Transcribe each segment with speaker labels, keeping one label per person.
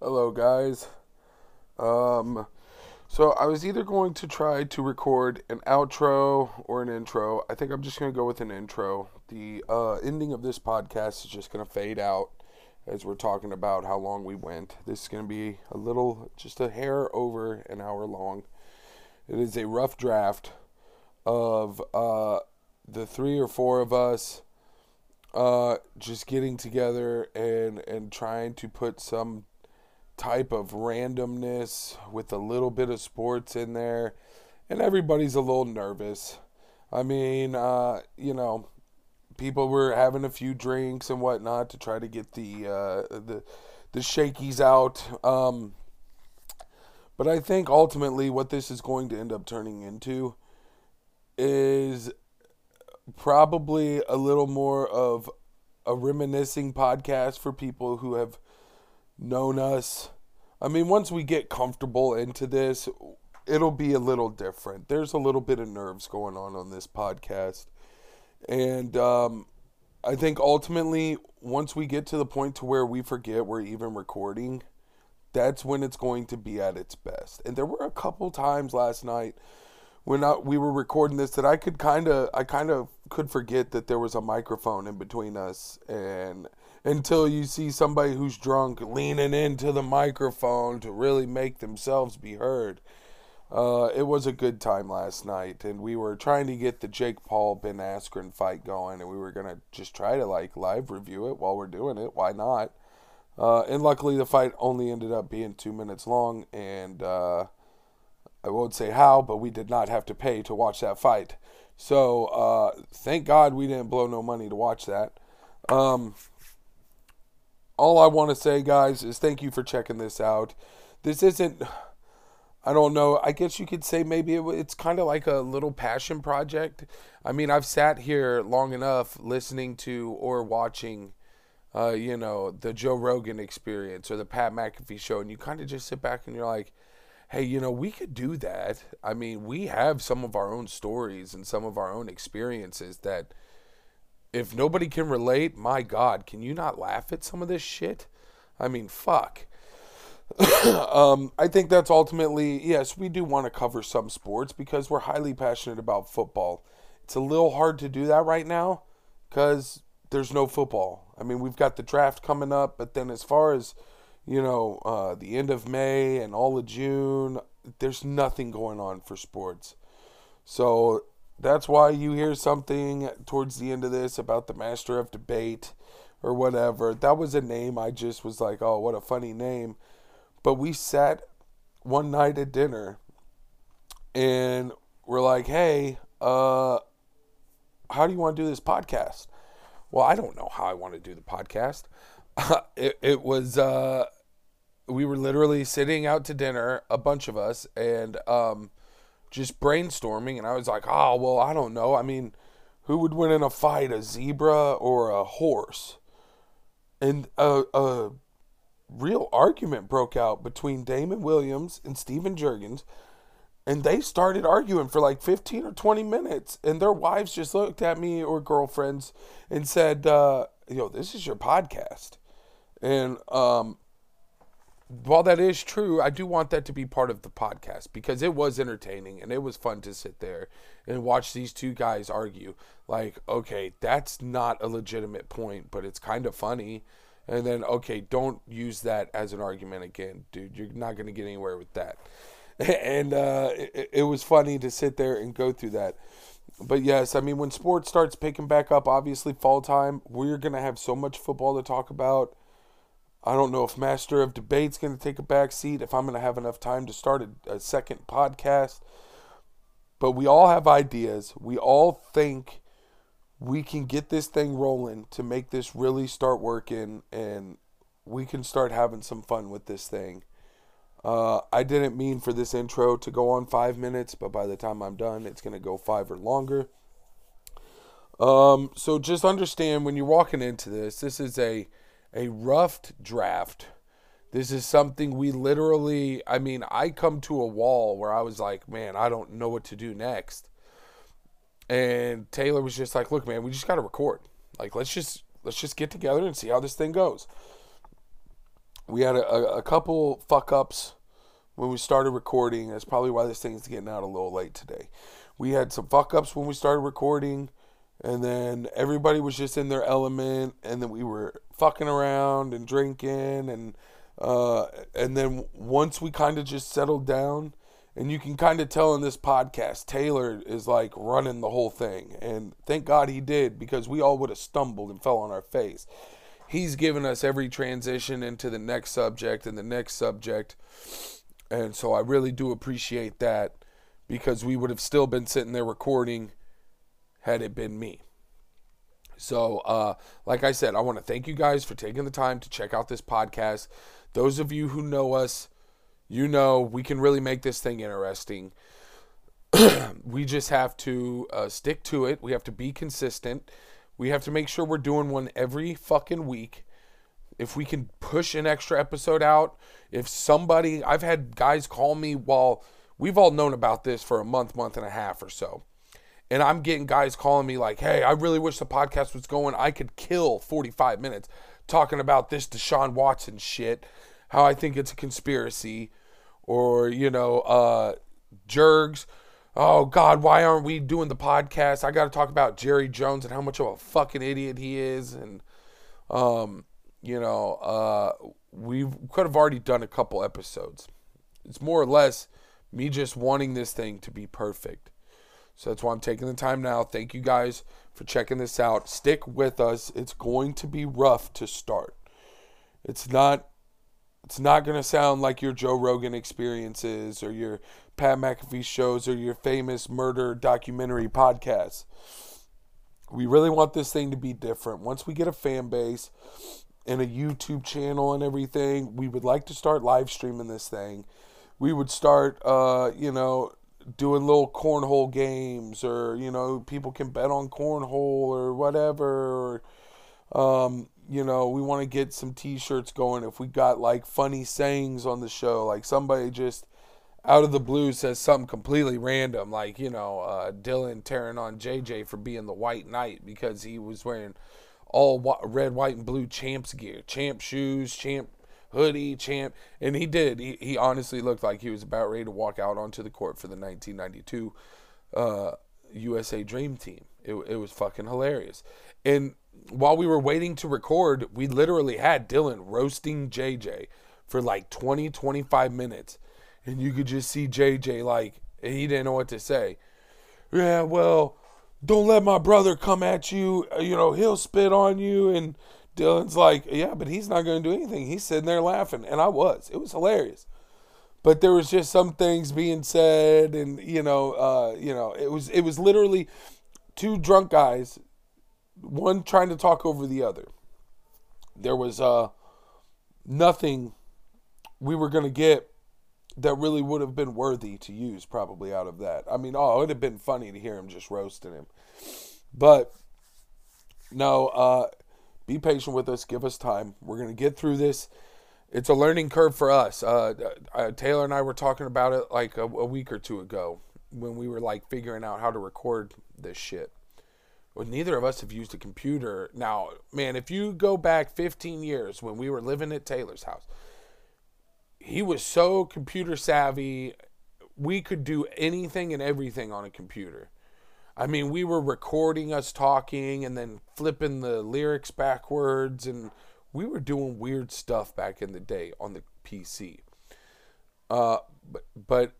Speaker 1: Hello, guys. Um, so I was either going to try to record an outro or an intro. I think I'm just going to go with an intro. The uh, ending of this podcast is just going to fade out as we're talking about how long we went. This is going to be a little, just a hair over an hour long. It is a rough draft of uh, the three or four of us uh, just getting together and and trying to put some type of randomness with a little bit of sports in there, and everybody's a little nervous. I mean, uh, you know, people were having a few drinks and whatnot to try to get the uh, the the shakies out. Um, but I think ultimately what this is going to end up turning into is probably a little more of a reminiscing podcast for people who have known us. I mean, once we get comfortable into this, it'll be a little different. There's a little bit of nerves going on on this podcast. And um, I think ultimately, once we get to the point to where we forget we're even recording, that's when it's going to be at its best. And there were a couple times last night when I, we were recording this that I could kind of I kind of could forget that there was a microphone in between us and until you see somebody who's drunk leaning into the microphone to really make themselves be heard. Uh, it was a good time last night, and we were trying to get the Jake Paul Ben Askren fight going, and we were gonna just try to like live review it while we're doing it. Why not? Uh, and luckily, the fight only ended up being two minutes long, and uh, I won't say how, but we did not have to pay to watch that fight. So uh, thank God we didn't blow no money to watch that. Um, all I want to say, guys, is thank you for checking this out. This isn't. I don't know. I guess you could say maybe it, wa- it's kind of like a little passion project. I mean, I've sat here long enough listening to or watching uh, you know, the Joe Rogan experience or the Pat McAfee show, and you kind of just sit back and you're like, hey, you know, we could do that. I mean, we have some of our own stories and some of our own experiences that if nobody can relate, my God, can you not laugh at some of this shit? I mean, fuck. Um, I think that's ultimately, yes, we do want to cover some sports because we're highly passionate about football. It's a little hard to do that right now because there's no football. I mean, we've got the draft coming up, but then as far as, you know, uh, the end of May and all of June, there's nothing going on for sports. So that's why you hear something towards the end of this about the master of debate or whatever. That was a name I just was like, oh, what a funny name. But we sat one night at dinner and we're like, hey, uh, how do you want to do this podcast? Well, I don't know how I want to do the podcast. it, it was, uh, we were literally sitting out to dinner, a bunch of us, and um, just brainstorming. And I was like, oh, well, I don't know. I mean, who would win in a fight, a zebra or a horse? And uh, a, a real argument broke out between Damon Williams and Steven Jurgens. And they started arguing for like 15 or 20 minutes. And their wives just looked at me or girlfriends and said, uh, Yo, this is your podcast. And um, while that is true, I do want that to be part of the podcast because it was entertaining and it was fun to sit there and watch these two guys argue. Like, okay, that's not a legitimate point, but it's kind of funny. And then, okay, don't use that as an argument again, dude. You're not going to get anywhere with that. And uh, it, it was funny to sit there and go through that. But yes, I mean, when sports starts picking back up, obviously fall time, we're going to have so much football to talk about. I don't know if Master of Debate's going to take a back seat, if I'm going to have enough time to start a, a second podcast. But we all have ideas. We all think we can get this thing rolling to make this really start working and we can start having some fun with this thing. Uh, I didn't mean for this intro to go on five minutes, but by the time I'm done, it's going to go five or longer. Um, so just understand when you're walking into this, this is a a roughed draft. This is something we literally I mean, I come to a wall where I was like, man, I don't know what to do next. And Taylor was just like, look, man, we just gotta record. Like let's just let's just get together and see how this thing goes. we had a, a, a couple fuck ups when we started recording. That's probably why this thing's getting out a little late today. We had some fuck ups when we started recording, and then everybody was just in their element, and then we were fucking around and drinking, and uh, and then once we kind of just settled down, and you can kind of tell in this podcast, Taylor is like running the whole thing, and thank God he did because we all would have stumbled and fell on our face. He's given us every transition into the next subject and the next subject. And so I really do appreciate that because we would have still been sitting there recording had it been me. So, uh, like I said, I want to thank you guys for taking the time to check out this podcast. Those of you who know us, you know we can really make this thing interesting. we just have to uh, stick to it, we have to be consistent, we have to make sure we're doing one every fucking week if we can push an extra episode out, if somebody, I've had guys call me while we've all known about this for a month, month and a half or so. And I'm getting guys calling me like, hey, I really wish the podcast was going. I could kill 45 minutes talking about this Deshaun Watson shit, how I think it's a conspiracy, or, you know, uh, jerks. Oh, God, why aren't we doing the podcast? I got to talk about Jerry Jones and how much of a fucking idiot he is. And, um, you know, uh, we could have already done a couple episodes. It's more or less me just wanting this thing to be perfect. So that's why I'm taking the time now. Thank you guys for checking this out. Stick with us. It's going to be rough to start. It's not it's not going to sound like your Joe Rogan experiences or your Pat McAfee shows or your famous murder documentary podcasts. We really want this thing to be different. Once we get a fan base, and a YouTube channel and everything. We would like to start live streaming this thing. We would start, uh, you know, doing little cornhole games, or you know, people can bet on cornhole or whatever. Or, um, you know, we want to get some T-shirts going. If we got like funny sayings on the show, like somebody just out of the blue says something completely random, like you know, uh, Dylan tearing on JJ for being the White Knight because he was wearing all white, red, white, and blue champs gear, champ shoes, champ hoodie, champ. And he did. He, he honestly looked like he was about ready to walk out onto the court for the 1992 uh, USA Dream Team. It, it was fucking hilarious. And while we were waiting to record, we literally had Dylan roasting JJ for like 20, 25 minutes. And you could just see JJ like, he didn't know what to say. Yeah, well, don't let my brother come at you. Uh, You know, he'll spit on you. And Dylan's like, yeah, but he's not going to do anything. He's sitting there laughing. And I was. It was hilarious. But there was just some things being said. And, you know, uh, you know, it was, it was literally two drunk guys, one trying to talk over the other. There was, uh, nothing we were going to get that really would have been worthy to use probably out of that. I mean, oh, it'd have been funny to hear him just roasting him. But no, uh, be patient with us. Give us time. We're gonna get through this. It's a learning curve for us. Uh, uh, Taylor and I were talking about it like a, a week or two ago when we were like figuring out how to record this shit. Well, neither of us have used a computer. Now, man, if you go back 15 years when we were living at Taylor's house, he was so computer savvy. We could do anything and everything on a computer. I mean, we were recording us talking and then flipping the lyrics backwards, and we were doing weird stuff back in the day on the PC. Uh, but but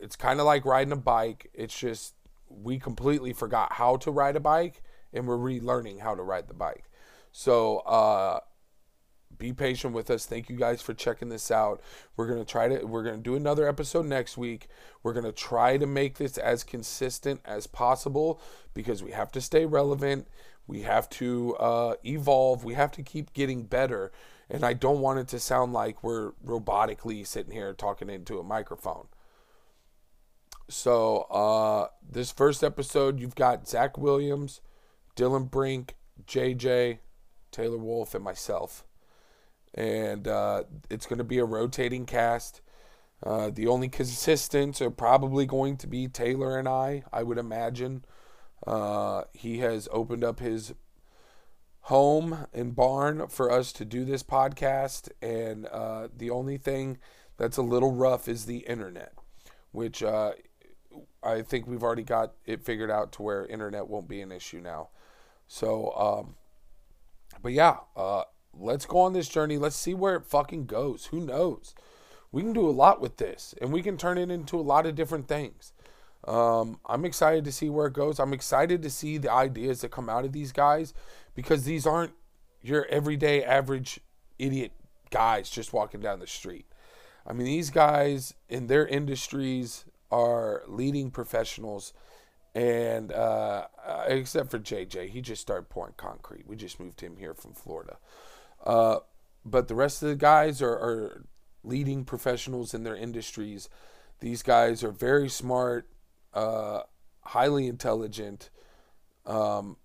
Speaker 1: it's kind of like riding a bike. It's just we completely forgot how to ride a bike, and we're relearning how to ride the bike. So. Uh, be patient with us. Thank you guys for checking this out. We're going to try to we're going to do another episode next week. We're going to try to make this as consistent as possible because we have to stay relevant. We have to uh, evolve. We have to keep getting better. And I don't want it to sound like we're robotically sitting here talking into a microphone. So, uh, this first episode, you've got Zach Williams, Dylan Brink, JJ, Taylor Wolf, and myself and uh, it's going to be a rotating cast. Uh, the only consistents are probably going to be Taylor and I, I would imagine. Uh, he has opened up his home and barn for us to do this podcast. And uh, the only thing that's a little rough is the internet, which uh, I think we've already got it figured out to where internet won't be an issue now. So, um, but yeah, uh, let's go on this journey. Let's see where it fucking goes. Who knows? We can do a lot with this and we can turn it into a lot of different things. Um, I'm excited to see where it goes. I'm excited to see the ideas that come out of these guys because these aren't your everyday average idiot guys just walking down the street. I mean, these guys in their industries are leading professionals. And uh, uh, except for JJ, he just started pouring concrete. We just moved him here from Florida. Uh, but the rest of the guys are, are leading professionals in their industries. These guys are very smart, uh, highly intelligent, um,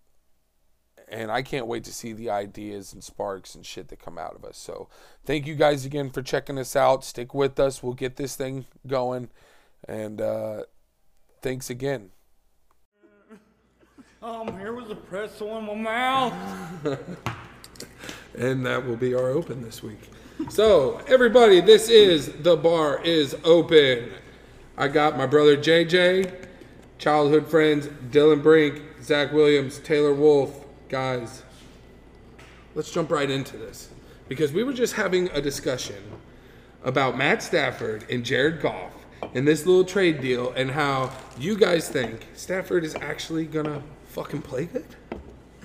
Speaker 1: and I can't wait to see the ideas and sparks and shit that come out of us. So, thank you guys again for checking us out. Stick with us. We'll get this thing going. And uh, thanks again.
Speaker 2: I'm Um, here with a pretzel in my mouth.
Speaker 1: And that will be our open this week. So, everybody, this is The Bar is Open. I got my brother JJ, childhood friends Dylan Brink, Zach Williams, Taylor Wolf. Guys, let's jump right into this because we were just having a discussion about Matt Stafford and Jared Goff and this little trade deal and how you guys think Stafford is actually gonna fucking play good.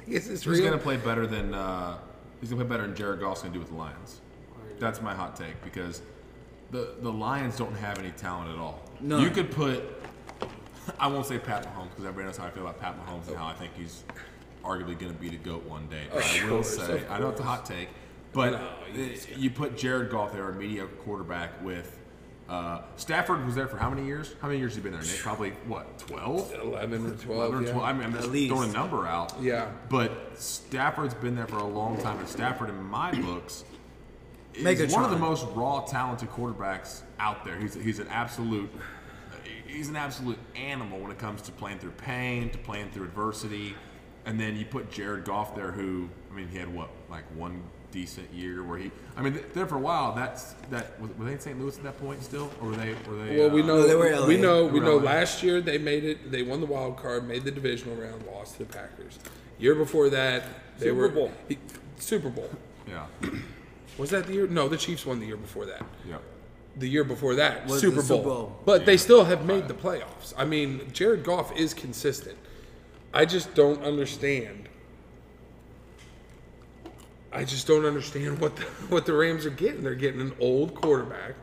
Speaker 1: Is this
Speaker 3: Who's
Speaker 1: real?
Speaker 3: going to play better than uh, he's going to play better than Jared Goff's going to do with the Lions? That's my hot take because the the Lions don't have any talent at all. No, you could put I won't say Pat Mahomes because everybody knows how I feel about Pat Mahomes and how I think he's arguably going to be the goat one day. But I will
Speaker 1: course,
Speaker 3: say
Speaker 1: of
Speaker 3: I know it's a hot take, but uh, you put Jared Goff there, a mediocre quarterback with. Uh, Stafford was there for how many years? How many years has he been there, Nick? Probably what, twelve?
Speaker 1: 11 or 12.
Speaker 3: 11 or
Speaker 1: yeah.
Speaker 3: 12. I mean, I'm just
Speaker 4: least.
Speaker 3: throwing a number out.
Speaker 1: Yeah.
Speaker 3: But Stafford's been there for a long time, and Stafford, in my books, is
Speaker 4: Megatron.
Speaker 3: one of the most raw, talented quarterbacks out there. He's he's an absolute he's an absolute animal when it comes to playing through pain, to playing through adversity, and then you put Jared Goff there, who I mean, he had what like one decent year where he I mean there for a while that's that was, were they in St. Louis at that point still or were they were they
Speaker 1: Well, we
Speaker 3: uh,
Speaker 1: know
Speaker 4: they were
Speaker 1: we
Speaker 4: LA.
Speaker 1: know we
Speaker 3: They were
Speaker 1: know.
Speaker 3: LA.
Speaker 1: Last year they made it. They won the wild card, made the divisional round, lost to the Packers. Year before that, they
Speaker 2: Super
Speaker 1: were
Speaker 2: Bowl.
Speaker 1: he- Super Bowl.
Speaker 3: yeah
Speaker 1: Was that the year? No, the Chiefs won the year before that.
Speaker 3: yeah
Speaker 1: The year before that,
Speaker 4: Was
Speaker 1: Super
Speaker 4: the
Speaker 1: Bowl.
Speaker 4: Super Bowl.
Speaker 1: But they still have made the playoffs. I mean, Jared Goff is consistent. I just don't understand. I just don't understand what the, what the Rams are getting. They're getting an old quarterback,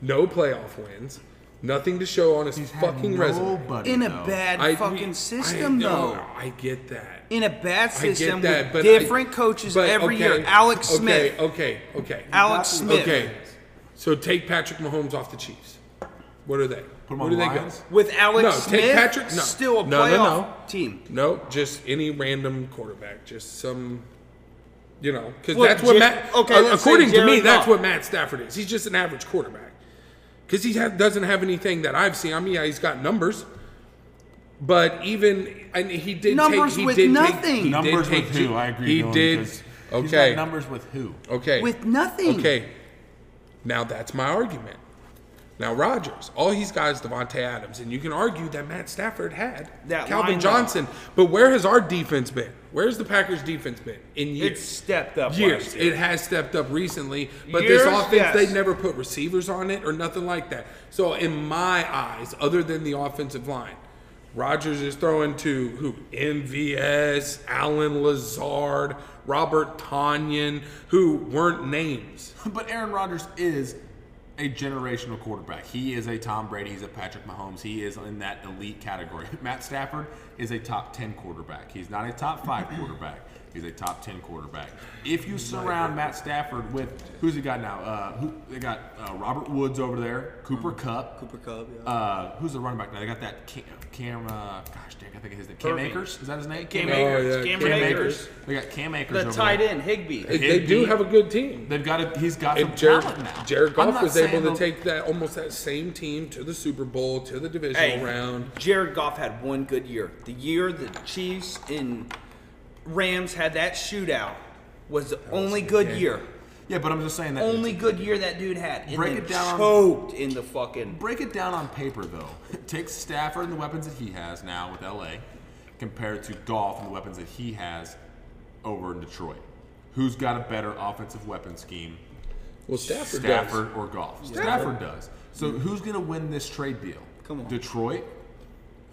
Speaker 1: no playoff wins, nothing to show on his
Speaker 3: He's had
Speaker 1: fucking resume.
Speaker 3: nobody,
Speaker 4: In a
Speaker 3: though.
Speaker 4: bad
Speaker 1: I-
Speaker 4: fucking
Speaker 1: I-
Speaker 4: system,
Speaker 1: no,
Speaker 4: though.
Speaker 1: no, I get that.
Speaker 4: In a bad
Speaker 1: I get
Speaker 4: system
Speaker 1: that, but
Speaker 4: with different
Speaker 1: I-
Speaker 4: coaches
Speaker 1: but
Speaker 4: every
Speaker 1: okay,
Speaker 4: year. Alex
Speaker 1: okay,
Speaker 4: Smith.
Speaker 1: Okay, okay,
Speaker 4: Alex Smith.
Speaker 1: okay. So take Patrick Mahomes off the Chiefs. What are they?
Speaker 3: Put him
Speaker 1: What
Speaker 3: on
Speaker 1: do they
Speaker 3: Lions?
Speaker 1: go?
Speaker 4: With Alex
Speaker 1: No,
Speaker 4: Smith,
Speaker 1: take Patrick- no.
Speaker 4: still a playoff
Speaker 1: No, no, no.
Speaker 4: team.
Speaker 1: No, just any random quarterback, just some, you know, because
Speaker 4: Well,
Speaker 1: that's what
Speaker 4: Jer-
Speaker 1: Matt.
Speaker 4: okay,
Speaker 1: uh,
Speaker 4: let's say
Speaker 1: according to me,
Speaker 4: Jared
Speaker 1: that's
Speaker 4: Goff.
Speaker 1: what Matt Stafford is. He's just an average quarterback because he ha- doesn't have anything that I've seen. I mean, yeah, he's got numbers, but even and he did
Speaker 4: Numbers
Speaker 1: take, he
Speaker 4: with
Speaker 1: did
Speaker 4: nothing.
Speaker 1: Take, he
Speaker 3: Numbers
Speaker 1: did take
Speaker 3: with
Speaker 1: Ju-
Speaker 3: who? I agree.
Speaker 1: He
Speaker 3: Dylan,
Speaker 1: did.
Speaker 3: 'cause he's got
Speaker 1: Okay.
Speaker 3: numbers with who?
Speaker 1: Okay.
Speaker 4: With nothing.
Speaker 1: Okay. Now that's my argument. Now Rodgers, all he's got is Devontae Adams, and you can argue that Matt Stafford had
Speaker 4: That
Speaker 1: Calvin
Speaker 4: lineup.
Speaker 1: Johnson. But where has our defense been? Where's the Packers defense been in years?
Speaker 2: It's stepped up.
Speaker 1: years.
Speaker 2: last year.
Speaker 1: It has stepped up recently, but this
Speaker 2: Years,
Speaker 1: offense
Speaker 2: yes.
Speaker 1: they never put receivers on it or nothing like that. So in my eyes, other than the offensive line, Rodgers is throwing to who? MVS, Alan Lazard, Robert Tanyan, who weren't names.
Speaker 3: But Aaron Rodgers is a generational quarterback. He is a Tom Brady. He's a Patrick Mahomes. He is in that elite category. Matt Stafford is a top 10 quarterback. He's not a top 5 quarterback. He's a top 10 quarterback. If you surround Matt Stafford with, who's he got now? Uh, who, they got uh, Robert Woods over there, Mm-hmm. Cooper Cup.
Speaker 4: Cooper Cup, yeah.
Speaker 3: Uh, who's the running back now? They got that Cam, Cam uh, gosh dang, I think his name. Cam
Speaker 2: Irving.
Speaker 3: Akers? Is that his name?
Speaker 2: Cam
Speaker 1: Oh,
Speaker 2: Akers.
Speaker 1: yeah,
Speaker 2: Cam,
Speaker 1: Cam
Speaker 2: Akers.
Speaker 3: Akers. They got Cam Akers
Speaker 4: The
Speaker 3: over
Speaker 4: tight
Speaker 3: there.
Speaker 4: end, Higby.
Speaker 1: They, they do
Speaker 3: Higby.
Speaker 1: have a good team.
Speaker 3: They've got a, he's got some
Speaker 1: And Jared,
Speaker 3: talent now.
Speaker 1: Jared
Speaker 3: I'm
Speaker 1: Goff
Speaker 3: not
Speaker 1: was able
Speaker 3: saying
Speaker 1: to
Speaker 3: the-
Speaker 1: take that almost that same team to the Super Bowl, to the divisional
Speaker 4: Hey,
Speaker 1: round.
Speaker 4: Jared Goff had one good year. The year the Chiefs and Rams had that shootout was the only good year.
Speaker 3: Yeah, but I'm just saying that.
Speaker 4: Only good year that dude had. And
Speaker 3: Break
Speaker 4: then
Speaker 3: it down.
Speaker 4: choked in the fucking
Speaker 3: break it down on paper though. Take Stafford and the weapons that he has now with LA, compared to Golf and the weapons that he has over in Detroit. Who's got a better offensive weapon scheme,
Speaker 1: Well, Stafford,
Speaker 3: Stafford or Golf? Stafford does. So who's gonna win this trade deal?
Speaker 4: Come on.
Speaker 3: Detroit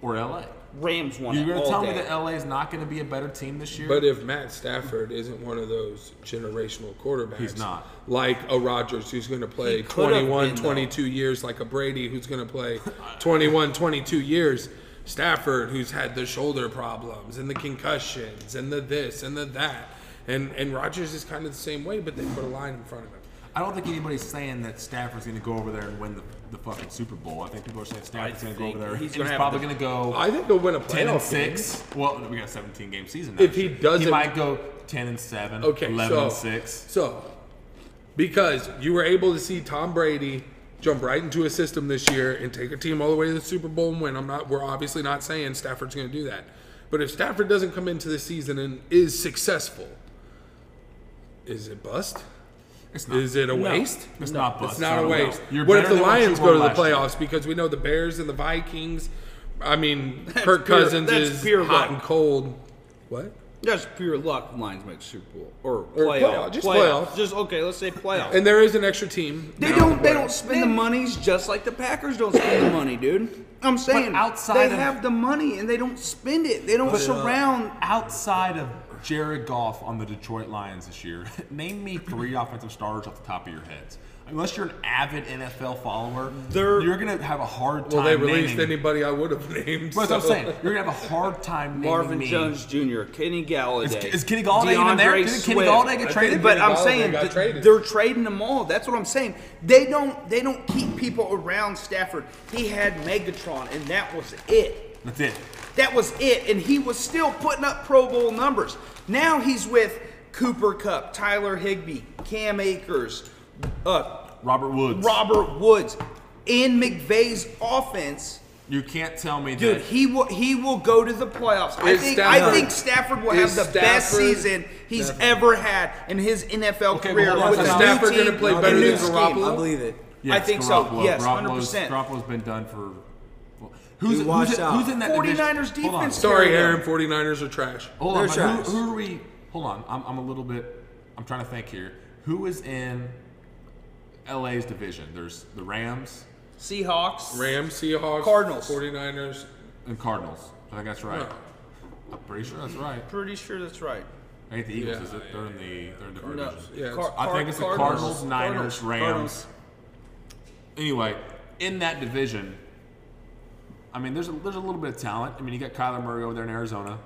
Speaker 3: or LA?
Speaker 4: Rams won
Speaker 3: You're
Speaker 4: it
Speaker 3: gonna
Speaker 4: all
Speaker 3: tell
Speaker 4: day.
Speaker 3: me that LA is not gonna be a better team this year?
Speaker 1: But if Matt Stafford isn't one of those generational quarterbacks,
Speaker 3: He's not.
Speaker 1: Like a Rodgers who's going to play
Speaker 4: He could have
Speaker 1: 21,
Speaker 4: been, though.
Speaker 1: 22 years, like a Brady who's going to play 21, 22 years. Stafford who's had the shoulder problems and the concussions and the this and the that. And and Rodgers is kind of the same way, but they put a line in front of him.
Speaker 3: I don't think anybody's saying that Stafford's going to go over there and win the, the fucking Super Bowl. I think people are saying Stafford's going to go over
Speaker 4: think
Speaker 3: there.
Speaker 4: he's
Speaker 3: and
Speaker 4: gonna have
Speaker 3: probably
Speaker 4: the-
Speaker 3: going to go
Speaker 1: I think they'll win a playoff
Speaker 3: 10 and
Speaker 1: game.
Speaker 3: 6. Well, we got a 17 game season.
Speaker 1: If
Speaker 3: next
Speaker 1: he
Speaker 3: year.
Speaker 1: doesn't-
Speaker 3: He might go 10 and 7,
Speaker 1: Okay,
Speaker 3: 11
Speaker 1: so,
Speaker 3: and 6.
Speaker 1: So, because you were able to see Tom Brady jump right into a system this year and take a team all the way to the Super Bowl and win, I'm not. We're obviously not saying Stafford's going to do that, but if Stafford doesn't come into the season and is successful, is it bust?
Speaker 3: It's not.
Speaker 1: Is it a waste?
Speaker 3: It's not bust.
Speaker 1: It's not
Speaker 3: I
Speaker 1: a
Speaker 3: don't know.
Speaker 1: waste.
Speaker 3: You're
Speaker 1: What if
Speaker 3: better
Speaker 1: the
Speaker 3: than you
Speaker 1: Lions
Speaker 3: were
Speaker 1: go to the
Speaker 3: last year.
Speaker 1: playoffs? Because we know the Bears and the Vikings. I mean, Kirk
Speaker 4: pure-
Speaker 1: Cousins
Speaker 4: that's
Speaker 1: is
Speaker 4: pure
Speaker 1: hot
Speaker 4: luck.
Speaker 1: and cold. What?
Speaker 4: That's pure luck. Lions make Super Bowl or
Speaker 1: playoff,
Speaker 4: playoff.
Speaker 1: just playoff.
Speaker 4: Just okay. Let's say playoff.
Speaker 1: And there is an extra team.
Speaker 4: they
Speaker 1: now
Speaker 4: don't. They
Speaker 1: where-
Speaker 4: don't spend the monies just like the Packers don't spend the money, dude. I'm saying
Speaker 3: outside
Speaker 4: they
Speaker 3: of-
Speaker 4: have the money and they don't spend it. They don't
Speaker 3: uh,
Speaker 4: surround.
Speaker 3: Outside of Jared Goff on the Detroit Lions this year, name me three offensive starters off the top of your heads. Unless you're an avid NFL follower,
Speaker 4: They're-
Speaker 3: you're going to have a hard time.
Speaker 1: Well, they released
Speaker 3: naming-
Speaker 1: anybody I would have named.
Speaker 3: But that's
Speaker 1: so-
Speaker 3: what I'm saying. You're gonna have a hard time. naming
Speaker 4: Marvin
Speaker 3: me.
Speaker 4: Jones Jr., Kenny
Speaker 3: Is,
Speaker 4: Galladay,
Speaker 3: is Kenny Galladay even there?
Speaker 4: DeAndre
Speaker 3: Did Kenny
Speaker 4: Swift.
Speaker 3: Galladay get
Speaker 1: I
Speaker 3: traded?
Speaker 1: think-
Speaker 4: But
Speaker 1: Kenny
Speaker 4: I'm
Speaker 1: Galladay
Speaker 4: saying
Speaker 1: got
Speaker 4: th-
Speaker 1: traded.
Speaker 4: they're trading them all. That's what I'm saying. They don't. They don't keep people around Stafford. He had Megatron, and that was it.
Speaker 3: That's it.
Speaker 4: That was it, and he was still putting up Pro Bowl numbers. Now he's with Cooper Cup, Tyler Higbee, Cam Akers, uh,
Speaker 3: Robert Woods.
Speaker 4: Robert Woods, in McVay's offense.
Speaker 3: you can't tell me
Speaker 4: Dude,
Speaker 3: that.
Speaker 4: he will he will go to the playoffs. I
Speaker 1: Is
Speaker 4: think I
Speaker 1: Stafford-
Speaker 4: think Stafford will
Speaker 1: is
Speaker 4: have the best
Speaker 1: Stafford-
Speaker 4: season he's
Speaker 1: Stafford-
Speaker 4: ever had in his NFL
Speaker 3: Okay,
Speaker 4: career
Speaker 3: well, hold on
Speaker 4: with
Speaker 3: a
Speaker 4: a
Speaker 3: second.
Speaker 4: new
Speaker 1: Stafford
Speaker 4: team
Speaker 1: gonna play
Speaker 4: and
Speaker 1: better
Speaker 4: new
Speaker 1: than
Speaker 4: scheme.
Speaker 1: Garoppolo?
Speaker 5: I believe it.
Speaker 4: I
Speaker 3: it's
Speaker 4: think so.
Speaker 3: Garoppolo.
Speaker 4: Yes,
Speaker 3: Garoppolo's,
Speaker 4: 100%.
Speaker 3: Garoppolo's been done for. Well, who's,
Speaker 5: He
Speaker 3: who's,
Speaker 5: washed
Speaker 3: in-
Speaker 5: out.
Speaker 3: who's in that
Speaker 4: 49ers
Speaker 3: division? Hold on.
Speaker 4: defense.
Speaker 1: Sorry,
Speaker 4: Yeah.
Speaker 1: Aaron. 49ers are trash.
Speaker 3: Hold on,
Speaker 5: They're
Speaker 3: but
Speaker 5: trash.
Speaker 3: who, who are we? Hold on, I'm, I'm a little bit. I'm trying to think here. Who is in LA's division? There's the Rams
Speaker 4: Seahawks.
Speaker 1: Rams, Seahawks,
Speaker 4: Cardinals.
Speaker 1: 49ers.
Speaker 3: and Cardinals. I think that's right.
Speaker 1: Huh.
Speaker 3: I'm pretty sure that's right.
Speaker 4: Pretty sure that's right.
Speaker 3: I think the Eagles
Speaker 1: Yeah,
Speaker 3: is it? They're in the they're in the
Speaker 4: No,
Speaker 3: division.
Speaker 1: Yeah,
Speaker 4: Car-
Speaker 1: it's-
Speaker 3: I think it's the
Speaker 4: Car-
Speaker 3: Cardinals, Niners, Rams.
Speaker 4: Cardinals.
Speaker 3: Anyway, in that division, I mean, there's a, there's a little bit of talent. I mean, you got Kyler Murray over there in Arizona.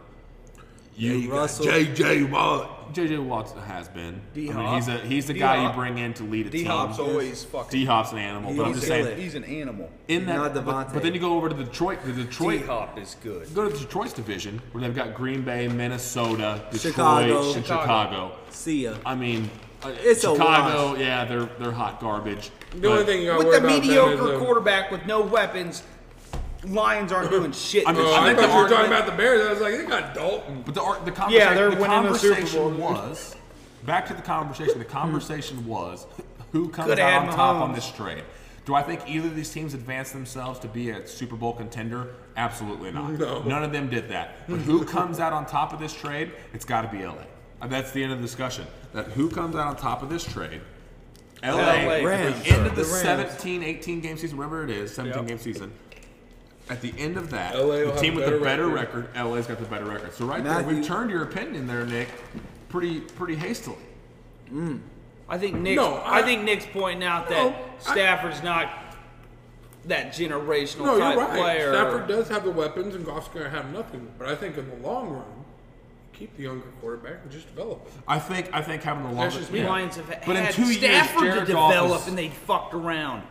Speaker 5: You Russell.
Speaker 1: JJ Watt.
Speaker 3: JJ Watts has been. I mean,
Speaker 4: D-Hop.
Speaker 3: he's a he's the guy you
Speaker 4: D-Hop.
Speaker 3: bring in to lead a team.
Speaker 4: D-Hop's always fucking-
Speaker 3: D-Hop's an animal, but I'm
Speaker 5: He's
Speaker 3: just
Speaker 5: killed
Speaker 3: saying.
Speaker 5: it.
Speaker 4: He's an animal.
Speaker 3: In that,
Speaker 5: Not
Speaker 3: but,
Speaker 5: Devontae.
Speaker 3: but then you go over to the Detroit, the Detroit.
Speaker 4: D-Hop is good.
Speaker 3: Go to Detroit's division where they've got Green Bay, Minnesota, Detroit,
Speaker 5: Chicago.
Speaker 3: and
Speaker 4: Chicago.
Speaker 3: Chicago.
Speaker 5: See ya.
Speaker 3: I mean, uh,
Speaker 5: It's a
Speaker 3: Chicago. yeah, they're they're hot garbage.
Speaker 1: The
Speaker 3: but-
Speaker 1: only thing you got to
Speaker 4: With
Speaker 1: worry
Speaker 4: the
Speaker 1: about them is um,
Speaker 4: mediocre
Speaker 1: the-
Speaker 4: quarterback with no weapons, Lions aren't doing shit.
Speaker 3: I mean,
Speaker 4: this
Speaker 1: Oh,
Speaker 4: year.
Speaker 1: I
Speaker 3: think
Speaker 1: thought you were
Speaker 3: the
Speaker 1: talking about the Bears. I was like, they got Dalton.
Speaker 3: But the ar- the conversation,
Speaker 4: Yeah, they're
Speaker 3: the
Speaker 4: winning the Super
Speaker 3: conversation
Speaker 4: Bowl.
Speaker 3: was back to the conversation. The conversation was who comes
Speaker 4: Coulda
Speaker 3: out
Speaker 4: had
Speaker 3: on top
Speaker 4: Mahomes.
Speaker 3: on this trade. Do I think either of these teams advanced themselves to be a Super Bowl contender? Absolutely not.
Speaker 1: No.
Speaker 3: None of them did that. But who comes out on top of this trade? It's got to be LA. And that's the end of the discussion. That who comes out on top of this trade? LA, at the
Speaker 5: Rams.
Speaker 3: end of the,
Speaker 5: The Rams.
Speaker 3: 17, 18 game season, whatever it is, 17 game season. At the end of that,
Speaker 1: LA will
Speaker 3: the team
Speaker 1: have
Speaker 3: with
Speaker 1: a
Speaker 3: the better
Speaker 1: better
Speaker 3: record, LA's got the better record. So right there,
Speaker 5: Matthew-
Speaker 3: we've turned your opinion there, Nick, pretty pretty hastily.
Speaker 4: I think Nick's,
Speaker 1: No, I-
Speaker 4: I, think Nick's pointing out that
Speaker 1: No, I-
Speaker 4: Stafford's not that generational
Speaker 1: No,
Speaker 4: type
Speaker 1: you're right.
Speaker 4: player.
Speaker 1: Stafford does have the weapons, and Goff's going to have nothing. But I think in the long run, keep the younger quarterback and just develop him.
Speaker 3: I think I think having the
Speaker 1: That's
Speaker 3: longest
Speaker 1: just me.
Speaker 4: The
Speaker 3: yeah.
Speaker 4: Lions have
Speaker 3: But in
Speaker 4: had
Speaker 3: two years,
Speaker 4: Stafford
Speaker 3: Jared
Speaker 4: to
Speaker 3: Goff
Speaker 4: develop,
Speaker 3: is-
Speaker 4: and they fucked around.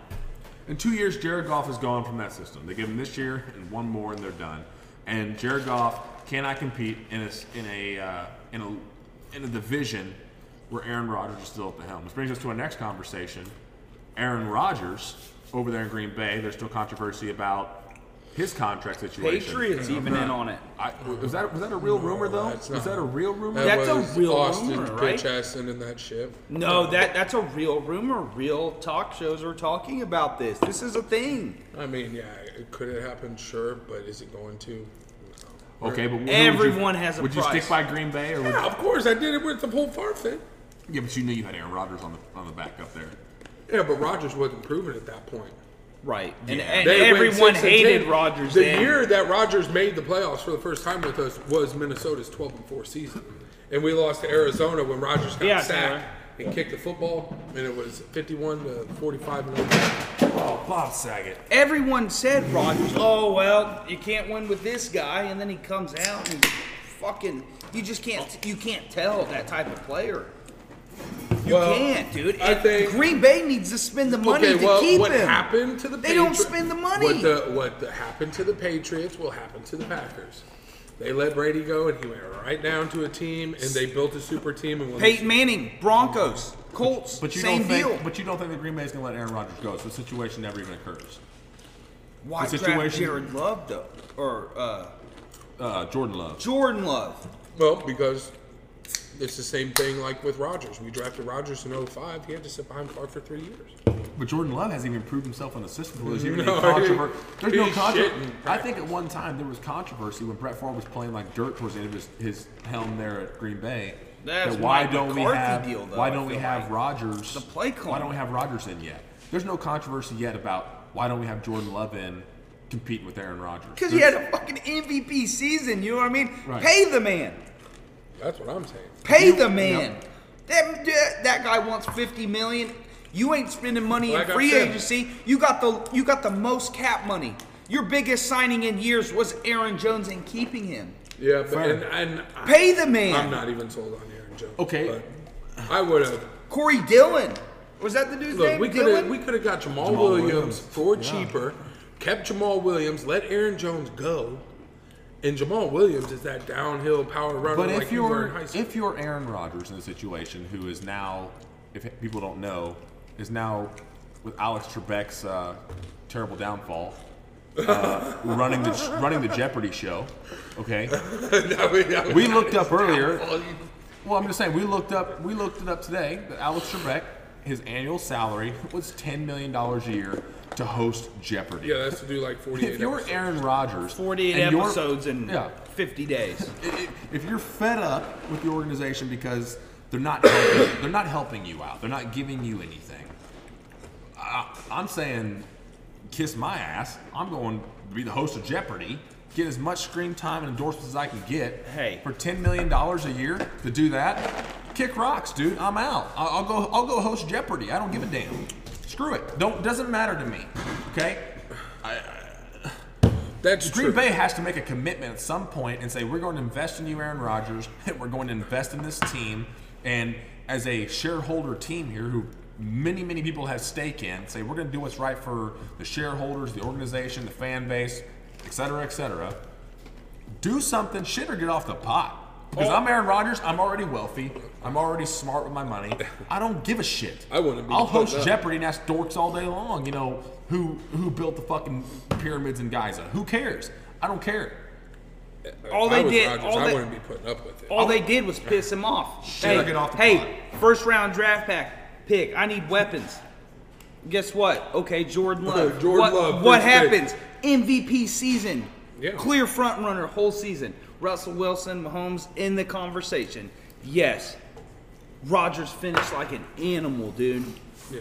Speaker 3: In two years, Jared Goff is gone from that system. They give him this year and one more, and they're done. And Jared Goff cannot compete in a s- in a uh, in a in a division where Aaron Rodgers is still at the helm. Which brings us to our next conversation. Aaron Rodgers over there in Green Bay. There's still controversy about his contract situation.
Speaker 4: Patriots even in on it.
Speaker 3: I, was that was that a real rumor though?
Speaker 1: That's
Speaker 3: was
Speaker 1: not-
Speaker 3: that a real rumor?
Speaker 1: That
Speaker 4: That's a
Speaker 1: was
Speaker 4: real
Speaker 1: Austin
Speaker 4: rumor, right?
Speaker 1: Pitch ass sending that shit.
Speaker 4: No, that that's a real rumor. Real talk shows are talking about this. This is a thing.
Speaker 1: I mean, yeah, it could it happen? Sure, but is it going to?
Speaker 3: okay, but who would
Speaker 4: Everyone
Speaker 3: you,
Speaker 4: has a
Speaker 3: Would you
Speaker 4: price.
Speaker 3: stick by Green Bay or? Would,
Speaker 1: Yeah, of course, I did it with the whole farm thing.
Speaker 3: yeah, but you knew you had Aaron Rodgers on the on the back up there.
Speaker 1: Yeah, but Rogers wasn't proven at that point.
Speaker 4: Right. And,
Speaker 3: Yeah.
Speaker 4: and
Speaker 1: They went
Speaker 4: everyone
Speaker 1: six and
Speaker 4: hated
Speaker 1: 10.
Speaker 4: Rodgers
Speaker 1: The
Speaker 4: then.
Speaker 1: year that Rogers made the playoffs for the first time with us was Minnesota's 12 and 4 season, and we lost to Arizona when Rogers got
Speaker 4: Yeah,
Speaker 1: sacked
Speaker 4: Tyler.
Speaker 1: and kicked the football, and it was 51 to 45. And
Speaker 3: Oh, Bob Saget.
Speaker 4: everyone said Rodgers, oh well, you can't win with this guy, and then he comes out and he fucking you just can't you can't tell that type of player. You
Speaker 1: Well,
Speaker 4: can't, dude.
Speaker 1: I
Speaker 4: And
Speaker 1: think-
Speaker 4: Green Bay needs to spend the money
Speaker 1: okay,
Speaker 4: to
Speaker 1: well,
Speaker 4: keep
Speaker 1: what
Speaker 4: him.
Speaker 1: happened to the?
Speaker 4: They don't
Speaker 1: Patri-
Speaker 4: spend the money.
Speaker 1: What the what the, happened to the Patriots will happen to the Packers. They let Brady go, and he went right down to a team, and they built a super team and won. the
Speaker 4: Peyton Manning, Broncos, Colts,
Speaker 3: But you
Speaker 4: same
Speaker 3: don't think,
Speaker 4: deal.
Speaker 3: But you don't think that Green Bay is going to let Aaron Rodgers go? So the situation never even occurs.
Speaker 4: Why
Speaker 3: the
Speaker 4: draft
Speaker 3: situation-
Speaker 4: Jared Love though? Or uh,
Speaker 3: Uh, Jordan Love.
Speaker 4: Jordan Love.
Speaker 1: Well, because it's the same thing like with Rogers. We drafted Rogers in 05. He had to sit behind Favre for three years.
Speaker 3: But Jordan Love hasn't even proved himself in the system. where There's even
Speaker 1: No,
Speaker 3: any controversy.
Speaker 1: he-
Speaker 3: There's no
Speaker 1: he's
Speaker 3: controversy.
Speaker 1: shitting
Speaker 3: I think at one time there was controversy when Brett Favre was playing like dirt towards the end of his, his helm there at Green Bay.
Speaker 4: That's
Speaker 3: that why
Speaker 4: Mike
Speaker 3: don't we
Speaker 4: McCarthy
Speaker 3: have
Speaker 4: deal, though,
Speaker 3: why
Speaker 4: I
Speaker 3: don't we
Speaker 4: feel
Speaker 3: have
Speaker 4: like.
Speaker 3: Rodgers?
Speaker 4: The
Speaker 3: Why
Speaker 4: play calling.
Speaker 3: don't we have Rodgers in yet? There's no controversy yet about why don't we have Jordan Love in competing with Aaron Rodgers?
Speaker 4: Because he had a fucking MVP season, you know what I mean?
Speaker 3: Right.
Speaker 4: Pay the man.
Speaker 1: That's what I'm saying.
Speaker 4: Pay the man. That, that that guy wants 50 million. You ain't spending money
Speaker 1: Like I
Speaker 4: in free
Speaker 1: said.
Speaker 4: agency. You got the you got the most cap money. Your biggest signing in years was Aaron Jones and keeping him.
Speaker 1: Yeah, but and, and I,
Speaker 4: Pay the man.
Speaker 1: I'm not even sold on Aaron Jones.
Speaker 3: Okay.
Speaker 1: but I would have.
Speaker 4: Corey Dillon. Was that the dude's
Speaker 1: Look,
Speaker 4: name?
Speaker 1: we could
Speaker 4: Dillon?
Speaker 1: have we could have got Jamal,
Speaker 3: Jamal
Speaker 1: Williams,
Speaker 3: Williams.
Speaker 1: for
Speaker 3: Yeah.
Speaker 1: cheaper, kept Jamal Williams, let Aaron Jones go, and Jamal Williams is that downhill power runner
Speaker 3: But
Speaker 1: like
Speaker 3: if
Speaker 1: you were in
Speaker 3: you're
Speaker 1: high school.
Speaker 3: if you're Aaron Rodgers in a situation who is now, if people don't know, is now with Alex Trebek's uh, terrible downfall, uh, running the running the Jeopardy show. Okay,
Speaker 1: No, we- no,
Speaker 3: we looked up earlier.
Speaker 1: Well, you-
Speaker 3: Well, I'm just saying we looked up we looked it up today that Alex Trebek his annual salary was ten million dollars a year to host Jeopardy.
Speaker 1: Yeah, that's to do like 48.
Speaker 3: If you're
Speaker 1: episodes.
Speaker 3: Aaron Rodgers,
Speaker 4: 48
Speaker 3: and you're-
Speaker 4: episodes in
Speaker 3: yeah.
Speaker 4: 50 days.
Speaker 3: i- if you're fed up with the organization because they're not helping, they're not helping you out, they're not giving you anything. I, I'm saying, kiss my ass. I'm going to be the host of Jeopardy, get as much screen time and endorsements as I can get.
Speaker 4: Hey.
Speaker 3: for ten million dollars a year to do that, kick rocks, dude. I'm out. I'll, I'll go. I'll go host Jeopardy. I don't give a damn. Screw it. Don't doesn't matter to me. Okay.
Speaker 1: That's
Speaker 3: Green
Speaker 1: true.
Speaker 3: Bay has to make a commitment at some point and say we're going to invest in you, Aaron Rodgers. and we're going to invest in this team, and as a shareholder team here, who many many people have stake in, say we're going to do what's right for the shareholders, the organization, the fan base, et cetera, et cetera. Do something, shit, or get off the pot. Because
Speaker 4: Oh.
Speaker 3: I'm Aaron Rodgers, I'm already wealthy, I'm already smart with my money. I don't give a shit.
Speaker 1: I wouldn't be
Speaker 3: I'll host
Speaker 1: putting up.
Speaker 3: Jeopardy. Jeopardy and ask dorks all day long, you know, who who built the fucking pyramids in Giza? Who cares? I don't care.
Speaker 4: All
Speaker 1: If
Speaker 4: they
Speaker 1: I was
Speaker 4: did-
Speaker 1: Rodgers,
Speaker 4: all
Speaker 1: I
Speaker 4: they-
Speaker 1: wouldn't be putting up with it.
Speaker 4: All they did was piss him off.
Speaker 3: Shit, I'll get off the
Speaker 4: hey, first round draft pack pick. I need weapons. Guess what? Okay, Jordan Love.
Speaker 1: Jordan
Speaker 4: what,
Speaker 1: Love,
Speaker 4: What
Speaker 1: first pick.
Speaker 4: happens? MVP season.
Speaker 1: Yeah.
Speaker 4: Clear front runner whole season. Russell Wilson, Mahomes in the conversation. Yes. Rodgers finished like an animal, dude.
Speaker 1: Yeah.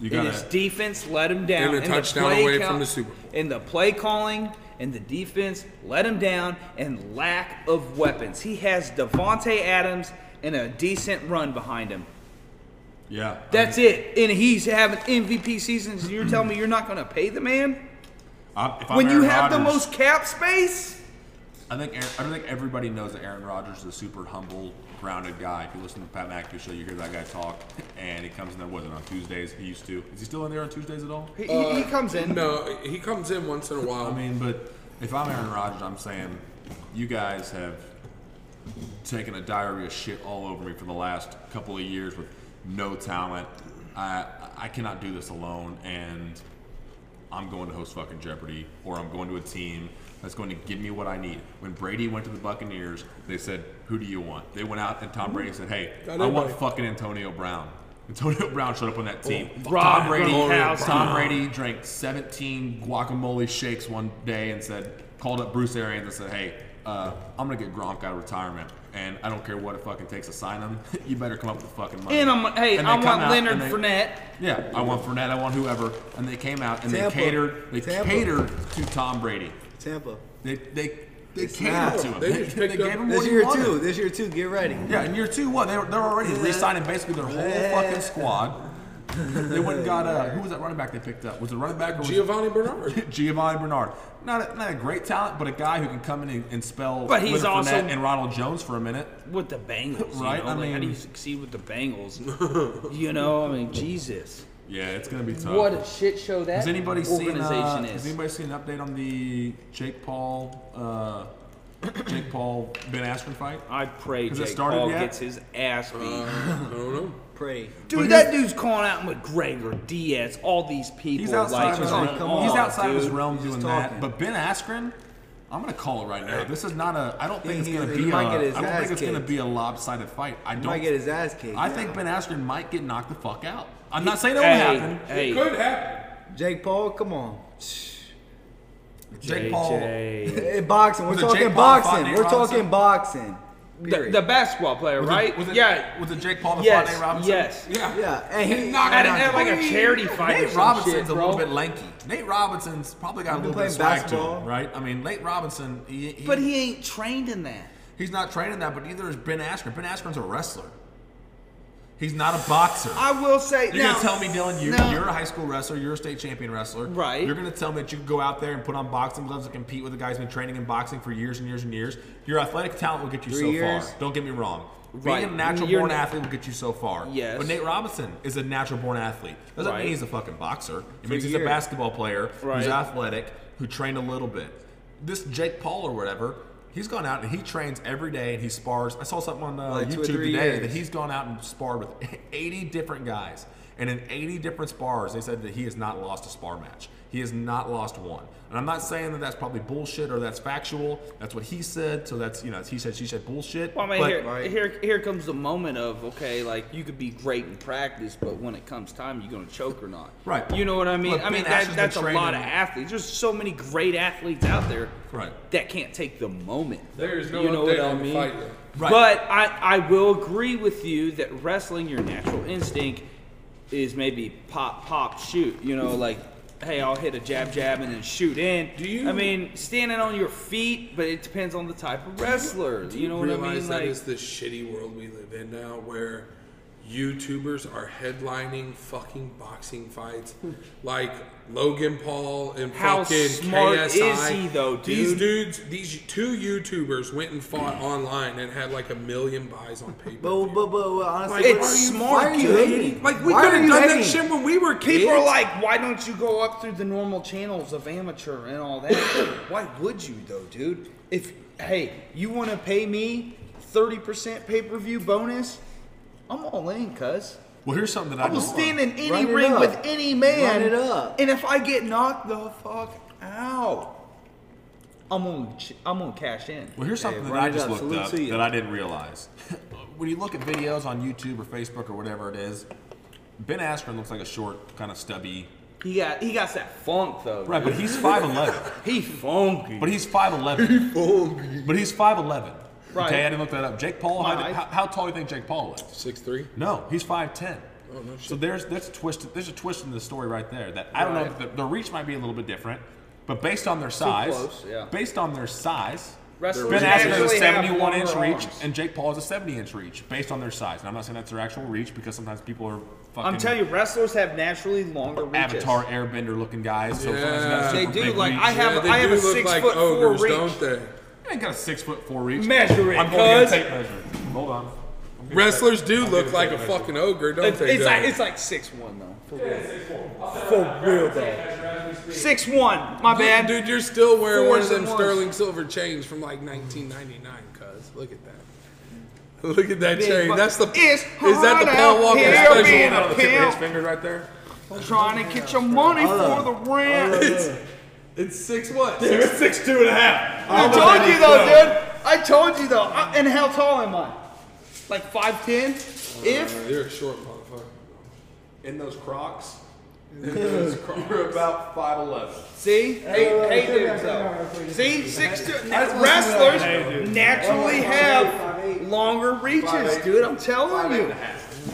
Speaker 3: You
Speaker 4: And his defense let him down.
Speaker 1: And a
Speaker 4: the
Speaker 1: touchdown
Speaker 4: play
Speaker 1: away from the Super Bowl.
Speaker 4: And the play calling and the defense let him down and lack of weapons. He has Devonte Adams and a decent run behind him.
Speaker 3: yeah.
Speaker 4: That's it. And he's having MVP seasons and you're telling me you're not going to pay the man?
Speaker 3: I, if I'm
Speaker 4: when you
Speaker 3: Aaron
Speaker 4: have the
Speaker 3: Rodgers,
Speaker 4: most cap space?
Speaker 3: I think Aaron, I don't think everybody knows that Aaron Rodgers is a super humble, grounded guy. If you listen to the Pat McAfee show, you hear that guy talk, and he comes in there. Was it on Tuesdays? He used to. Is he still in there on Tuesdays at all?
Speaker 4: He, he- he
Speaker 3: Uh,
Speaker 4: comes in.
Speaker 1: No, he comes in once in a while.
Speaker 3: I mean, but if I'm Aaron Rodgers, I'm saying you guys have taken a diarrhea shit all over me for the last couple of years with no talent. I I cannot do this alone, and I'm going to host fucking Jeopardy, or I'm going to a team that's going to give me what I need. When Brady went to the Buccaneers, they said, "Who do you want?" They went out, and Tom Brady said, "Hey,
Speaker 5: Got
Speaker 3: I want
Speaker 5: everybody.
Speaker 3: fucking Antonio Brown." Antonio Brown showed up on that team.
Speaker 2: Rob
Speaker 3: Tom Brady,
Speaker 2: Gronkowski.
Speaker 3: Tom Brady drank 17 guacamole shakes one day and said, called up Bruce Arians and said, "Hey, uh, I'm gonna get Gronk out of retirement, and I don't care what it fucking takes to sign him. you better come up with the fucking money."
Speaker 4: And I'm hey,
Speaker 3: And they
Speaker 4: I
Speaker 3: come
Speaker 4: want
Speaker 3: out
Speaker 4: Leonard
Speaker 3: and they-
Speaker 4: Fournette.
Speaker 3: yeah, I want Fournette, I want whoever, and they came out and
Speaker 6: Tampa.
Speaker 3: they catered. They
Speaker 6: Tampa.
Speaker 3: catered to Tom Brady.
Speaker 6: Tampa.
Speaker 3: They they they
Speaker 6: It's
Speaker 3: catered
Speaker 6: not.
Speaker 3: to him.
Speaker 5: They
Speaker 3: They,
Speaker 5: just
Speaker 3: they
Speaker 5: picked
Speaker 3: gave
Speaker 5: up-
Speaker 3: him what
Speaker 6: This
Speaker 3: he
Speaker 6: year
Speaker 3: wanted.
Speaker 6: too. This year too. Get ready.
Speaker 3: Yeah, in year two, what? They were, they were already re-signing basically their whole fucking squad. They went and got uh, who was that running back they picked up? Was it running back or was it
Speaker 5: Giovanni Bernard.
Speaker 3: Giovanni Bernard? Not a, not a great talent, but a guy who can come in and, and spell
Speaker 4: But he's
Speaker 3: Leonard
Speaker 4: also-
Speaker 3: Fournette and Ronald Jones for a minute.
Speaker 4: with the Bengals,
Speaker 3: Right,
Speaker 4: You know?
Speaker 3: I
Speaker 4: like, how do you
Speaker 3: mean-
Speaker 4: succeed with the Bengals? you know, I mean, Jesus,
Speaker 3: Yeah, it's gonna be tough.
Speaker 4: what a shit show that
Speaker 3: Has anybody seen?
Speaker 4: organization
Speaker 3: Uh,
Speaker 4: is.
Speaker 3: has anybody seen an update on the Jake Paul, uh, Jake Paul Ben Askren fight?
Speaker 4: I pray
Speaker 3: Has it
Speaker 4: Jake
Speaker 3: started
Speaker 4: Paul
Speaker 3: yet? Uh,
Speaker 4: gets his ass beat.
Speaker 5: I don't know.
Speaker 6: Pray.
Speaker 4: dude, that dude's calling out McGregor, Diaz, all these people.
Speaker 3: He's outside
Speaker 4: like,
Speaker 3: of his
Speaker 4: oh,
Speaker 3: realm.
Speaker 6: come on,
Speaker 3: he's outside of his
Speaker 4: dude.
Speaker 3: realm
Speaker 6: He's
Speaker 3: doing that.
Speaker 6: talking.
Speaker 3: But Ben Askren, I'm gonna call it right now. This is not a. I don't think it's
Speaker 6: He-
Speaker 3: gonna
Speaker 6: he
Speaker 3: be. A,
Speaker 6: might get his
Speaker 3: I don't
Speaker 6: ass
Speaker 3: think it's gonna
Speaker 6: kicked.
Speaker 3: be a lopsided fight. I
Speaker 6: Might
Speaker 3: don't.
Speaker 6: get his ass kicked.
Speaker 3: I think Ben Askren might get knocked the fuck out. I'm not saying it won't
Speaker 4: Hey,
Speaker 3: happen.
Speaker 4: hey,
Speaker 5: Could happen.
Speaker 6: Jake Paul, come on.
Speaker 3: Jake Paul.
Speaker 4: JJ.
Speaker 6: Hey, boxing. We're
Speaker 3: Was it
Speaker 6: talking
Speaker 3: Jake Paul fought
Speaker 6: boxing.
Speaker 3: Nate
Speaker 6: We're
Speaker 3: Robinson?
Speaker 6: talking boxing.
Speaker 4: The,
Speaker 6: Period.
Speaker 4: the basketball player,
Speaker 3: Was it-
Speaker 4: right?
Speaker 3: was it-
Speaker 4: yeah.
Speaker 3: Was it Jake Paul that fought Nate
Speaker 4: Yes.
Speaker 3: Robinson?
Speaker 4: Yes.
Speaker 5: Yeah.
Speaker 6: yeah, and he
Speaker 5: knocked
Speaker 4: At,
Speaker 5: him
Speaker 4: at like a charity fight. or
Speaker 3: Nate
Speaker 4: some
Speaker 3: Robinson's
Speaker 4: shit,
Speaker 3: a little
Speaker 4: bro.
Speaker 3: bit lanky. Nate Robinson's probably got a
Speaker 6: been
Speaker 3: little bit of
Speaker 6: playing
Speaker 3: swag to him,
Speaker 6: basketball.
Speaker 3: right? I mean, Nate Robinson, he, he,
Speaker 4: But he ain't trained in that.
Speaker 3: he's not training that, but neither is Ben Askren. Ben Askren's a wrestler. He's not a boxer.
Speaker 4: I will say
Speaker 3: You're
Speaker 4: now,
Speaker 3: gonna tell me, Dylan, you,
Speaker 4: now-
Speaker 3: you're a high school wrestler, you're a state champion wrestler.
Speaker 4: Right.
Speaker 3: You're gonna tell me that you can go out there and put on boxing gloves and compete with a guy who's been training in boxing for years and years and years. Your athletic talent will get you
Speaker 6: Three
Speaker 3: so
Speaker 6: years.
Speaker 3: far. Don't get me wrong.
Speaker 4: Right.
Speaker 3: Being a natural
Speaker 4: You're
Speaker 3: born
Speaker 4: not-
Speaker 3: athlete will get you so far.
Speaker 4: Yes.
Speaker 3: But Nate Robinson is a natural born athlete. Doesn't
Speaker 4: Right.
Speaker 3: mean he's a fucking boxer. It means he's a
Speaker 6: years.
Speaker 3: basketball player
Speaker 4: Right.
Speaker 3: who's athletic, who trained a little bit. This Jake Paul or whatever. He's gone out and he trains every day and he spars. I saw something on uh,
Speaker 6: Like two or
Speaker 3: YouTube
Speaker 6: three
Speaker 3: today
Speaker 6: years.
Speaker 3: that he he's gone out and sparred with 80 different guys. And in 80 different spars, they said that he has not lost a spar match. He has not lost one. And I'm not saying that that's probably bullshit or that's factual. That's what he said. So that's, you know, he said, she said bullshit.
Speaker 4: Well, I mean,
Speaker 3: But-
Speaker 4: here, here, here comes the moment of okay, like you could be great in practice, but when it comes time, you're gonna choke or not.
Speaker 3: Right.
Speaker 4: You know what I mean?
Speaker 3: Look,
Speaker 4: I mean,
Speaker 3: Ben
Speaker 4: that,
Speaker 3: Askren's
Speaker 4: that's a
Speaker 3: been
Speaker 4: lot of
Speaker 3: training.
Speaker 4: athletes. There's so many great athletes out there
Speaker 3: Right.
Speaker 4: that can't take the moment.
Speaker 5: There is no
Speaker 4: You know
Speaker 5: update
Speaker 4: what I
Speaker 5: on the
Speaker 4: mean?
Speaker 5: fight yet.
Speaker 3: Right.
Speaker 4: But I, I will agree with you that wrestling, your natural instinct is maybe pop, pop, shoot. You know, like, hey, I'll hit a jab, jab, and then shoot in.
Speaker 5: Do you-
Speaker 4: I mean, standing on your feet, but it depends on the type of wrestler. You know what I
Speaker 5: realize
Speaker 4: mean?
Speaker 5: that
Speaker 4: Like,
Speaker 5: is the shitty world we live in now where YouTubers are headlining fucking boxing fights like Logan Paul and
Speaker 4: Hmm. How
Speaker 5: fucking
Speaker 4: smart is
Speaker 5: KSI.
Speaker 4: he, though,
Speaker 5: These
Speaker 4: dude?
Speaker 5: dudes, these two YouTubers went and fought online and had like a million buys on paper.
Speaker 6: But, but, but, but honestly,
Speaker 5: Like,
Speaker 6: why
Speaker 4: it's
Speaker 6: are you-
Speaker 4: smart,
Speaker 6: why are you
Speaker 4: dude.
Speaker 6: hating?
Speaker 5: like we
Speaker 6: Why
Speaker 5: could
Speaker 6: are
Speaker 5: have
Speaker 6: you
Speaker 5: done that
Speaker 6: hating?
Speaker 5: shit when we were kids.
Speaker 4: People are like, why don't you go up through the normal channels of amateur and all that? why would you though, dude? If hey, you want to pay me thirty percent pay per view bonus, I'm all in, cuz.
Speaker 3: well, here's something that I
Speaker 4: I will
Speaker 3: just
Speaker 4: stand in any
Speaker 6: Run it
Speaker 4: ring
Speaker 6: up.
Speaker 4: with any man.
Speaker 6: Run it up.
Speaker 4: And if I get knocked the fuck out, I'm gonna ch- I'm gonna cash in.
Speaker 3: Well, here's something that
Speaker 6: Ryan
Speaker 3: I just
Speaker 6: Johnson,
Speaker 3: looked
Speaker 6: salute
Speaker 3: up
Speaker 6: to you.
Speaker 3: that I didn't realize. when you look at videos on YouTube or Facebook or whatever it is, Ben Askren looks like a short, kind of stubby.
Speaker 4: He got he got that funk though.
Speaker 3: Right, but he's 5'11.
Speaker 4: He funky.
Speaker 3: But he's five eleven. But he's five eleven.
Speaker 4: Right.
Speaker 3: Okay, I didn't look that up. Jake Paul. How,
Speaker 4: Right.
Speaker 3: how, how tall do you think Jake Paul is?
Speaker 5: six three.
Speaker 3: No, he's five ten.
Speaker 5: Oh, no
Speaker 3: So there's there's a twist. There's a twist in the story right there. That I don't know. If the, the reach might be a little bit different, but based on their size,
Speaker 4: close, yeah.
Speaker 3: based on their size,
Speaker 4: Wrestlers
Speaker 3: Ben Askren has a
Speaker 4: actually have
Speaker 3: 71 inch
Speaker 4: longer
Speaker 3: reach
Speaker 4: arms.
Speaker 3: and Jake Paul has a 70 inch reach based on their size. And I'm not saying that's their actual reach because sometimes people are fucking.
Speaker 4: I'm telling you, wrestlers have naturally longer reaches.
Speaker 3: Avatar airbender looking guys. So
Speaker 5: Yeah.
Speaker 3: sometimes you got a
Speaker 4: They
Speaker 3: super
Speaker 4: do,
Speaker 3: big
Speaker 4: like,
Speaker 3: reach.
Speaker 4: I have-
Speaker 5: Yeah, they
Speaker 4: I have
Speaker 5: do
Speaker 4: a
Speaker 5: look
Speaker 4: six
Speaker 5: like
Speaker 4: foot four
Speaker 5: ogres,
Speaker 4: reach.
Speaker 5: don't they?
Speaker 3: I ain't got a six foot four reach.
Speaker 4: Measure it,
Speaker 3: I'm gonna get
Speaker 4: cuz.
Speaker 3: a tape measure. Hold on. I'm gonna
Speaker 5: Wrestlers
Speaker 3: tape-
Speaker 5: do
Speaker 3: I'm
Speaker 5: look
Speaker 3: gonna
Speaker 5: like a
Speaker 3: tape measure.
Speaker 5: fucking ogre, don't
Speaker 4: It's,
Speaker 5: they?
Speaker 4: it's
Speaker 5: though?
Speaker 4: like it's like six one though. For real. For real though. Six one. My
Speaker 5: Dude,
Speaker 4: bad.
Speaker 5: Dude, you're still wearing
Speaker 4: Four
Speaker 5: one of
Speaker 4: is
Speaker 5: them
Speaker 4: the worst.
Speaker 5: sterling silver chains from like 1999, cuz. Look at that. Look at that chain. That's the.
Speaker 4: It's
Speaker 5: is that the
Speaker 4: hot
Speaker 5: Paul
Speaker 4: out
Speaker 5: Walker
Speaker 4: here,
Speaker 5: special?
Speaker 4: man.
Speaker 3: Hold on, the tip of
Speaker 4: Pimp.
Speaker 3: his fingers right there.
Speaker 4: Trying to get your money for the rent.
Speaker 1: It's six what?
Speaker 3: It's six two and a half.
Speaker 4: I told you though, dude. I told you though. I- And how tall am I? Like five ten? If
Speaker 1: Uh, you're a short motherfucker.
Speaker 7: In those Crocs, you're about five eleven.
Speaker 4: see, hey, hey, dudes though. See, six two. na- Wrestlers naturally have longer reaches, dude. I'm telling you.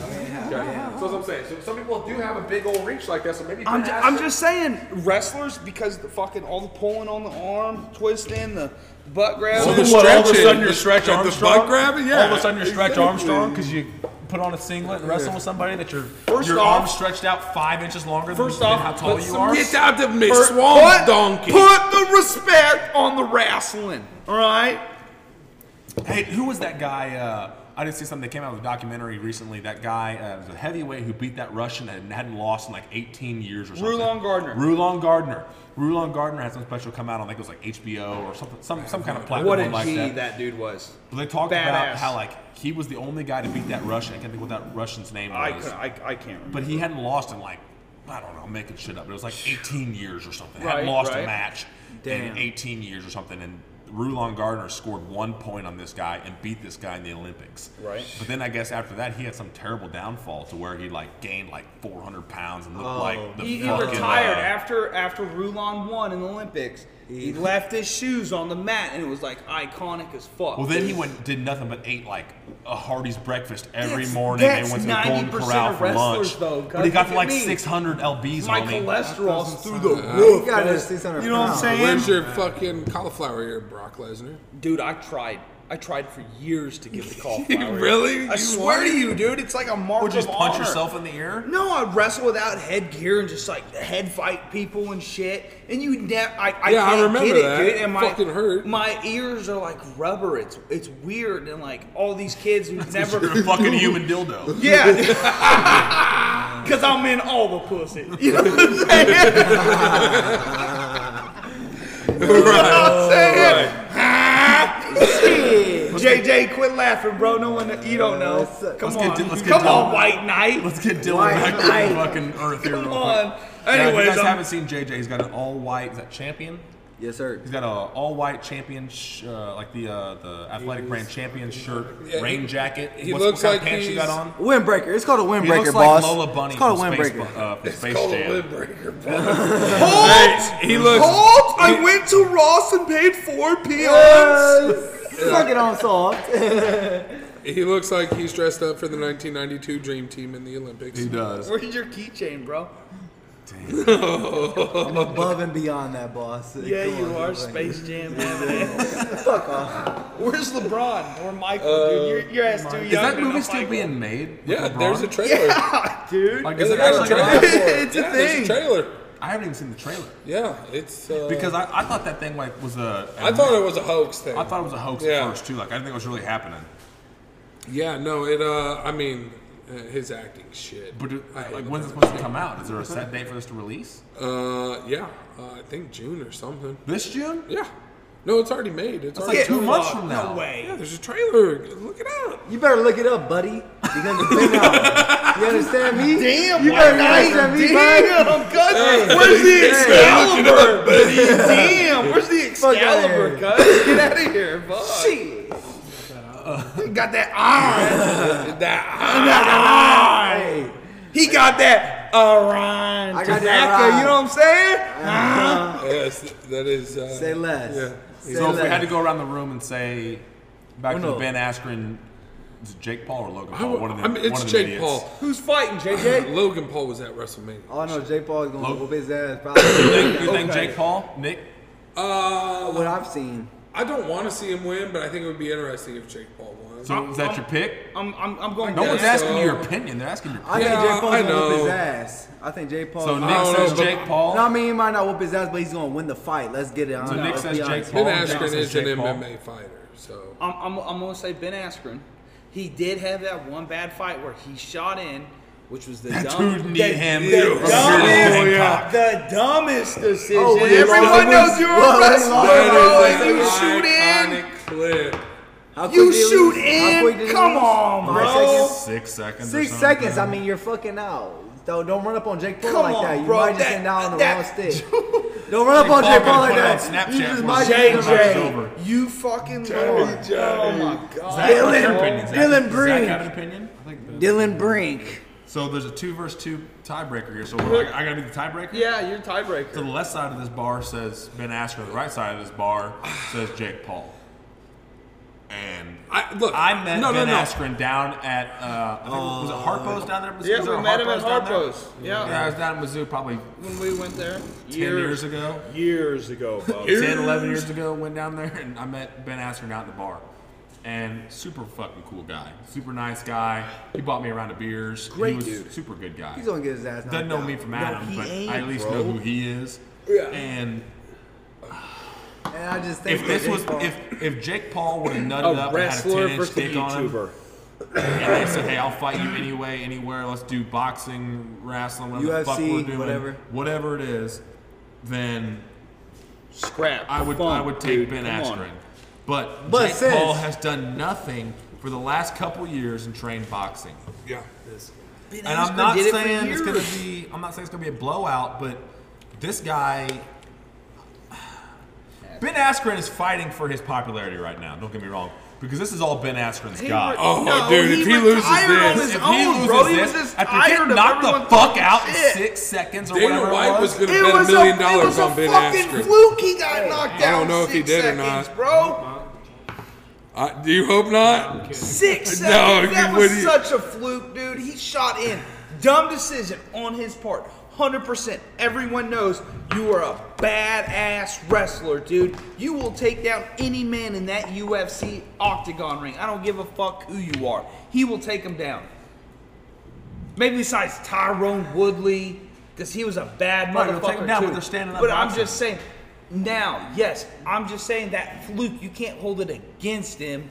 Speaker 1: So that's what I'm saying. So some people do have a big old reach like that. So maybe.
Speaker 4: I'm,
Speaker 1: that's
Speaker 4: ju- I'm just saying, wrestlers because the fucking all the pulling on the arm, twisting the butt grab.
Speaker 3: So what, all of a sudden you're stretch
Speaker 1: At the
Speaker 3: Armstrong?
Speaker 1: butt grabbing? Yeah,
Speaker 3: All of a sudden you're stretch
Speaker 1: exactly.
Speaker 3: Armstrong because you put on a singlet and wrestle with somebody that your
Speaker 4: First
Speaker 3: your
Speaker 4: off-
Speaker 3: arm stretched out five inches longer
Speaker 4: First
Speaker 3: than,
Speaker 4: off,
Speaker 3: than how tall
Speaker 4: put
Speaker 3: you
Speaker 4: some
Speaker 3: are.
Speaker 1: Get out the
Speaker 4: Put-
Speaker 1: mix, swamp
Speaker 4: put-
Speaker 1: donkey.
Speaker 4: Put the respect on the wrestling. All right.
Speaker 3: Hey, who was that guy? Uh, I did see something that came out of a documentary recently. That guy uh, was a heavyweight who beat that Russian and hadn't lost in like 18 years or something.
Speaker 4: Rulon Gardner.
Speaker 3: Rulon Gardner. Rulon Gardner had some special come out on, I think it was like HBO or something, some, some kind of platform
Speaker 4: What a
Speaker 3: like
Speaker 4: G
Speaker 3: that.
Speaker 4: that. dude was.
Speaker 3: But they talked
Speaker 4: Badass.
Speaker 3: about how like he was the only guy to beat that Russian. I can't think what that Russian's name
Speaker 4: I,
Speaker 3: was.
Speaker 4: couldn't- I, I can't remember.
Speaker 3: But he hadn't lost in like I don't know, I'm making shit up. It was like 18 years or something.
Speaker 4: Right,
Speaker 3: hadn't lost
Speaker 4: right.
Speaker 3: a match
Speaker 4: Damn.
Speaker 3: in 18 years or something. And Rulon Gardner scored one point on this guy and beat this guy in the Olympics.
Speaker 4: Right.
Speaker 3: But then I guess after that he had some terrible downfall to where he like gained like 400 pounds and looked like the
Speaker 4: Oh. He, he
Speaker 3: fucking.
Speaker 4: retired
Speaker 3: uh,
Speaker 4: after after Rulon won in the Olympics. He left his shoes on the mat and it was like iconic as fuck.
Speaker 3: well, then he went did nothing but ate like a Hardy's breakfast every
Speaker 4: That's-
Speaker 3: morning and
Speaker 4: that's
Speaker 3: went to the Golden
Speaker 4: 90%
Speaker 3: Corral
Speaker 4: of
Speaker 3: for lunch.
Speaker 4: wrestlers, though,
Speaker 3: but he
Speaker 4: guys,
Speaker 3: got to
Speaker 4: look
Speaker 3: like
Speaker 4: at me.
Speaker 3: 600 lbs.
Speaker 4: My
Speaker 3: homie.
Speaker 4: cholesterol's through the
Speaker 6: You
Speaker 4: roof.
Speaker 6: got to see something.
Speaker 4: You know what I'm saying?
Speaker 1: Where's your fucking cauliflower ear, Brock Lesnar?
Speaker 4: Dude, I tried. I tried for years to get the call. flower.
Speaker 1: Really?
Speaker 4: I
Speaker 1: You
Speaker 4: swear
Speaker 1: want
Speaker 4: to you, dude, it's like a mark
Speaker 3: Or just
Speaker 4: of
Speaker 3: punch
Speaker 4: honor.
Speaker 3: yourself in the ear.
Speaker 4: No, I'd wrestle without headgear and just like head fight people and shit. And you never, I, I
Speaker 1: Yeah, I
Speaker 4: can't
Speaker 1: remember
Speaker 4: get it,
Speaker 1: that.
Speaker 4: dude.
Speaker 1: It
Speaker 4: And my
Speaker 1: fucking hurt.
Speaker 4: My ears are like rubber. It's it's weird. And like all these kids who never
Speaker 3: You're a fucking human dildo.
Speaker 4: Yeah. Cause I'm in all the pussy. You know what I'm saying? You know what I'm saying? Shit. JJ, quit laughing, bro. No one, you don't know.
Speaker 6: Let's-
Speaker 4: Come
Speaker 3: let's
Speaker 4: on,
Speaker 3: get di- let's get
Speaker 4: come on,
Speaker 3: down.
Speaker 4: White Knight.
Speaker 3: Let's get Dylan
Speaker 6: Why
Speaker 3: back
Speaker 6: not?
Speaker 3: to fucking earth here.
Speaker 4: Come
Speaker 3: real
Speaker 4: on.
Speaker 3: quick. now, if
Speaker 4: Anyways,
Speaker 3: you guys
Speaker 1: um,
Speaker 4: I'm-
Speaker 3: haven't seen JJ, he's got an all white. Is that champion?
Speaker 6: Yes, sir.
Speaker 3: He's got a all white champion, sh- uh, like the uh, the athletic brand champion shirt,
Speaker 1: Yeah, he-
Speaker 3: rain jacket.
Speaker 1: he
Speaker 3: What's-
Speaker 1: looks
Speaker 3: what kind
Speaker 1: like
Speaker 3: of pants you got
Speaker 1: he's-
Speaker 3: on?
Speaker 6: Windbreaker. It's called a
Speaker 3: He
Speaker 6: windbreaker,
Speaker 3: looks
Speaker 6: boss.
Speaker 3: like Lola Bunny
Speaker 6: it's called a
Speaker 3: from Space, Bu-
Speaker 6: windbreaker.
Speaker 3: uh, from Space
Speaker 1: Call
Speaker 3: Jam.
Speaker 1: a liberator.
Speaker 4: Halt!
Speaker 1: He looks.
Speaker 4: Halt! I went to Ross and paid four peons.
Speaker 6: Yes. Suck it on soft.
Speaker 1: He looks like he's dressed up for the 1992 Dream Team in the Olympics.
Speaker 3: He does.
Speaker 4: Where's your keychain, bro?
Speaker 6: I'm above and beyond that, boss.
Speaker 4: Yeah,
Speaker 6: Come
Speaker 4: you
Speaker 6: on,
Speaker 4: are
Speaker 6: Windbreaker.
Speaker 4: Space Jam. Fuck off. Where's LeBron or Michael, dude? Your, your ass too young.
Speaker 3: Is that
Speaker 4: to
Speaker 3: movie
Speaker 4: know
Speaker 3: still
Speaker 4: Michael.
Speaker 3: being made? with
Speaker 1: Yeah,
Speaker 3: LeBron?
Speaker 1: there's a trailer.
Speaker 4: dude?
Speaker 3: Like, is it
Speaker 1: Yeah, there's a
Speaker 3: actually gonna
Speaker 1: trailer.
Speaker 3: happen?
Speaker 4: it's a
Speaker 1: Yeah,
Speaker 4: thing.
Speaker 1: There's a trailer.
Speaker 3: I haven't even seen the trailer
Speaker 1: Yeah, it's. Uh,
Speaker 3: because I, I thought that thing like was a. a
Speaker 1: I thought it was a hoax thing.
Speaker 3: I thought it was a hoax
Speaker 1: Yeah.
Speaker 3: at first too. Like I didn't think it was really happening.
Speaker 1: Yeah, no, it. Uh, I mean, uh, his acting shit.
Speaker 3: But do,
Speaker 1: I hate
Speaker 3: like,
Speaker 1: him.
Speaker 3: when's it supposed to come out? Is there a set date for this to release?
Speaker 1: Uh, yeah, uh, I think June or something.
Speaker 3: This June?
Speaker 1: Yeah, no, it's already made. It's
Speaker 3: It's
Speaker 1: already.
Speaker 3: like two
Speaker 4: Fuck,
Speaker 3: months from now.
Speaker 4: No way.
Speaker 1: yeah, there's a trailer. Look it up.
Speaker 6: You better look it up, buddy. You're gonna complain now. You understand me?
Speaker 4: Damn,
Speaker 6: you
Speaker 4: you
Speaker 6: better
Speaker 4: are
Speaker 6: understand me, bud.
Speaker 4: Damn, cuz.
Speaker 6: Hey.
Speaker 4: Where's the
Speaker 6: Hey.
Speaker 4: Excalibur, buddy? Damn, where's the
Speaker 6: Fuck outta
Speaker 4: Excalibur, cuz? Get out of here, fuck.
Speaker 6: Shit.
Speaker 4: Got that iron. that iron.
Speaker 6: Hey,
Speaker 4: He got that iron.
Speaker 6: I got that
Speaker 4: tobacco,
Speaker 6: iron.
Speaker 4: You know what I'm saying?
Speaker 1: Yes, that is. Uh,
Speaker 6: Say less.
Speaker 1: Yeah.
Speaker 6: Say
Speaker 3: So
Speaker 6: less.
Speaker 3: if we had to go around the room and say back to
Speaker 6: Uno.
Speaker 3: the Ben Askren, is it Jake Paul or Logan
Speaker 1: I,
Speaker 3: Paul? one of them.
Speaker 1: I mean,
Speaker 3: one
Speaker 1: it's
Speaker 3: of them
Speaker 1: Jake
Speaker 3: idiots.
Speaker 1: Paul.
Speaker 4: Who's fighting, JJ?
Speaker 1: Logan Paul was at WrestleMania.
Speaker 6: Oh no, Jake Paul is gonna
Speaker 3: Look.
Speaker 6: whoop his ass. Probably.
Speaker 3: You think, you think Jake Paul? Nick?
Speaker 6: Oh.
Speaker 1: Uh,
Speaker 6: What I've seen.
Speaker 1: I don't want to see him win, but I think it would be interesting if Jake Paul won.
Speaker 3: So is that your pick?
Speaker 4: I'm, I'm, I'm going.
Speaker 3: No
Speaker 1: guess
Speaker 3: one's
Speaker 1: so.
Speaker 3: asking you your opinion. They're asking your
Speaker 6: I
Speaker 3: pick.
Speaker 1: Yeah,
Speaker 6: think Jake Paul's
Speaker 1: I
Speaker 6: gonna whoop his
Speaker 1: know.
Speaker 6: ass. I think Jake Paul.
Speaker 3: So
Speaker 6: no,
Speaker 3: Nick
Speaker 1: don't
Speaker 3: says
Speaker 1: know, but-
Speaker 3: Jake Paul.
Speaker 6: I mean he might not whoop his ass, but he's gonna win the fight. Let's get it on.
Speaker 3: so Nick says Jake Paul.
Speaker 1: Ben
Speaker 3: and Jake
Speaker 1: Askren
Speaker 3: says
Speaker 1: is an
Speaker 3: Jake Paul.
Speaker 1: MMA fighter, so
Speaker 4: I'm, I'm, I'm gonna say Ben Askren. He did have that one bad fight where he shot in, which was the
Speaker 3: That
Speaker 4: dumb,
Speaker 3: dude need
Speaker 4: the,
Speaker 3: him
Speaker 4: the
Speaker 3: from
Speaker 4: dumbest,
Speaker 3: here to
Speaker 4: the dumbest decision.
Speaker 6: Oh, we
Speaker 4: Everyone
Speaker 6: lost.
Speaker 4: knows you're a
Speaker 6: Well, we
Speaker 4: wrestler,
Speaker 6: lost.
Speaker 4: bro,
Speaker 1: That
Speaker 4: and you
Speaker 1: is
Speaker 4: shoot
Speaker 1: an
Speaker 4: in.
Speaker 1: iconic clip.
Speaker 6: How quick
Speaker 4: You
Speaker 6: did he
Speaker 4: shoot
Speaker 6: lose? How quick did
Speaker 4: in.
Speaker 6: he
Speaker 4: Come
Speaker 6: lose?
Speaker 4: on,
Speaker 6: Five
Speaker 4: bro.
Speaker 6: seconds?
Speaker 3: Six seconds. or
Speaker 6: Six
Speaker 3: something.
Speaker 6: seconds. I mean, you're fucking out. Don't, don't run up on Jake Paul
Speaker 4: Come
Speaker 6: like
Speaker 4: on,
Speaker 6: that. You
Speaker 4: bro,
Speaker 6: might just
Speaker 4: that-
Speaker 6: end out on the
Speaker 4: that-
Speaker 6: wrong stick. don't run up on Jake Paul like that.
Speaker 3: Snapchat
Speaker 6: you just
Speaker 3: for
Speaker 6: might just
Speaker 4: Jay
Speaker 3: Jake
Speaker 6: end up on
Speaker 3: Jay.
Speaker 6: Jake.
Speaker 3: over.
Speaker 4: you fucking Lord. Oh my
Speaker 3: Zach, what's
Speaker 4: god.
Speaker 3: your
Speaker 6: Dylan-
Speaker 3: opinion? Zach?
Speaker 6: Dylan
Speaker 3: Does
Speaker 6: Breen.
Speaker 3: Zach have an opinion? I think
Speaker 6: Dylan Brink.
Speaker 3: So there's a two versus two tiebreaker here. So we're, I, I gotta be the tiebreaker.
Speaker 4: Yeah, you're
Speaker 3: So
Speaker 4: tiebreaker.
Speaker 3: the left side of this bar says Ben Askren. The right side of this bar says Jake Paul. And
Speaker 1: I, look,
Speaker 3: I met
Speaker 1: no,
Speaker 3: Ben
Speaker 1: no, no.
Speaker 3: Askren down at uh, I think, was it Harpo's down there? Was
Speaker 4: Yeah,
Speaker 3: there
Speaker 4: we
Speaker 3: a
Speaker 4: met him at
Speaker 3: down there?
Speaker 4: Harpo's. Yeah.
Speaker 3: yeah, I was down at Mizzou probably
Speaker 4: When we went there.
Speaker 3: ten years ago.
Speaker 8: Years ago, Bo.
Speaker 3: 10, 11 years ago, went down there and I met Ben Askren out at the bar. And super fucking cool guy. Super nice guy. He bought me a round of beers. Great he was dude. Super good guy.
Speaker 6: He's gonna get his ass knocked
Speaker 3: Doesn't know me
Speaker 6: out.
Speaker 3: from
Speaker 6: No,
Speaker 3: Adam,
Speaker 6: he
Speaker 3: but
Speaker 6: ain't,
Speaker 3: I at least
Speaker 6: bro.
Speaker 3: know who he is. And
Speaker 6: And I just think
Speaker 3: if
Speaker 6: that
Speaker 3: this
Speaker 6: Jake
Speaker 3: was
Speaker 6: Paul-
Speaker 3: if if Jake Paul would have nutted
Speaker 8: A
Speaker 3: up and had a
Speaker 8: wrestler
Speaker 3: ten inch
Speaker 8: versus a
Speaker 3: dick on him
Speaker 8: YouTuber.
Speaker 3: and they said, Hey, I'll fight you anyway, anywhere, let's do boxing, wrestling, whatever the fuck
Speaker 6: UFC,
Speaker 3: we're doing,
Speaker 6: whatever.
Speaker 3: whatever it is, then
Speaker 8: Scrap.
Speaker 3: I would I
Speaker 8: Funk,
Speaker 3: would take
Speaker 8: dude.
Speaker 3: Ben
Speaker 8: Come on.
Speaker 3: Askren. But,
Speaker 6: But
Speaker 3: Jake
Speaker 6: since-
Speaker 3: Paul has done nothing for the last couple years in trained boxing.
Speaker 1: Yeah.
Speaker 3: And I'm not saying it's gonna be I'm not saying it's gonna be a blowout, but this guy Ben Askren is fighting for his popularity right now, don't get me wrong. Because this is all Ben Askren's got.
Speaker 1: Oh, dude, if he loses
Speaker 4: retired
Speaker 1: this-
Speaker 4: on his
Speaker 3: if
Speaker 4: own,
Speaker 3: he loses
Speaker 4: bro. He was
Speaker 3: this,
Speaker 4: just
Speaker 3: after
Speaker 4: tired
Speaker 3: getting
Speaker 4: of
Speaker 3: knocked the
Speaker 4: everyone
Speaker 3: fuck
Speaker 4: talking
Speaker 3: out in
Speaker 4: shit.
Speaker 3: six seconds or
Speaker 1: Dana
Speaker 3: whatever it
Speaker 1: White was
Speaker 3: was
Speaker 1: going to
Speaker 4: It
Speaker 1: bet a
Speaker 4: was
Speaker 1: million
Speaker 4: a, it was
Speaker 1: dollars
Speaker 4: a
Speaker 1: on Ben
Speaker 4: fucking
Speaker 1: Askren.
Speaker 4: fluke. He got knocked
Speaker 1: I
Speaker 4: out.
Speaker 1: don't know
Speaker 4: in
Speaker 1: if he
Speaker 4: six
Speaker 1: did or
Speaker 4: seconds,
Speaker 1: not.
Speaker 4: bro.
Speaker 1: I, do you hope not?
Speaker 4: Six
Speaker 1: No,
Speaker 4: seconds. that
Speaker 1: you- what
Speaker 4: was
Speaker 1: do you-
Speaker 4: such a fluke, dude. He shot in. Dumb decision on his part. 100%. Everyone knows you are a badass wrestler, dude. You will take down any man in that UFC octagon ring. I don't give a fuck who you are. He will take him down. Maybe besides Tyrone Woodley, because he was a bad
Speaker 3: Right,
Speaker 4: motherfucker
Speaker 3: he'll take him down,
Speaker 4: too.
Speaker 3: but they're standing up
Speaker 4: But I'm
Speaker 3: boxing.
Speaker 4: just saying, now, yes, I'm just saying that fluke. You can't hold it against him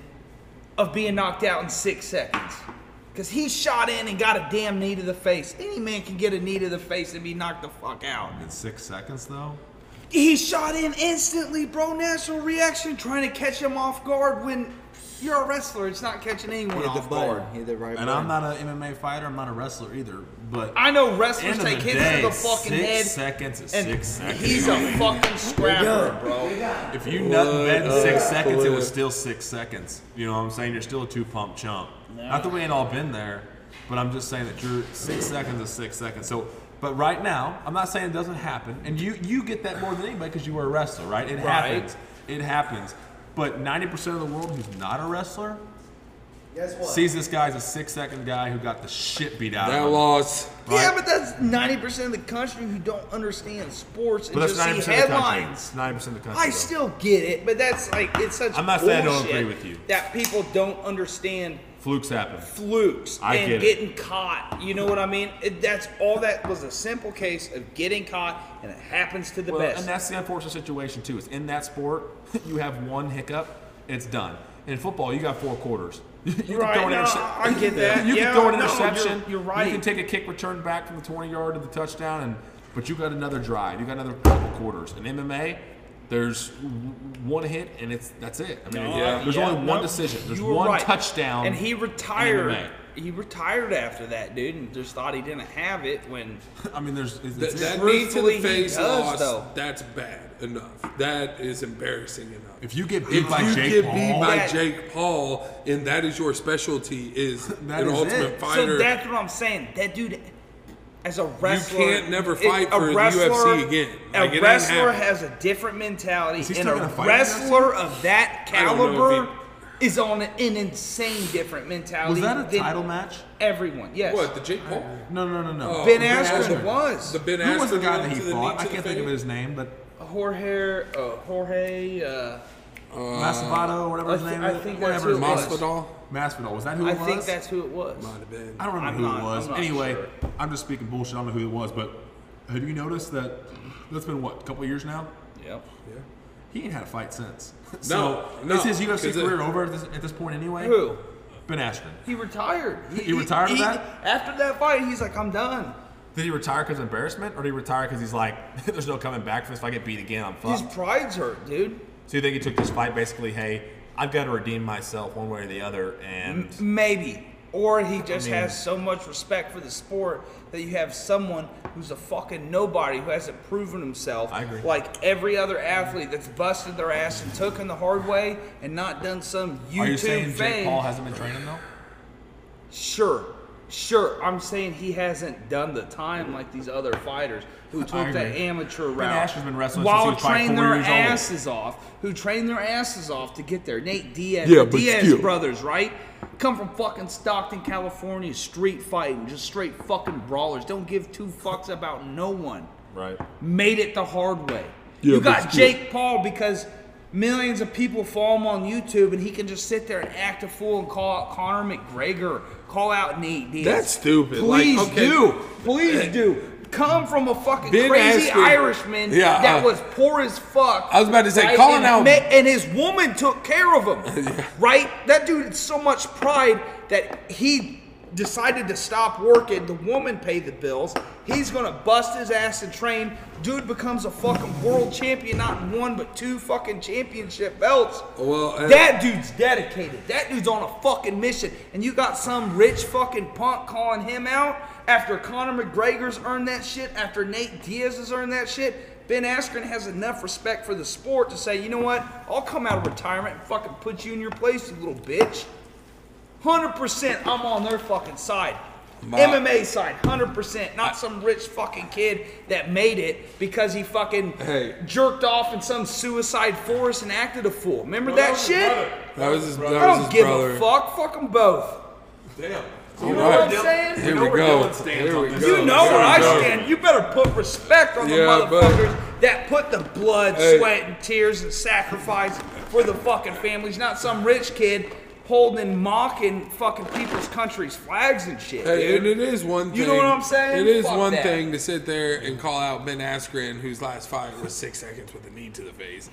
Speaker 4: of being knocked out in six seconds. Because he shot in and got a damn knee to the face. Any man can get a knee to the face and be knocked the fuck out.
Speaker 3: In six seconds though?
Speaker 4: He shot in instantly, bro. Natural reaction, trying to catch him off guard when you're a wrestler. It's not catching anyone
Speaker 6: hit the
Speaker 4: off guard.
Speaker 6: button, hit the right
Speaker 3: And
Speaker 6: button.
Speaker 3: I'm not an MMA fighter, I'm not a wrestler either. But
Speaker 4: I know
Speaker 3: end
Speaker 4: wrestlers
Speaker 3: of
Speaker 4: take
Speaker 3: the
Speaker 4: hits
Speaker 3: day,
Speaker 4: to the fucking
Speaker 3: six
Speaker 4: head.
Speaker 3: seconds is
Speaker 4: and
Speaker 3: six seconds.
Speaker 4: He's a fucking scrapper, bro.
Speaker 3: If you nut the bed in six
Speaker 1: What
Speaker 3: seconds, it was
Speaker 1: up?
Speaker 3: still six seconds. You know what I'm saying? You're still a two pump chump. Not that we ain't all been there, but I'm just saying that you're six seconds is six seconds. So, but right now, I'm not saying it doesn't happen, and you you get that more than anybody because you were a wrestler, right? It happens. It happens. But 90% of the world who's not a wrestler
Speaker 6: Guess what?
Speaker 3: sees this guy as a six second guy who got the shit beat out
Speaker 1: That
Speaker 3: of him.
Speaker 1: loss.
Speaker 4: Yeah, but that's 90% of the country who don't understand sports and
Speaker 3: But that's
Speaker 4: just
Speaker 3: 90% of
Speaker 4: see
Speaker 3: the country.
Speaker 4: headlines.
Speaker 3: 90% of the country.
Speaker 4: I
Speaker 3: though.
Speaker 4: still get it, but that's like, it's such
Speaker 3: I'm not saying I don't
Speaker 4: bullshit
Speaker 3: agree with you.
Speaker 4: That people don't understand
Speaker 3: Flukes happen.
Speaker 4: flukes
Speaker 3: I
Speaker 4: and
Speaker 3: get it.
Speaker 4: getting caught. You know what I mean? It, that's all that was a simple case of getting caught, and it happens to the
Speaker 3: Well,
Speaker 4: best.
Speaker 3: and that's the unfortunate situation too. Is in that sport, you have one hiccup, it's done. In football, you got four quarters. You can
Speaker 4: Right,
Speaker 3: throw an
Speaker 4: no,
Speaker 3: interception.
Speaker 4: I get that.
Speaker 3: You
Speaker 4: Yeah,
Speaker 3: can throw an
Speaker 4: no, you're-
Speaker 3: interception.
Speaker 4: you're right.
Speaker 3: You can take a kick return back from the 20 yard to the touchdown, and but you got another drive. You got another couple quarters. In MMA, there's w- one hit and it's that's it. I mean, there's
Speaker 4: Yeah,
Speaker 3: only
Speaker 4: no,
Speaker 3: one decision. There's
Speaker 4: you were
Speaker 3: one
Speaker 4: right.
Speaker 3: touchdown.
Speaker 4: And he
Speaker 3: in MMA.
Speaker 4: retired. He retired after that, dude, and just thought he didn't have it when
Speaker 3: I mean, there's it's,
Speaker 1: That,
Speaker 3: it's-
Speaker 1: that knee to
Speaker 4: Truthfully,
Speaker 1: the
Speaker 4: he
Speaker 1: face
Speaker 4: does,
Speaker 1: loss,
Speaker 4: though.
Speaker 1: that's bad enough. That is embarrassing enough.
Speaker 3: if you get beat
Speaker 1: if
Speaker 3: by
Speaker 1: you
Speaker 3: Jake
Speaker 1: get
Speaker 3: Paul,
Speaker 1: beat by
Speaker 4: Yeah.
Speaker 1: Jake Paul, and that is your specialty, is an
Speaker 3: is
Speaker 1: ultimate
Speaker 3: it.
Speaker 1: fighter.
Speaker 4: So that's what I'm saying. That dude, as a wrestler,
Speaker 1: can't never
Speaker 4: it-
Speaker 1: fight
Speaker 4: a
Speaker 1: for the
Speaker 4: wrestler-
Speaker 1: UFC again. Like, it
Speaker 4: a
Speaker 1: ain't
Speaker 4: wrestler
Speaker 1: happening.
Speaker 4: has a different mentality,
Speaker 3: he
Speaker 4: and
Speaker 3: still
Speaker 4: a
Speaker 3: gonna fight
Speaker 4: wrestler of that
Speaker 1: I don't know if
Speaker 4: caliber is on an insane different
Speaker 3: was
Speaker 4: mentality.
Speaker 3: that a
Speaker 4: than
Speaker 3: title match?
Speaker 4: Everyone, yes.
Speaker 1: what, the Jake Paul?
Speaker 3: Uh,
Speaker 1: Oh,
Speaker 3: No, no, no, no.
Speaker 4: Ben
Speaker 1: Ben
Speaker 4: Askren
Speaker 1: Askren.
Speaker 4: was
Speaker 1: The Ben
Speaker 3: Who
Speaker 1: Askren
Speaker 3: was the guy
Speaker 1: one
Speaker 3: that he
Speaker 1: to the knee to
Speaker 3: fought? I
Speaker 1: the
Speaker 3: can't think of
Speaker 1: face?
Speaker 3: his name, but
Speaker 4: Jorge, uh, Jorge, uh,
Speaker 3: Masvidal, whatever
Speaker 4: I
Speaker 3: his
Speaker 4: thi-
Speaker 3: name
Speaker 4: I
Speaker 3: is,
Speaker 4: think
Speaker 3: whatever
Speaker 4: that's who
Speaker 3: his
Speaker 4: it
Speaker 3: name is.
Speaker 4: was.
Speaker 1: Masvidal?
Speaker 3: Masvidal. Was that who
Speaker 4: I
Speaker 3: it was?
Speaker 4: think that's who it was.
Speaker 1: Might have been.
Speaker 3: I don't remember
Speaker 4: I'm
Speaker 3: who
Speaker 4: not-
Speaker 3: it was.
Speaker 4: I'm not
Speaker 3: Anyway,
Speaker 4: sure.
Speaker 3: I'm just speaking bullshit. I don't know who it was, but have you noticed that that's been what a couple years now?
Speaker 4: Yep.
Speaker 3: He ain't had a fight since. so
Speaker 1: no,
Speaker 3: is his UFC
Speaker 1: 'cause it-
Speaker 3: career over at this, at this point anyway?
Speaker 4: Who?
Speaker 3: Ben Askren.
Speaker 4: He retired.
Speaker 3: He retired of that?
Speaker 4: After that fight, he's like, I'm done.
Speaker 3: Did he retire because of embarrassment, or did he retire because he's like, "There's no coming back from this. If I get beat again, I'm fucked."
Speaker 4: His pride's hurt, dude.
Speaker 3: so you think he took this fight basically? Hey, I've got to redeem myself one way or the other, and
Speaker 4: Maybe. Or he just has so much respect for the sport that you have someone who's a fucking nobody who hasn't proven himself.
Speaker 9: I agree.
Speaker 4: Like every other athlete that's busted their ass and took in the hard way and not done some
Speaker 9: Are you
Speaker 4: YouTube
Speaker 9: saying Jake
Speaker 4: fame.
Speaker 9: Paul hasn't been training though?
Speaker 4: Sure, sure. I'm saying he hasn't done the time like these other fighters who took that
Speaker 9: agree.
Speaker 4: amateur route.
Speaker 9: Asher's been wrestling since
Speaker 4: while
Speaker 9: he was probably
Speaker 4: trained
Speaker 9: four
Speaker 4: their
Speaker 9: years old.
Speaker 4: asses off. Who trained their asses off to get there? Nate Diaz,
Speaker 10: Yeah,
Speaker 4: the
Speaker 10: but
Speaker 4: Diaz
Speaker 10: still.
Speaker 4: brothers, right? Come from fucking Stockton, California, street fighting, just straight fucking brawlers. Don't give two fucks about no one
Speaker 9: Right.
Speaker 4: made it the hard way.
Speaker 10: Yeah,
Speaker 4: you
Speaker 10: but
Speaker 4: got
Speaker 10: still-
Speaker 4: Jake Paul because millions of people follow him on YouTube, and he can just sit there and act a fool and call out Conor McGregor, call out Nate Diaz.
Speaker 1: That's stupid.
Speaker 4: Please
Speaker 1: like, okay,
Speaker 4: do, please do. Come from a fucking
Speaker 1: Ben
Speaker 4: crazy
Speaker 1: Askren-
Speaker 4: Irishman
Speaker 1: Yeah,
Speaker 4: that
Speaker 1: uh,
Speaker 4: was poor as fuck.
Speaker 1: I was about to say, calling
Speaker 4: and
Speaker 1: out-
Speaker 4: ma- and his woman took care of him, right? That dude had so much pride that he decided to stop working. The woman paid the bills. He's gonna bust his ass and train. Dude becomes a fucking world champion, not one but two fucking championship belts.
Speaker 1: Well, uh, and-
Speaker 4: that dude's dedicated. That dude's on a fucking mission, and you got some rich fucking punk calling him out after Conor McGregor's earned that shit, after Nate Diaz has earned that shit. Ben Askren has enough respect for the sport to say, you know what? I'll come out of retirement and fucking put you in your place, you little bitch. Hundred percent, I'm on their fucking side. MMA side, hundred percent. Not some rich fucking kid that made it because he fucking
Speaker 1: Hey.
Speaker 4: jerked off in some suicide forest and acted a fool. Remember that shit?
Speaker 1: That was his. That
Speaker 4: I
Speaker 1: was
Speaker 4: don't
Speaker 1: his
Speaker 4: give
Speaker 1: brother.
Speaker 4: a fuck. Fuck them both.
Speaker 3: Damn.
Speaker 4: You know what I'm
Speaker 3: Dylan-
Speaker 4: saying?
Speaker 3: you
Speaker 1: Here
Speaker 3: know
Speaker 1: we
Speaker 3: where
Speaker 1: go.
Speaker 3: Dylan stands
Speaker 1: Here
Speaker 3: on
Speaker 1: we
Speaker 3: this.
Speaker 1: go.
Speaker 4: You know where I
Speaker 1: go.
Speaker 4: stand. You better put respect on the
Speaker 1: Yeah, but-
Speaker 4: motherfuckers that put the blood,
Speaker 1: Hey.
Speaker 4: sweat, and tears and sacrifice for the fucking families, not some rich kid holding and mocking fucking people's countries' flags and shit.
Speaker 1: Hey,
Speaker 4: dude.
Speaker 1: and it is one thing.
Speaker 4: You know what I'm saying?
Speaker 1: It is
Speaker 4: Fuck
Speaker 1: one
Speaker 4: that.
Speaker 1: thing to sit there and call out Ben Askren, whose last fight was six seconds with a knee to the face,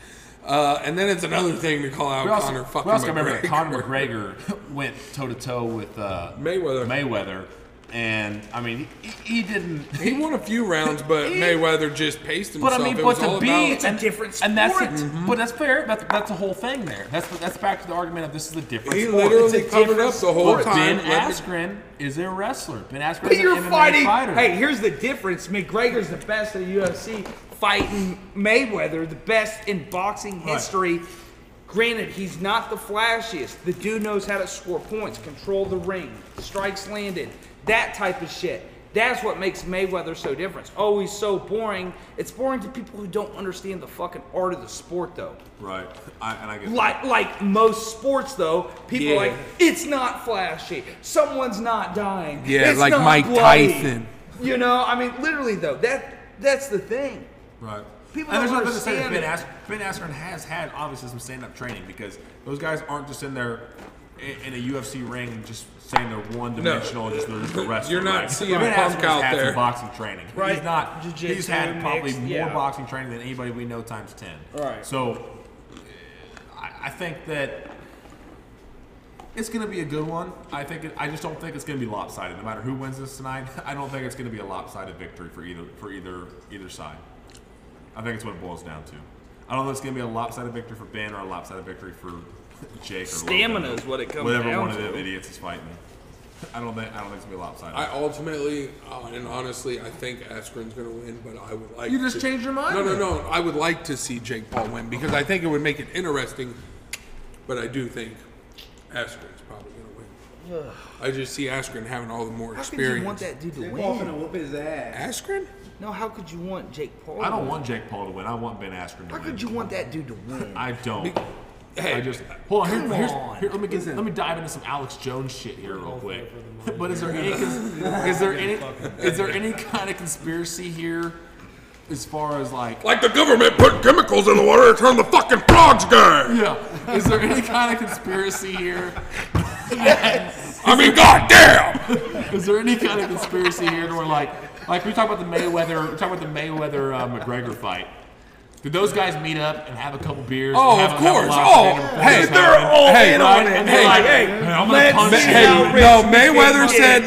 Speaker 1: uh, and then it's another thing to call out
Speaker 9: We also,
Speaker 1: Conor
Speaker 9: we
Speaker 1: fucking
Speaker 9: also remember
Speaker 1: McGregor.
Speaker 9: that Conor McGregor went toe to toe with uh,
Speaker 1: Mayweather.
Speaker 9: Mayweather, and I mean, he, he didn't.
Speaker 1: he won a few rounds, but Mayweather just paced himself.
Speaker 9: But I mean,
Speaker 1: it
Speaker 9: but
Speaker 1: was
Speaker 9: to
Speaker 1: all
Speaker 9: be
Speaker 1: about-
Speaker 4: It's a different
Speaker 9: and that's
Speaker 4: sport.
Speaker 9: it.
Speaker 1: Mm-hmm.
Speaker 9: But that's fair. That's that's the whole thing there. That's that's back to the argument of this is a different.
Speaker 1: He
Speaker 9: sport.
Speaker 1: literally
Speaker 9: It's a
Speaker 1: covered
Speaker 9: different
Speaker 1: up the whole
Speaker 9: sport.
Speaker 1: time.
Speaker 9: Ben
Speaker 1: Let me-
Speaker 9: Askren is a wrestler. Ben Askren
Speaker 4: But
Speaker 9: is
Speaker 4: you're
Speaker 9: an MMA
Speaker 4: fighting.
Speaker 9: fighter.
Speaker 4: Hey, here's the difference. McGregor's the best in the UFC, fighting Mayweather, the best in boxing history. Granted, he's not the flashiest. The dude knows how to score points, control the ring, strikes landed, that type of shit. That's what makes Mayweather so different. It's always so boring. It's boring to people who don't understand the fucking art of the sport, though.
Speaker 3: Right. I, and I get
Speaker 4: Like like most sports though, people are
Speaker 1: Yeah.
Speaker 4: like it's not flashy. Someone's not dying.
Speaker 1: Yeah,
Speaker 4: It's
Speaker 1: like
Speaker 4: not
Speaker 1: Mike
Speaker 4: bloody."
Speaker 1: Tyson.
Speaker 4: You know, I mean, literally though, that that's the thing.
Speaker 3: Right.
Speaker 4: People
Speaker 3: and there's
Speaker 4: don't
Speaker 3: nothing to say that Ben, As-
Speaker 4: understand
Speaker 3: ben Askren has had obviously some stand-up training because those guys aren't just in there i- in a UFC ring just saying they're one-dimensional and just they're just a wrestler.
Speaker 1: You're not
Speaker 3: right?
Speaker 1: seeing
Speaker 3: Ben
Speaker 1: a punk
Speaker 3: Askren's
Speaker 1: out
Speaker 3: had
Speaker 1: there.
Speaker 3: Some boxing training.
Speaker 4: Right.
Speaker 3: He's not.
Speaker 4: Jiu-jitsu,
Speaker 3: he's had probably
Speaker 4: mixed,
Speaker 3: more
Speaker 4: yeah.
Speaker 3: boxing training than anybody we know times ten.
Speaker 4: Right.
Speaker 3: So I, I think that. It's going to be a good one. I think. It, I just don't think it's going to be lopsided. No matter who wins this tonight, I don't think it's going to be a lopsided victory for either for either either side. I think it's what it boils down to. I don't know if it's going to be a lopsided victory for Ben or a lopsided victory for Jake. Or
Speaker 4: Stamina
Speaker 3: Logan.
Speaker 4: is what it comes
Speaker 3: Whatever
Speaker 4: down
Speaker 3: one of
Speaker 4: to.
Speaker 3: them idiots is fighting. I don't think. I don't think it's going to be lopsided.
Speaker 1: I ultimately uh, and honestly, I think Askren's going to win, but I would like
Speaker 3: You just
Speaker 1: to-
Speaker 3: changed your mind
Speaker 1: No, no,
Speaker 3: then.
Speaker 1: no. I would like to see Jake Paul win because I think it would make it interesting. But I do think Askren's probably going to win. I just see Askren having all the more
Speaker 4: How could
Speaker 1: experience.
Speaker 4: you want that dude to
Speaker 6: Paul's
Speaker 4: win?
Speaker 6: gonna whoop his ass.
Speaker 1: Askren?
Speaker 4: No, how could you want Jake Paul?
Speaker 3: I
Speaker 4: to
Speaker 3: don't
Speaker 4: win?
Speaker 3: want Jake Paul to win. I want Ben Askren to
Speaker 4: How
Speaker 3: win.
Speaker 4: could you want that dude to win?
Speaker 3: I don't.
Speaker 1: Hey,
Speaker 3: I just hold on.
Speaker 4: Come
Speaker 3: Here, here's,
Speaker 4: on.
Speaker 3: here, let me get, let me dive into some Alex Jones shit here real quick. But is there any is, is there any is there any kind of conspiracy here as far as like
Speaker 1: like the government put chemicals in the water to turn the fucking frogs gay.
Speaker 3: yeah is there any kind of conspiracy here
Speaker 1: I mean, goddamn.
Speaker 3: is there any kind of conspiracy here to where like like we talk about the Mayweather we talk about the Mayweather uh, McGregor fight. Did those guys meet up and have a couple beers? and
Speaker 1: Oh,
Speaker 3: have,
Speaker 1: of
Speaker 3: a- have a
Speaker 1: course.
Speaker 3: lot of
Speaker 1: Oh,
Speaker 3: dinner before
Speaker 1: hey,
Speaker 3: this
Speaker 1: they're
Speaker 3: happened?
Speaker 1: all in
Speaker 3: right?
Speaker 1: on it.
Speaker 3: And they're
Speaker 1: Hey,
Speaker 3: like,
Speaker 1: hey,
Speaker 3: I'm gonna punch
Speaker 1: Ma- hey,
Speaker 3: you.
Speaker 1: no, Mayweather said.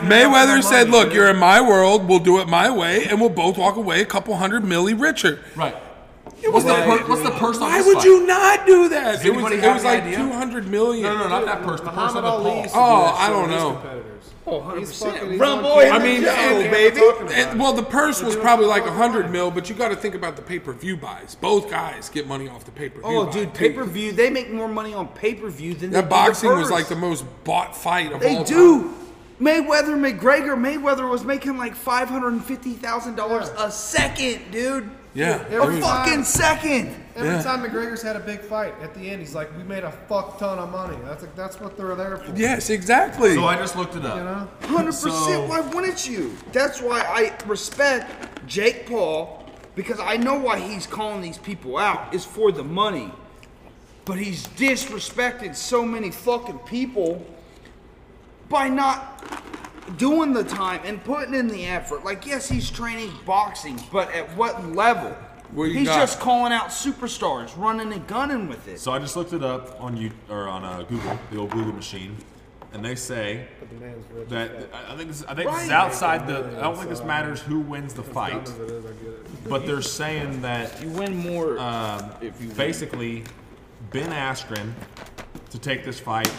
Speaker 1: Mayweather said, "Look, you're in my world. We'll do it my way, and we'll both walk away a couple hundred milli richer."
Speaker 3: Right.
Speaker 1: What's the,
Speaker 3: What's the,
Speaker 1: per-
Speaker 3: per- what's the purse on
Speaker 1: why
Speaker 3: this
Speaker 1: would
Speaker 3: fight?
Speaker 1: you not do that? It was,
Speaker 3: anybody
Speaker 1: it
Speaker 3: have
Speaker 1: was
Speaker 3: any
Speaker 1: like
Speaker 3: idea?
Speaker 1: 200 million.
Speaker 3: No, no, not that purse. The purse on
Speaker 11: Muhammad
Speaker 3: the
Speaker 11: Ali
Speaker 3: Paul.
Speaker 11: used to do
Speaker 1: Oh,
Speaker 11: that
Speaker 1: I
Speaker 11: shit
Speaker 1: don't
Speaker 11: with his
Speaker 1: know.
Speaker 11: competitors.
Speaker 4: Oh, 100%.
Speaker 11: he's
Speaker 4: Run,
Speaker 11: on
Speaker 4: boy.
Speaker 11: camera.
Speaker 1: I mean,
Speaker 4: Yo,
Speaker 1: and-
Speaker 4: baby.
Speaker 1: and- well, the purse was probably like 100 mil, but you got to think about the pay per view buys. Both guys get money off the pay per view.
Speaker 4: Oh, dude, pay per view. They make more money on pay per view than they
Speaker 1: That
Speaker 4: do the
Speaker 1: boxing was
Speaker 4: purse.
Speaker 1: like the most bought fight of
Speaker 4: They
Speaker 1: all
Speaker 4: do.
Speaker 1: time.
Speaker 4: Mayweather, McGregor, Mayweather was making like five hundred and fifty thousand dollars a second, dude.
Speaker 1: Yeah.
Speaker 4: A
Speaker 1: it was-
Speaker 4: fucking second.
Speaker 11: Every
Speaker 1: Yeah.
Speaker 11: time McGregor's had a big fight, at the end he's like, "We made a fuck ton of money." That's like, that's what they're there for.
Speaker 1: Yes, exactly.
Speaker 3: So oh, I just looked it up.
Speaker 11: You know?
Speaker 4: Hundred
Speaker 3: So-
Speaker 4: percent. Why wouldn't you? That's why I respect Jake Paul because I know why he's calling these people out is for the money. But he's disrespected so many fucking people by not doing the time and putting in the effort. Like, yes, he's training boxing, but at what level?
Speaker 1: What you
Speaker 4: he's
Speaker 1: got?
Speaker 4: just calling out superstars, running and gunning with it.
Speaker 3: So I just looked it up on you or on uh, Google, the old Google machine, and they say
Speaker 11: But the man's rich.
Speaker 3: that I I think this, I think this
Speaker 4: Right.
Speaker 3: is outside the. I don't think this matters who wins the fight,
Speaker 11: It is, I get it.
Speaker 3: but they're saying that
Speaker 12: You win more
Speaker 1: Uh,
Speaker 3: um,
Speaker 12: if you
Speaker 3: basically Ben Askren to take this fight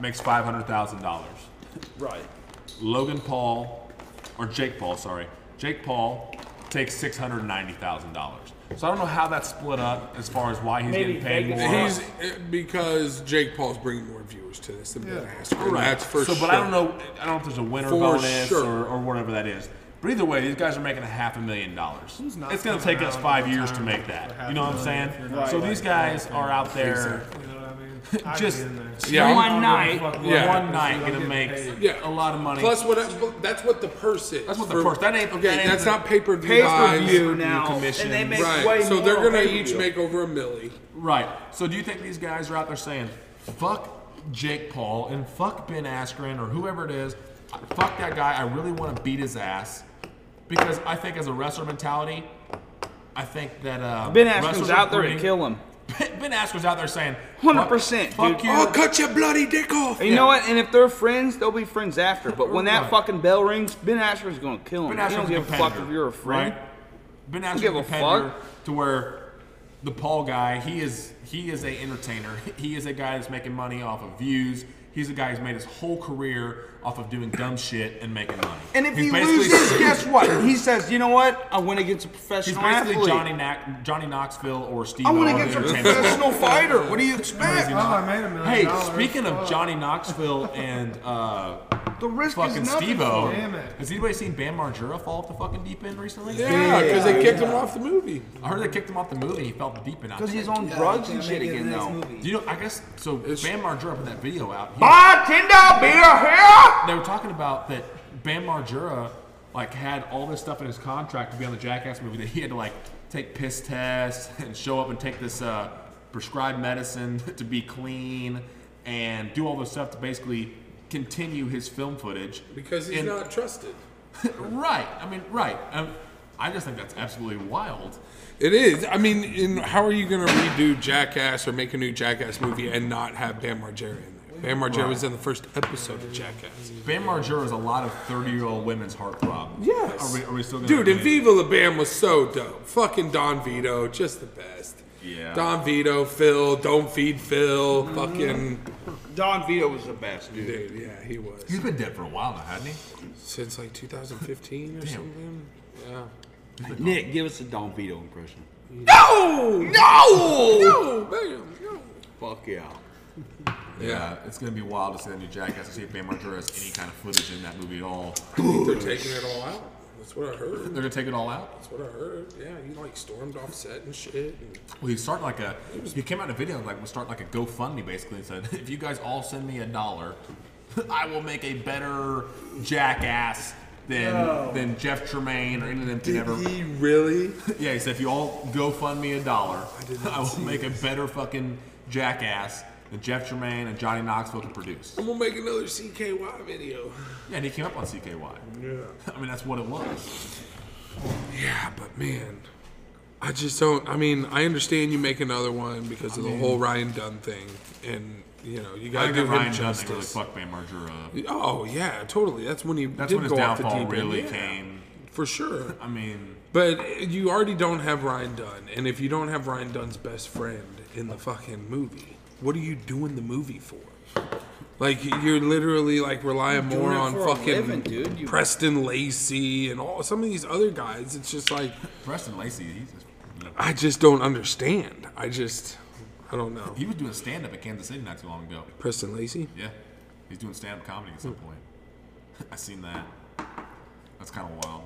Speaker 3: makes five hundred thousand dollars.
Speaker 12: right.
Speaker 3: Logan Paul or Jake Paul, sorry, Jake Paul takes six hundred ninety thousand dollars. So I don't know how that's split up as far as why he's
Speaker 12: Maybe
Speaker 3: getting paid
Speaker 12: Vegas-
Speaker 3: more.
Speaker 1: He's because Jake Paul's bringing more viewers to this than Ben Askren. That's for
Speaker 3: so,
Speaker 1: sure.
Speaker 3: but I don't know. I don't know if there's a winner
Speaker 1: For
Speaker 3: bonus
Speaker 1: sure.
Speaker 3: or, or whatever that is. But either way, these guys are making a half a million dollars.
Speaker 11: Who's not
Speaker 3: It's going to
Speaker 11: coming
Speaker 3: take us
Speaker 11: out
Speaker 3: five
Speaker 11: on
Speaker 3: years to
Speaker 11: time
Speaker 3: make
Speaker 11: for half
Speaker 3: that. You know what I'm
Speaker 11: a
Speaker 3: saying?
Speaker 11: million if you're not
Speaker 3: So
Speaker 11: like
Speaker 3: these
Speaker 11: that
Speaker 3: guys
Speaker 11: kind of
Speaker 3: are out there
Speaker 11: You know what I mean? I
Speaker 3: Just-
Speaker 11: could be in there.
Speaker 1: Yeah, I'm-
Speaker 4: One night,
Speaker 1: Yeah.
Speaker 3: one night going to
Speaker 11: Don't
Speaker 3: make
Speaker 11: get paid.
Speaker 1: Yeah.
Speaker 3: a lot of money.
Speaker 1: Plus, what that's what the purse is.
Speaker 3: That's what the purse- that ain't-
Speaker 1: okay.
Speaker 3: that ain't
Speaker 1: that's
Speaker 3: the-
Speaker 1: not pay per view.
Speaker 4: Pay per view now,
Speaker 3: commission.
Speaker 4: and they make way
Speaker 1: Right. So
Speaker 4: more
Speaker 1: they're
Speaker 4: on
Speaker 1: gonna
Speaker 4: pay-per-view.
Speaker 1: each make over a milli.
Speaker 3: right. So do you think these guys are out there saying, "Fuck Jake Paul and fuck Ben Askren or whoever it is, fuck that guy. I really want to beat his ass," because I think as a wrestler mentality, I think that uh,
Speaker 4: Ben Askren's
Speaker 3: wrestlers
Speaker 4: out there to
Speaker 3: recruiting-
Speaker 4: kill him.
Speaker 3: Ben Askren's out there saying,
Speaker 4: 100%,
Speaker 3: fuck
Speaker 4: dude.
Speaker 3: you."
Speaker 1: I'll Oh, cut your bloody dick off.
Speaker 4: And you know what? And if they're friends, they'll be friends after. But when that fucking bell rings, Ben Askren's gonna kill him.
Speaker 3: ben
Speaker 4: I
Speaker 3: Askren's
Speaker 4: don't
Speaker 3: a
Speaker 4: give a fuck
Speaker 3: competitor,
Speaker 4: if you're a friend.
Speaker 3: Right? Ben Askren's
Speaker 4: give
Speaker 3: a
Speaker 4: a
Speaker 3: competitor
Speaker 4: fuck.
Speaker 3: to where the Paul guy, he is he is a entertainer. He is a guy that's making money off of views. He's a guy who's made his whole career off of doing dumb shit and making money.
Speaker 4: And if
Speaker 3: he's
Speaker 4: he
Speaker 3: basically-
Speaker 4: loses, guess what? He says, you know what? I went against a
Speaker 3: He's
Speaker 4: professional
Speaker 3: basically
Speaker 4: athlete.
Speaker 3: Johnny, Knack, Johnny Knoxville or Steve.
Speaker 4: I went
Speaker 3: Irwin
Speaker 4: against a
Speaker 3: in entertainment.
Speaker 4: professional fighter. What do you expect?
Speaker 11: Oh, I made a million
Speaker 3: Hey,
Speaker 11: dollars.
Speaker 3: speaking of
Speaker 11: Fuck.
Speaker 3: Johnny Knoxville and uh,
Speaker 4: The risk
Speaker 3: fucking
Speaker 4: is nothing.
Speaker 3: Steve-O,
Speaker 11: Damn it.
Speaker 3: has anybody seen Bam Margera fall off the fucking deep end recently?
Speaker 1: Yeah, because they kicked him off the movie.
Speaker 3: I heard they kicked him off the movie. He fell off the deep end. I
Speaker 4: Because
Speaker 3: think-
Speaker 4: he's on drugs and shit again though.
Speaker 3: Do you know? I guess so. Bam Margera put that video out. He-
Speaker 4: Ah, Bartender, beer here.
Speaker 3: they were talking about that Bam Margera like had all this stuff in his contract to be on the Jackass movie that he had to like take piss tests and show up and take this uh, prescribed medicine to be clean and do all this stuff to basically continue his film footage
Speaker 1: Because he's
Speaker 3: And-
Speaker 1: not trusted.
Speaker 3: right. I mean, right. Um, I just think that's absolutely wild.
Speaker 1: It is. I mean, in, how are you going to redo Jackass or make a new Jackass movie and not have Bam Margera in there? Bam Margera was in the first episode of Jackass.
Speaker 3: Bam Margera is a lot of thirty-year-old women's heartthrob.
Speaker 1: Yes.
Speaker 3: Are we, are we still gonna
Speaker 1: Dude, and
Speaker 3: admit it?
Speaker 1: Viva La Bam was so dope. Fucking Don Vito, just the best.
Speaker 3: Yeah.
Speaker 1: Don Vito, Phil, Don't Feed Phil, fucking.
Speaker 4: Don Vito was the best dude.
Speaker 1: Dude, yeah, he was.
Speaker 3: He's been dead for a while now, hasn't he?
Speaker 1: Since like 2015 or something. Yeah.
Speaker 4: Nick, give us a Don Vito impression.
Speaker 1: No! No! No! Bam! No!
Speaker 4: Fuck yeah.
Speaker 3: Yeah, it's gonna be wild to see that new Jackass and see if Bam Margera has any kind of footage in that movie at all.
Speaker 1: They're taking it all out. That's what I heard.
Speaker 3: They're gonna take it all out.
Speaker 1: That's what I heard. Yeah, he like stormed off set and shit. and-
Speaker 3: Well, he started like a he came out in a video like we start like a GoFundMe basically and said if you guys all send me a dollar, I will make a better Jackass than than Jeff Tremaine or any of them can ever.
Speaker 1: He really?
Speaker 3: Yeah, he said if you all GoFundMe a dollar, I, will make a better fucking Jackass than Jeff Tremaine and Johnny Knoxville can produce.
Speaker 1: I'm gonna make another CKY video.
Speaker 3: Yeah, and he came up on CKY. Yeah, I mean that's what it was.
Speaker 1: Yeah, but man, I just don't. I mean, I understand you make another one because of the whole Ryan Dunn thing, and you know you
Speaker 3: I
Speaker 1: gotta
Speaker 3: think
Speaker 1: give
Speaker 3: that
Speaker 1: him
Speaker 3: Ryan Johnson really
Speaker 1: justice.
Speaker 3: fucked Bam Margera. up.
Speaker 1: oh yeah, totally. That's when he
Speaker 3: uh, That's
Speaker 1: did
Speaker 3: when his
Speaker 1: go off the
Speaker 3: downfall
Speaker 1: deep end.
Speaker 3: really
Speaker 1: Yeah,
Speaker 3: came.
Speaker 1: for sure.
Speaker 3: I mean,
Speaker 1: But you already don't have Ryan Dunn, and if you don't have Ryan Dunn's best friend in the fucking movie, what are you doing the movie for? Like you're literally like relying more
Speaker 4: it
Speaker 1: on
Speaker 4: for a
Speaker 1: fucking
Speaker 4: living, dude. You-
Speaker 1: Preston Lacey and all some of these other guys. It's just like
Speaker 3: Preston Lacey, he's just,
Speaker 1: I just don't understand. I just I don't know.
Speaker 3: he was doing stand up at Kansas City not too long ago.
Speaker 1: Preston Lacey?
Speaker 3: Yeah, he's doing stand up comedy at some
Speaker 1: Hmm.
Speaker 3: point. I seen that. That's kind of wild.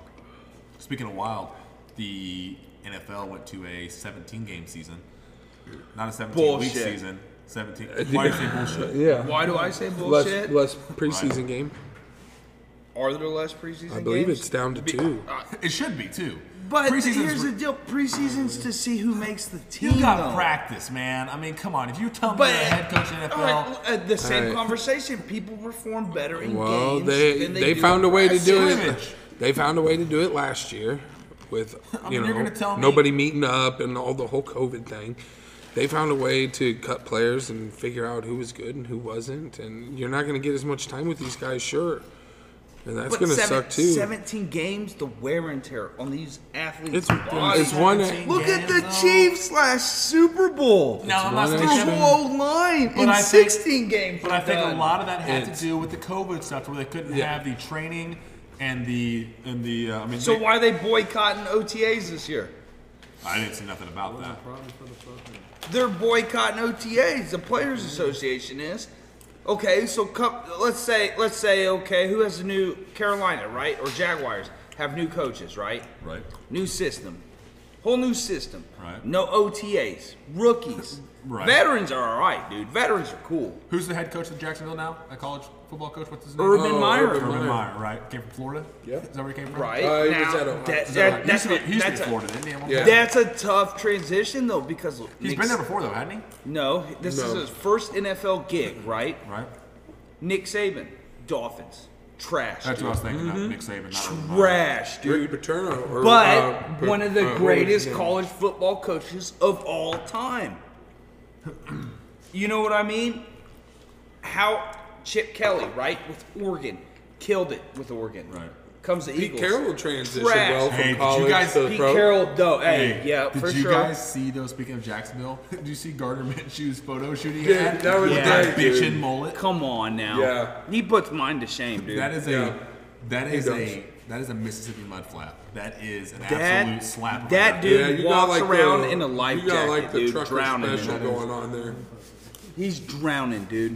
Speaker 3: Speaking of wild, the NFL went to a 17 game season, not a 17 week
Speaker 11: Bullshit.
Speaker 3: season. 17. Why do you say bullshit?
Speaker 1: Uh, Yeah.
Speaker 4: Why do I say bullshit?
Speaker 1: Less, less preseason game.
Speaker 4: Are there less preseason
Speaker 1: I believe
Speaker 4: games?
Speaker 1: it's down to two.
Speaker 3: It should be too.
Speaker 11: But
Speaker 3: Preseason's
Speaker 11: here's
Speaker 3: re-
Speaker 11: the deal: preseasons to see who makes the team.
Speaker 3: You got
Speaker 11: though.
Speaker 3: practice, man. I mean, come on. If you tell me
Speaker 4: But
Speaker 3: you're a head coach in the NFL,
Speaker 4: all right, uh, the same
Speaker 1: All right.
Speaker 4: conversation. People perform better in
Speaker 1: Well,
Speaker 4: games.
Speaker 1: they
Speaker 4: than
Speaker 1: they,
Speaker 4: they, do
Speaker 1: found a
Speaker 4: in
Speaker 1: way to
Speaker 4: practice.
Speaker 1: do it.
Speaker 3: scrimmage.
Speaker 1: They found a way to do it last year with you
Speaker 3: mean, you're gonna
Speaker 1: know
Speaker 3: tell me-
Speaker 1: nobody meeting up and all the whole COVID thing. They found a way to cut players and figure out who was good and who wasn't, and you're not going to get as much time with these guys, sure. And that's
Speaker 4: But
Speaker 1: going to
Speaker 4: seven-
Speaker 1: suck too.
Speaker 4: 17 games, the wear and tear on these athletes.
Speaker 1: It's
Speaker 4: bodies.
Speaker 1: it's one.
Speaker 4: Look at the Chiefs last Super Bowl.
Speaker 3: No, I'm not
Speaker 1: one
Speaker 3: saying
Speaker 1: extra-
Speaker 4: Their whole line
Speaker 3: But
Speaker 4: in
Speaker 3: I think-
Speaker 4: 16 games.
Speaker 3: But I think a
Speaker 4: done.
Speaker 3: lot of that had
Speaker 1: It's-
Speaker 3: to do with the COVID stuff, where they couldn't have the training and the and the. Uh, I mean,
Speaker 4: So
Speaker 3: they-
Speaker 4: why are they boycotting OTAs this year?
Speaker 3: I didn't see nothing about that.
Speaker 4: They're boycotting OTAs. The Players Association is. Okay, so come, let's say let's say okay, who has a new Carolina right or Jaguars have new coaches right?
Speaker 3: Right.
Speaker 4: New system, whole new system.
Speaker 3: Right.
Speaker 4: No OTAs, rookies.
Speaker 3: Right.
Speaker 4: Veterans are all right, dude. Veterans are cool.
Speaker 3: Who's the head coach of Jacksonville now? A college football coach? What's his name?
Speaker 4: Urban
Speaker 1: Oh,
Speaker 4: Meyer,
Speaker 1: Urban
Speaker 3: Urban
Speaker 1: Meyer.
Speaker 3: Meyer, right? Came from Florida. Yeah. Is that where he came from?
Speaker 4: right?
Speaker 1: Uh, he was
Speaker 4: now,
Speaker 1: at Ohio.
Speaker 4: that-
Speaker 3: Is
Speaker 4: that-
Speaker 3: that right? He
Speaker 4: that's
Speaker 3: used to
Speaker 4: a,
Speaker 3: be- he used to be
Speaker 4: that's,
Speaker 3: in Florida,
Speaker 4: a,
Speaker 3: didn't he? at one
Speaker 1: Yeah.
Speaker 3: point?
Speaker 4: that's a tough transition though because
Speaker 3: He's been there before though, hasn't he?
Speaker 4: No, this is
Speaker 1: No.
Speaker 4: his first NFL gig, right?
Speaker 3: Right.
Speaker 4: Nick Saban, Dolphins, trash,
Speaker 3: That's
Speaker 4: dude.
Speaker 3: what I was thinking.
Speaker 4: Mm-hmm.
Speaker 3: of Nick Saban. Not Urban Meyer.
Speaker 4: trash, dude.
Speaker 1: Rick Paterno, or,
Speaker 4: But
Speaker 1: uh, Pat-
Speaker 4: one of the
Speaker 1: uh, who was
Speaker 4: greatest
Speaker 1: his name?
Speaker 4: college football coaches of all time. you know what I mean? How Chip Kelly, right, with Oregon, killed it with Oregon.
Speaker 3: Right.
Speaker 4: Comes the
Speaker 1: Pete
Speaker 4: Eagles.
Speaker 1: Carroll transitioned
Speaker 4: Trash.
Speaker 1: well from
Speaker 3: Hey, did you
Speaker 1: college
Speaker 3: guys-
Speaker 1: to
Speaker 4: Pete
Speaker 1: pro.
Speaker 4: Carroll, though. Hey, yeah,
Speaker 3: did
Speaker 4: for
Speaker 3: you
Speaker 4: sure.
Speaker 3: guys see though? Speaking of Jacksonville, did you see Gardner Minshew's photo shooting?
Speaker 1: Dude,
Speaker 3: ad?
Speaker 1: that was
Speaker 4: Yeah.
Speaker 1: great, dude.
Speaker 3: bitchin' mullet.
Speaker 4: Come on now.
Speaker 1: Yeah.
Speaker 4: He puts mine to shame, dude.
Speaker 3: That is
Speaker 1: Yeah.
Speaker 3: a that is
Speaker 1: does.
Speaker 3: a that is a Mississippi mud flap. That is an
Speaker 4: that,
Speaker 3: absolute slap. of
Speaker 4: that
Speaker 3: a-
Speaker 4: dude
Speaker 1: you got
Speaker 4: walks
Speaker 1: like
Speaker 4: around
Speaker 1: the-
Speaker 4: in a life
Speaker 1: you got
Speaker 4: jacket,
Speaker 1: like the
Speaker 4: dude,
Speaker 1: trucker
Speaker 4: drowning. in
Speaker 1: special
Speaker 4: it.
Speaker 1: going on there.
Speaker 4: He's drowning, dude.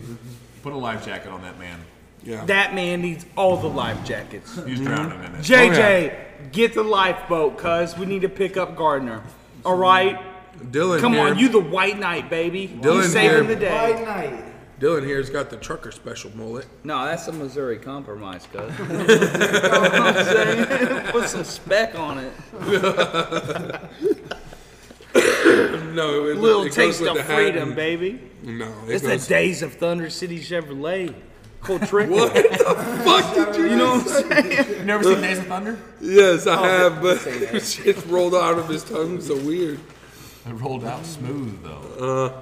Speaker 3: Put a life jacket on that man.
Speaker 1: Yeah.
Speaker 4: That man needs all the life jackets.
Speaker 3: He's drowning in it.
Speaker 4: JJ,
Speaker 1: Oh,
Speaker 4: get the lifeboat, cuz we need to pick up Gardner. All right?
Speaker 1: Dylan
Speaker 4: Come
Speaker 1: here,
Speaker 4: on, you the white knight, baby. you
Speaker 1: Dylan
Speaker 4: saving
Speaker 1: here.
Speaker 4: the day.
Speaker 11: Friday night.
Speaker 1: Dylan here's got the trucker special mullet.
Speaker 4: No, that's a Missouri compromise, cuz. You know what I'm saying? Put some speck on it.
Speaker 1: No, it,
Speaker 4: Little
Speaker 1: it goes
Speaker 4: taste
Speaker 1: with
Speaker 4: of
Speaker 1: the hat
Speaker 4: freedom,
Speaker 1: and-
Speaker 4: baby.
Speaker 1: No, it
Speaker 4: It's the
Speaker 1: goes-
Speaker 4: days of Thunder City Chevrolet. Cool trick.
Speaker 1: What the fuck did you?
Speaker 4: You know what I'm saying?
Speaker 3: You never seen Days of Thunder?
Speaker 1: Yes, I have, but it's just rolled out of his tongue. So weird.
Speaker 3: It rolled out smooth though.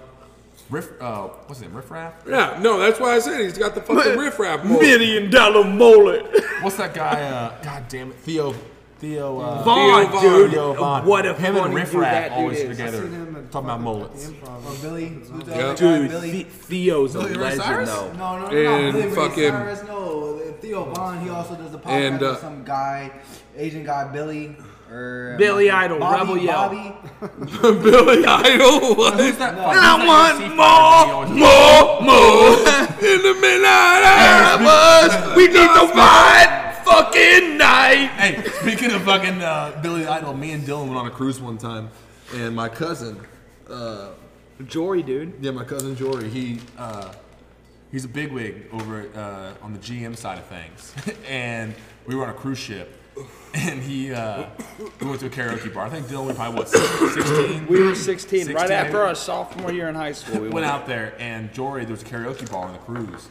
Speaker 3: Riff, uh, what's it? Riff Raff?
Speaker 1: Yeah, no, that's why I said he's got the fucking riffraff mullet.
Speaker 4: Million dollar mullet.
Speaker 3: What's that guy? Uh, God damn it, Theo. Theo. Uh,
Speaker 4: Vaughn,
Speaker 1: Vaughn,
Speaker 4: dude.
Speaker 3: Theo Vaughn.
Speaker 4: What a
Speaker 3: Him
Speaker 4: funny
Speaker 3: and Riff
Speaker 4: dude
Speaker 3: Raff
Speaker 4: that dude
Speaker 3: always
Speaker 4: is.
Speaker 3: together.
Speaker 6: seen him at
Speaker 3: Talking about mullets.
Speaker 6: improv. Or Billy, who's the
Speaker 1: Yeah.
Speaker 6: other guy?
Speaker 4: Dude,
Speaker 6: Billy.
Speaker 4: The- Theo's a
Speaker 3: Ray
Speaker 4: legend,
Speaker 3: Cyrus?
Speaker 4: though.
Speaker 6: No, no, no,
Speaker 1: And
Speaker 6: not Billy Ray
Speaker 1: fucking-
Speaker 6: Cyrus, no, Theo Vaughn. He also does a podcast
Speaker 1: And, uh,
Speaker 6: with some guy, Asian guy, Billy or um,
Speaker 4: Billy Idol,
Speaker 6: Bobby,
Speaker 4: Rebel Yell.
Speaker 6: Bobby.
Speaker 1: Billy Idol. What?
Speaker 3: Who's that?
Speaker 6: No.
Speaker 3: fucking-
Speaker 6: And I
Speaker 3: who's that
Speaker 4: want
Speaker 3: UFC
Speaker 4: more,
Speaker 3: fighter that he
Speaker 1: More,
Speaker 3: always-
Speaker 1: more Oh, in the midnight hours. We need the right fucking night.
Speaker 3: Hey, speaking of fucking uh, Billy Idol, me and Dylan went on a cruise one time, and my cousin, uh,
Speaker 4: Jory, dude.
Speaker 3: yeah, my cousin Jory, he uh, he's a bigwig over uh, on the GM side of things, and we were on a cruise ship, and he uh, we went to a karaoke bar. I think Dylan we probably what sixteen.
Speaker 4: We were 16, right
Speaker 3: 16.
Speaker 4: after our sophomore year in high school. We
Speaker 3: went
Speaker 4: went out.
Speaker 3: out there, and Jory, there was a karaoke bar on the cruise,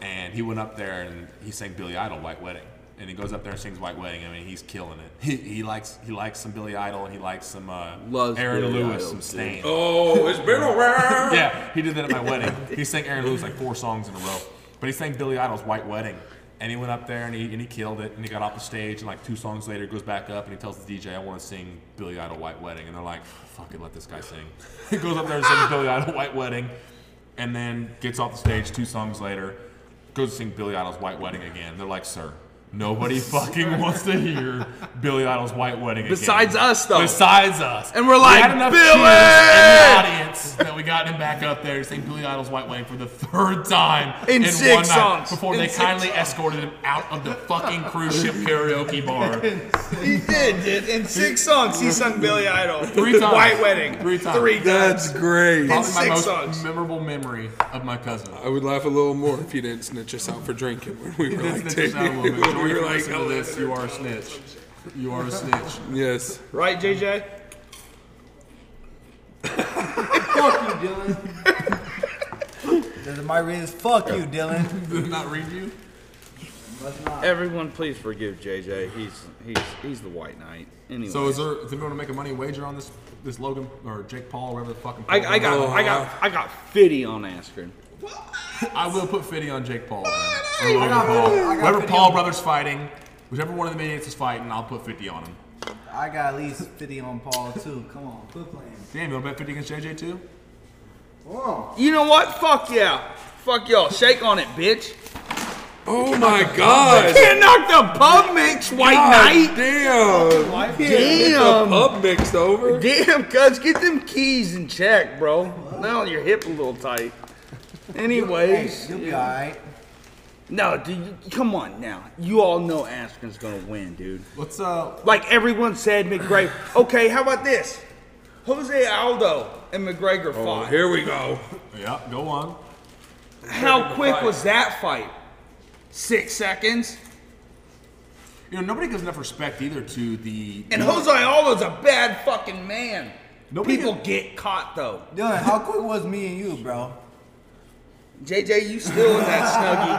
Speaker 3: and he went up there and he sang Billy Idol, White Wedding, and he goes up there and sings White Wedding. I mean, he's killing it. He, he likes he likes some Billy Idol, and he likes some uh,
Speaker 4: Loves
Speaker 3: Aaron
Speaker 4: Billy
Speaker 3: Lewis,
Speaker 4: Idol,
Speaker 3: some
Speaker 4: dude.
Speaker 3: Stain.
Speaker 1: Oh, it's been a while.
Speaker 3: Yeah, he did that at my wedding. He sang Aaron Lewis like four songs in a row, but he sang Billy Idol's White Wedding. And he went up there and he, and he killed it. And he got off the stage. And like two songs later, he goes back up and he tells the DJ, I want to sing Billy Idol White Wedding. And they're like, fuck it, let this guy sing. he goes up there and sings Billy Idol White Wedding. And then gets off the stage two songs later, goes to sing Billy Idol's White Wedding again. They're like, sir. Nobody fucking wants to hear Billy Idol's White Wedding again.
Speaker 13: Besides us, though.
Speaker 3: Besides us.
Speaker 13: And we're like,
Speaker 3: we had enough
Speaker 13: "Billy!"
Speaker 3: cheers in the audience that we got him back up there to sing Billy Idol's White Wedding for the third time
Speaker 13: In six
Speaker 3: one night
Speaker 13: songs.
Speaker 3: before
Speaker 13: In
Speaker 3: they
Speaker 13: six
Speaker 3: kindly escorted him out of the fucking cruise ship karaoke bar.
Speaker 4: He did, dude. In six songs, he sung Billy Idol.
Speaker 3: Three times.
Speaker 4: White Wedding.
Speaker 3: Three times.
Speaker 4: Three times.
Speaker 1: That's great.
Speaker 4: In
Speaker 3: Probably my
Speaker 4: six
Speaker 3: most
Speaker 4: songs.
Speaker 3: memorable memory of my cousin.
Speaker 1: I would laugh a little more if you didn't snitch us out for drinking when we were like
Speaker 3: This snitches
Speaker 1: taking,
Speaker 3: out a little bit.
Speaker 1: when
Speaker 3: Joey,
Speaker 1: we
Speaker 3: if
Speaker 1: were
Speaker 3: you
Speaker 1: like,
Speaker 3: listen to this, you are a snitch. You are a snitch.
Speaker 1: yes.
Speaker 4: Right, JJ?
Speaker 6: Fuck you, Dylan. Does it my read this? Fuck you, Dylan.
Speaker 3: Did it not read you?
Speaker 6: Let's not.
Speaker 4: Everyone, please forgive JJ. He's he's he's the white knight. Anyway,
Speaker 3: So is there? Is anyone want to make a money wager on this? This Logan or Jake Paul, whatever the fucking.
Speaker 4: I, I got
Speaker 3: Oh,
Speaker 4: I
Speaker 3: uh,
Speaker 4: got I got fifty on Askren.
Speaker 3: I will put Fitty on Jake Paul. then. Or
Speaker 6: I
Speaker 3: Logan
Speaker 6: got
Speaker 3: Paul.
Speaker 6: Fitty, I got
Speaker 3: Whoever
Speaker 6: Fitty
Speaker 3: Paul
Speaker 6: on-
Speaker 3: brothers fighting, whichever one of the idiots is fighting, I'll put 50 on him.
Speaker 6: I got at least 50 on Paul, too. Come on, quit playing.
Speaker 3: Damn, you'll bet 50 against JJ too?
Speaker 6: Come on.
Speaker 4: You know what? Fuck yeah. Fuck y'all. Shake on it, bitch.
Speaker 1: Oh my god.
Speaker 4: Can't knock the pub mix, white
Speaker 1: God
Speaker 4: knight.
Speaker 1: damn. Get the
Speaker 4: Damn.
Speaker 1: pub mixed over.
Speaker 4: Damn, cuz, get them keys in check, bro. Now your hip a little tight.
Speaker 6: Hey,
Speaker 4: Anyways,
Speaker 6: you'll be alright.
Speaker 4: no, dude, come on now. You all know Askren's gonna win, dude.
Speaker 3: What's uh?
Speaker 4: Like everyone said, McGregor. Okay, how about this? Jose Aldo and McGregor
Speaker 1: Oh,
Speaker 4: fought.
Speaker 1: here we go.
Speaker 3: Yeah, go on.
Speaker 4: How quick was that fight? Six seconds.
Speaker 3: You know nobody gives enough respect either to the.
Speaker 4: And Jose Aldo's a bad fucking man.
Speaker 3: Nobody-
Speaker 4: People get caught though.
Speaker 6: Dylan, how quick was me and you, bro?
Speaker 4: JJ, you still in that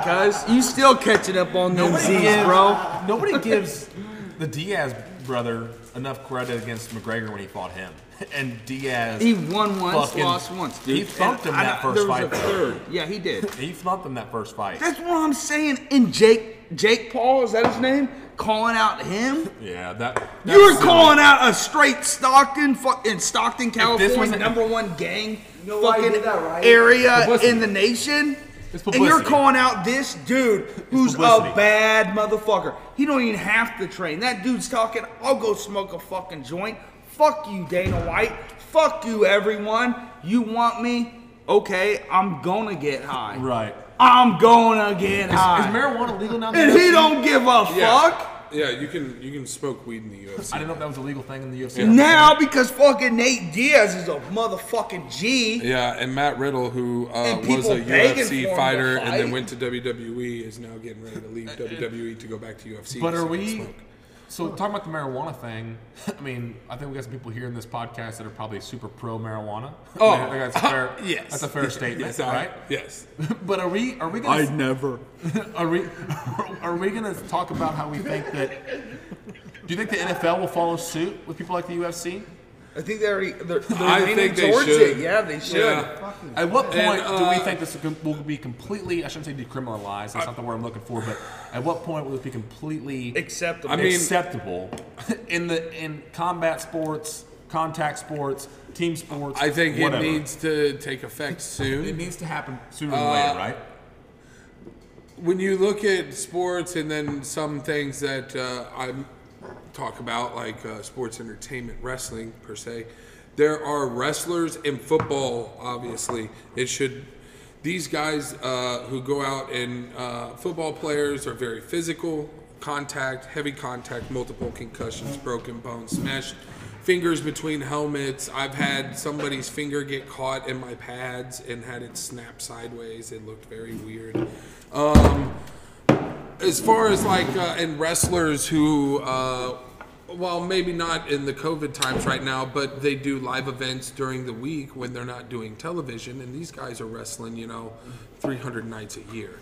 Speaker 4: snuggie, cuz. You still catching up on them Z's, bro.
Speaker 3: Nobody gives the Diaz brother enough credit against McGregor when he fought him. And Diaz,
Speaker 4: He won once,
Speaker 3: Fucking-
Speaker 4: lost once, dude.
Speaker 3: he thumped him
Speaker 4: And
Speaker 3: that
Speaker 4: I-
Speaker 3: first
Speaker 4: there
Speaker 3: fight,
Speaker 4: Was
Speaker 3: though.
Speaker 4: a third. Yeah, he did.
Speaker 3: he thumped him that first fight.
Speaker 4: That's what I'm saying. And Jake, Jake Paul, is that his name? Calling out him.
Speaker 3: Yeah, that. that
Speaker 4: You were
Speaker 3: was-
Speaker 4: calling out a straight Stockton, fu- in Stockton, California,
Speaker 3: wasn't-
Speaker 4: number one gang
Speaker 6: know why you
Speaker 4: fucking
Speaker 6: did that, right?
Speaker 4: area
Speaker 3: Publicity.
Speaker 4: in the nation.
Speaker 3: It's
Speaker 4: And you're
Speaker 3: publicity.
Speaker 4: calling out this dude who's a
Speaker 3: publicity.
Speaker 4: bad motherfucker. He don't even have to train. That dude's talking, I'll go smoke a fucking joint. Fuck you, Dana White. Fuck you, everyone. You want me? Okay, I'm gonna get high.
Speaker 3: Right. Is,
Speaker 4: I'm gonna get high.
Speaker 3: is marijuana legal now? in the
Speaker 4: and he
Speaker 3: UFC?
Speaker 4: don't give a fuck.
Speaker 1: Yeah, you can you can smoke weed in the UFC.
Speaker 3: I didn't know if that was a legal thing in the UFC.
Speaker 4: Now because fucking Nate Diaz is a motherfucking G.
Speaker 1: Yeah, and Matt Riddle, who uh,
Speaker 4: And
Speaker 1: was
Speaker 4: people
Speaker 1: a
Speaker 4: begging for him
Speaker 1: UFC
Speaker 4: to
Speaker 1: fighter and
Speaker 4: fight.
Speaker 1: then went to WWE, is now getting ready to leave WWE to go back to UFC.
Speaker 3: But
Speaker 1: so
Speaker 3: are
Speaker 1: he can
Speaker 3: we?
Speaker 1: smoke.
Speaker 3: So talking about the marijuana thing, I mean, I think we got some people here in this podcast that are probably super pro marijuana.
Speaker 1: Oh,
Speaker 3: I think that's a fair.
Speaker 1: yes.
Speaker 3: that's a fair statement,
Speaker 1: Yes, I-
Speaker 3: right?
Speaker 1: Yes.
Speaker 3: But are we? Are we gonna?
Speaker 13: never.
Speaker 3: Are we? Are we gonna talk about how we think that? Do you think the NFL will follow suit with people like the UFC?
Speaker 4: I think they already they're, they're
Speaker 1: I
Speaker 4: leaning
Speaker 1: think they
Speaker 4: towards
Speaker 1: should.
Speaker 4: it. Yeah, they should.
Speaker 1: Yeah.
Speaker 3: At what point
Speaker 1: And,
Speaker 3: do we
Speaker 1: uh,
Speaker 3: think this will be completely? I shouldn't say decriminalized. That's not the word I'm looking for. But at what point will it be completely
Speaker 4: Acceptable.
Speaker 1: I mean-
Speaker 3: acceptable in the in combat sports, contact sports, team sports?
Speaker 1: I think
Speaker 3: whatever.
Speaker 1: it needs to take effect
Speaker 3: it
Speaker 1: soon.
Speaker 3: needs to happen sooner than
Speaker 1: Uh,
Speaker 3: later, right?
Speaker 1: When you look at sports and then some things that uh, I talk about, like uh, sports entertainment, wrestling per se, there are wrestlers in football. Obviously, it should. These guys uh, who go out and uh, football players are very physical, contact, heavy contact, multiple concussions, broken bones, smashed fingers between helmets. I've had somebody's finger get caught in my pads and had it snap sideways. It looked very weird. Um, as far as like uh, and wrestlers who, uh, well, maybe not in the COVID times right now, but they do live events during the week when they're not doing television, and these guys are wrestling, you know, 300 nights a year.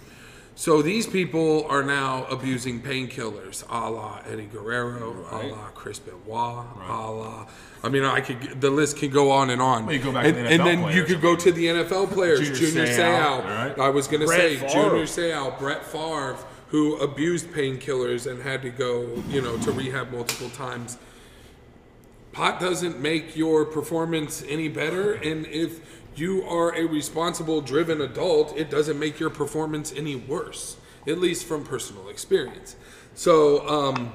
Speaker 1: So these people are now abusing painkillers, a la Eddie Guerrero, a la Chris Benoit, a la. I mean, I could. The list can go on and on.
Speaker 3: Well, you go back to
Speaker 1: and,
Speaker 3: the
Speaker 1: and
Speaker 3: NFL
Speaker 1: then you
Speaker 3: players.
Speaker 1: could go to the NFL players.
Speaker 3: Junior
Speaker 1: Junior,
Speaker 3: Seau,
Speaker 1: Seau.
Speaker 3: all right.
Speaker 1: I was gonna
Speaker 4: Brett
Speaker 1: say
Speaker 4: Favre.
Speaker 1: Junior Seau, Brett Favre, who abused painkillers and had to go, you know, to rehab multiple times. Pot doesn't make your performance any better, and if you are a responsible, driven adult, it doesn't make your performance any worse, at least from personal experience. So, um,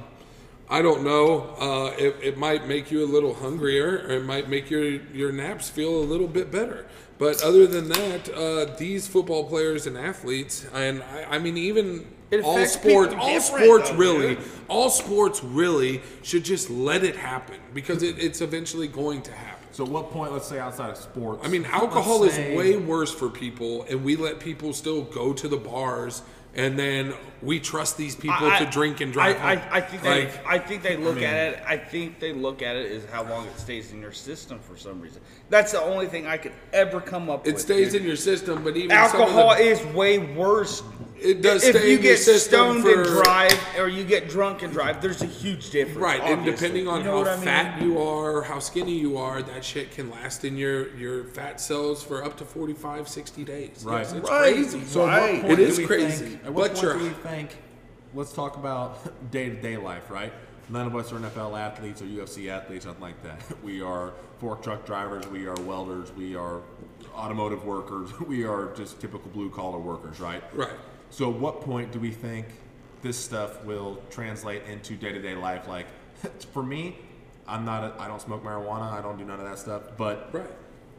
Speaker 1: I don't know. Uh, it, it might make you a little hungrier, or it might make your, your naps feel a little bit better. But other than that, uh, these football players and athletes, and I, I mean, even
Speaker 4: It
Speaker 1: all
Speaker 4: affects
Speaker 1: sports,
Speaker 4: people
Speaker 1: all
Speaker 4: different,
Speaker 1: sports
Speaker 4: though,
Speaker 1: really,
Speaker 4: dude.
Speaker 1: all sports really should just let it happen because it, it's eventually going to happen.
Speaker 3: So, what point, let's say outside of sports?
Speaker 1: I mean,
Speaker 3: let's
Speaker 1: alcohol is
Speaker 3: say-
Speaker 1: way worse for people, and we let people still go to the bars, and then we trust these people
Speaker 4: I-
Speaker 1: to drink and drive.
Speaker 4: I,
Speaker 1: home.
Speaker 4: I, I think they,
Speaker 1: like,
Speaker 4: I think they look at it. I think they look at it as how long it stays in your system for some reason. That's the only thing I could ever come up with.
Speaker 1: it stays
Speaker 4: dude.
Speaker 1: in your system, but even some
Speaker 4: Alcohol
Speaker 1: of the,
Speaker 4: is way worse.
Speaker 1: It does
Speaker 4: If
Speaker 1: stay
Speaker 4: you
Speaker 1: in your
Speaker 4: get
Speaker 1: system
Speaker 4: stoned and
Speaker 1: for-
Speaker 4: drive, or you get drunk and drive, there's a huge difference.
Speaker 1: Right, and
Speaker 4: obviously.
Speaker 1: depending on
Speaker 14: You know
Speaker 1: how
Speaker 14: what I mean?
Speaker 1: fat you are, how skinny you are, that shit can last in your, your fat cells for up to 45, 60 days.
Speaker 3: Right.
Speaker 1: Yes, it's
Speaker 4: Right.
Speaker 1: crazy.
Speaker 3: So at what
Speaker 4: Right.
Speaker 3: point
Speaker 1: It
Speaker 3: do
Speaker 1: is
Speaker 3: we
Speaker 1: crazy,
Speaker 3: Think, at what
Speaker 1: but
Speaker 3: point
Speaker 1: you're-
Speaker 3: do we think? Let's talk about day to day life, right? None of us are NFL athletes or UFC athletes, nothing like that. We are fork truck drivers, we are welders, we are automotive workers, we are just typical blue collar workers, right?
Speaker 1: Right.
Speaker 3: So, at what point do we think this stuff will translate into day to day life? Like, for me, I'm not. A, I don't smoke marijuana. I don't do none of that stuff. But
Speaker 1: Right.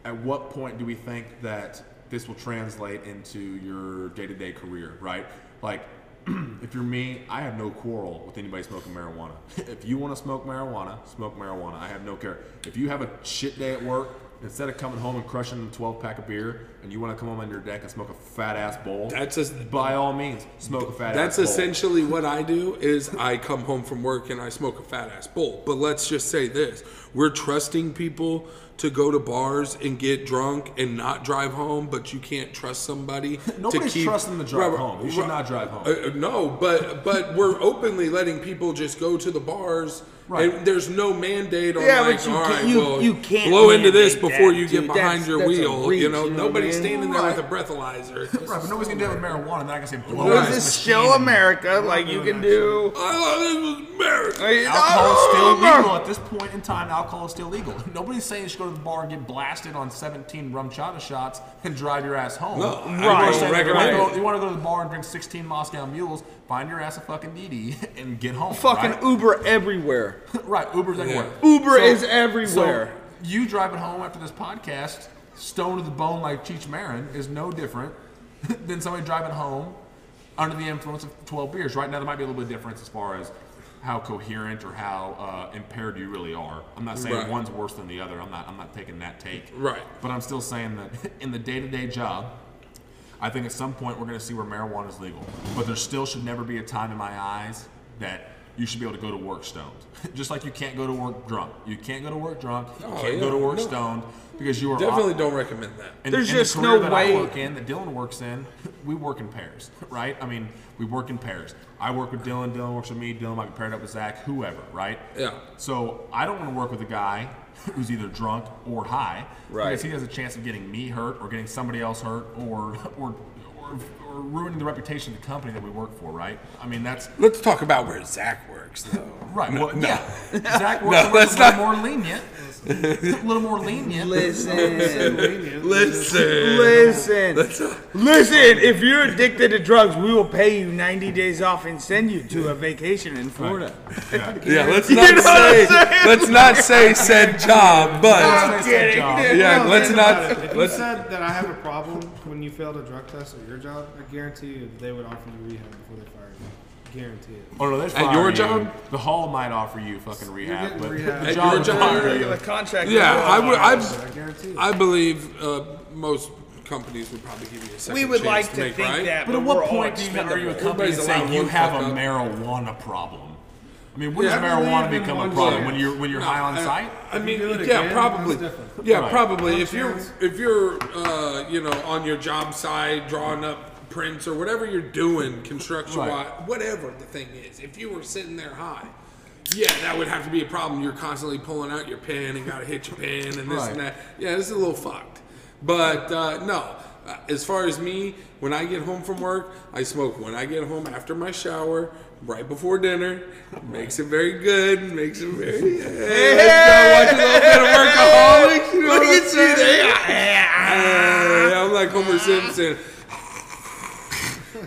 Speaker 3: at what point do we think that this will translate into your day-to-day career right like if you're me i have no quarrel with anybody smoking marijuana if you want to smoke marijuana smoke marijuana i have no care if you have a shit day at work instead of coming home and crushing a 12 pack of beer and you want to come home on your deck and smoke a fat ass bowl
Speaker 1: That's a-
Speaker 3: by all means smoke a fat
Speaker 1: That's
Speaker 3: ass bowl
Speaker 1: essentially what I do is I come home from work and I smoke a fat ass bowl. But let's just say this. We're trusting people to go to bars and get drunk and not drive home, but you can't trust somebody
Speaker 3: Nobody's
Speaker 1: to keep
Speaker 3: trusting to drive
Speaker 1: Right,
Speaker 3: home. You should
Speaker 1: right.
Speaker 3: not drive home.
Speaker 1: Uh, no, but but we're openly letting people just go to the bars.
Speaker 3: Right.
Speaker 1: And there's no mandate on
Speaker 4: Yeah,
Speaker 1: like,
Speaker 4: but you
Speaker 1: all
Speaker 4: can't-
Speaker 1: right,
Speaker 4: you-
Speaker 1: well,
Speaker 4: you can't
Speaker 1: blow into this
Speaker 4: mandate
Speaker 1: before
Speaker 4: that,
Speaker 1: you
Speaker 4: dude.
Speaker 1: get behind
Speaker 4: That's-
Speaker 1: your
Speaker 4: that's a
Speaker 1: wheel. you
Speaker 4: reach,
Speaker 1: know,
Speaker 4: you know what I
Speaker 1: nobody's
Speaker 4: mean?
Speaker 1: standing there with a breathalyzer.
Speaker 3: right but nobody's gonna do it with marijuana then i can say blow
Speaker 1: Well,
Speaker 3: ass
Speaker 4: This is
Speaker 3: machine
Speaker 4: still America. Like you can do.
Speaker 1: I thought this was America.
Speaker 3: Alcohol is still
Speaker 4: America.
Speaker 3: legal at this point in time. Alcohol is still legal. Nobody's saying you should go to the bar and get blasted on 17 rum chata shots and drive your ass home.
Speaker 1: No, I
Speaker 3: Nobody's
Speaker 1: don't
Speaker 3: saying that. You
Speaker 1: recommend
Speaker 3: wanna go-
Speaker 1: it.
Speaker 3: You want to go to the bar and drink 16 Moscow mules? Find your ass a fucking DD and get home.
Speaker 4: Fucking
Speaker 3: right?
Speaker 4: Uber everywhere.
Speaker 3: right? Uber's everywhere.
Speaker 4: Uber
Speaker 3: So-
Speaker 4: is
Speaker 3: so
Speaker 4: everywhere.
Speaker 3: you driving home after this podcast, stoned to the bone like Cheech Marin, is no different than somebody driving home under the influence of 12 beers. Right now, there might be a little bit of difference as far as how coherent or how uh, impaired you really are. I'm not saying
Speaker 1: Right.
Speaker 3: one's worse than the other. I'm not. I'm not taking that take.
Speaker 1: Right.
Speaker 3: But I'm still saying that in the day-to-day job, I think at some point we're going to see where marijuana is legal, but there still should never be a time in my eyes that you should be able to go to work stoned. Just like you can't go to work drunk, you can't go to work drunk, you
Speaker 1: Oh,
Speaker 3: can't
Speaker 1: yeah,
Speaker 3: go to work
Speaker 1: no.
Speaker 3: stoned because you are
Speaker 1: Definitely don't recommend that.
Speaker 3: in-
Speaker 4: There's
Speaker 3: in the
Speaker 4: just
Speaker 3: career
Speaker 4: no
Speaker 3: that
Speaker 4: way-
Speaker 3: I work in that Dylan works in. We work in pairs, right? I mean, we work in pairs. I work with Dylan. Dylan works with me. Dylan might be paired up with Zach, whoever, right?
Speaker 1: Yeah.
Speaker 3: So I don't want to work with a guy who's either drunk or high,
Speaker 4: Right.
Speaker 3: Because he has a chance of getting me hurt or getting somebody else hurt or or. Or, or ruining the reputation of the company that we work for, right? I mean, that's
Speaker 1: Let's talk about where Zach works, though.
Speaker 3: right. well, yeah, Zach
Speaker 1: No,
Speaker 3: works
Speaker 1: let's
Speaker 3: a little
Speaker 1: not-
Speaker 3: more lenient, a little more lenient.
Speaker 4: Listen,
Speaker 1: Listen.
Speaker 4: listen,
Speaker 1: Let's not-
Speaker 4: listen. If you're addicted to drugs, we will pay you 90 days off and send you to a vacation in Florida.
Speaker 1: yeah, let's
Speaker 4: You know
Speaker 1: not
Speaker 4: what I'm
Speaker 1: say.
Speaker 4: saying?
Speaker 1: Let's not say said job, but
Speaker 4: I'm kidding.
Speaker 1: yeah,
Speaker 11: No,
Speaker 1: let's
Speaker 11: think about it.
Speaker 1: not.
Speaker 11: If
Speaker 1: Let's
Speaker 11: you said that I have a problem when you failed a drug test at your job, I guarantee you they would offer you rehab before they fired you. Guarantee it.
Speaker 3: Oh no, that's
Speaker 1: At your
Speaker 3: you.
Speaker 1: job?
Speaker 3: The hall might offer you fucking rehab,
Speaker 11: getting
Speaker 3: but
Speaker 11: rehab.
Speaker 3: the
Speaker 1: At
Speaker 3: job
Speaker 1: your
Speaker 3: would
Speaker 1: job?
Speaker 3: hire you.
Speaker 4: The contract.
Speaker 1: Yeah, I would.
Speaker 11: I
Speaker 1: I,
Speaker 11: guarantee it.
Speaker 1: I believe uh, most companies would probably give you a second
Speaker 4: we would
Speaker 1: chance
Speaker 4: like
Speaker 1: to,
Speaker 4: to
Speaker 1: make
Speaker 4: think
Speaker 1: right.
Speaker 4: that.
Speaker 3: But at
Speaker 4: we're
Speaker 3: what
Speaker 4: all
Speaker 3: point do you are you a
Speaker 4: expendable.
Speaker 3: company and
Speaker 1: Everybody's
Speaker 3: say
Speaker 1: allowed
Speaker 3: you
Speaker 1: one
Speaker 3: have
Speaker 1: fuck
Speaker 3: a
Speaker 1: up.
Speaker 3: marijuana problem? I mean, when
Speaker 1: Yeah.
Speaker 3: does
Speaker 11: I believe
Speaker 3: marijuana
Speaker 11: in
Speaker 3: become a
Speaker 11: one
Speaker 3: problem
Speaker 11: chance.
Speaker 3: when you're when you're high on
Speaker 1: I-
Speaker 3: site?
Speaker 1: I mean,
Speaker 11: do it
Speaker 1: yeah,
Speaker 11: again,
Speaker 1: probably.
Speaker 11: that's different.
Speaker 1: Yeah,
Speaker 3: Right.
Speaker 1: probably. If you're
Speaker 11: chance.
Speaker 1: if you're uh, you know on your job site drawing up prints or whatever you're doing, construction wise, whatever the thing is, if you were sitting there high, yeah, that would have to be a problem. You're constantly pulling out your pen and got to hit your pen and this
Speaker 3: Right.
Speaker 1: and that. Yeah, this is a little fucked. But uh, no, Uh, as far as me, when I get home from work, I smoke. When I get home after my shower, right before dinner, makes it very good. Makes it very. Hey, let's go watch a little bit of workaholics. You know Look at you there. I'm like Homer Simpson.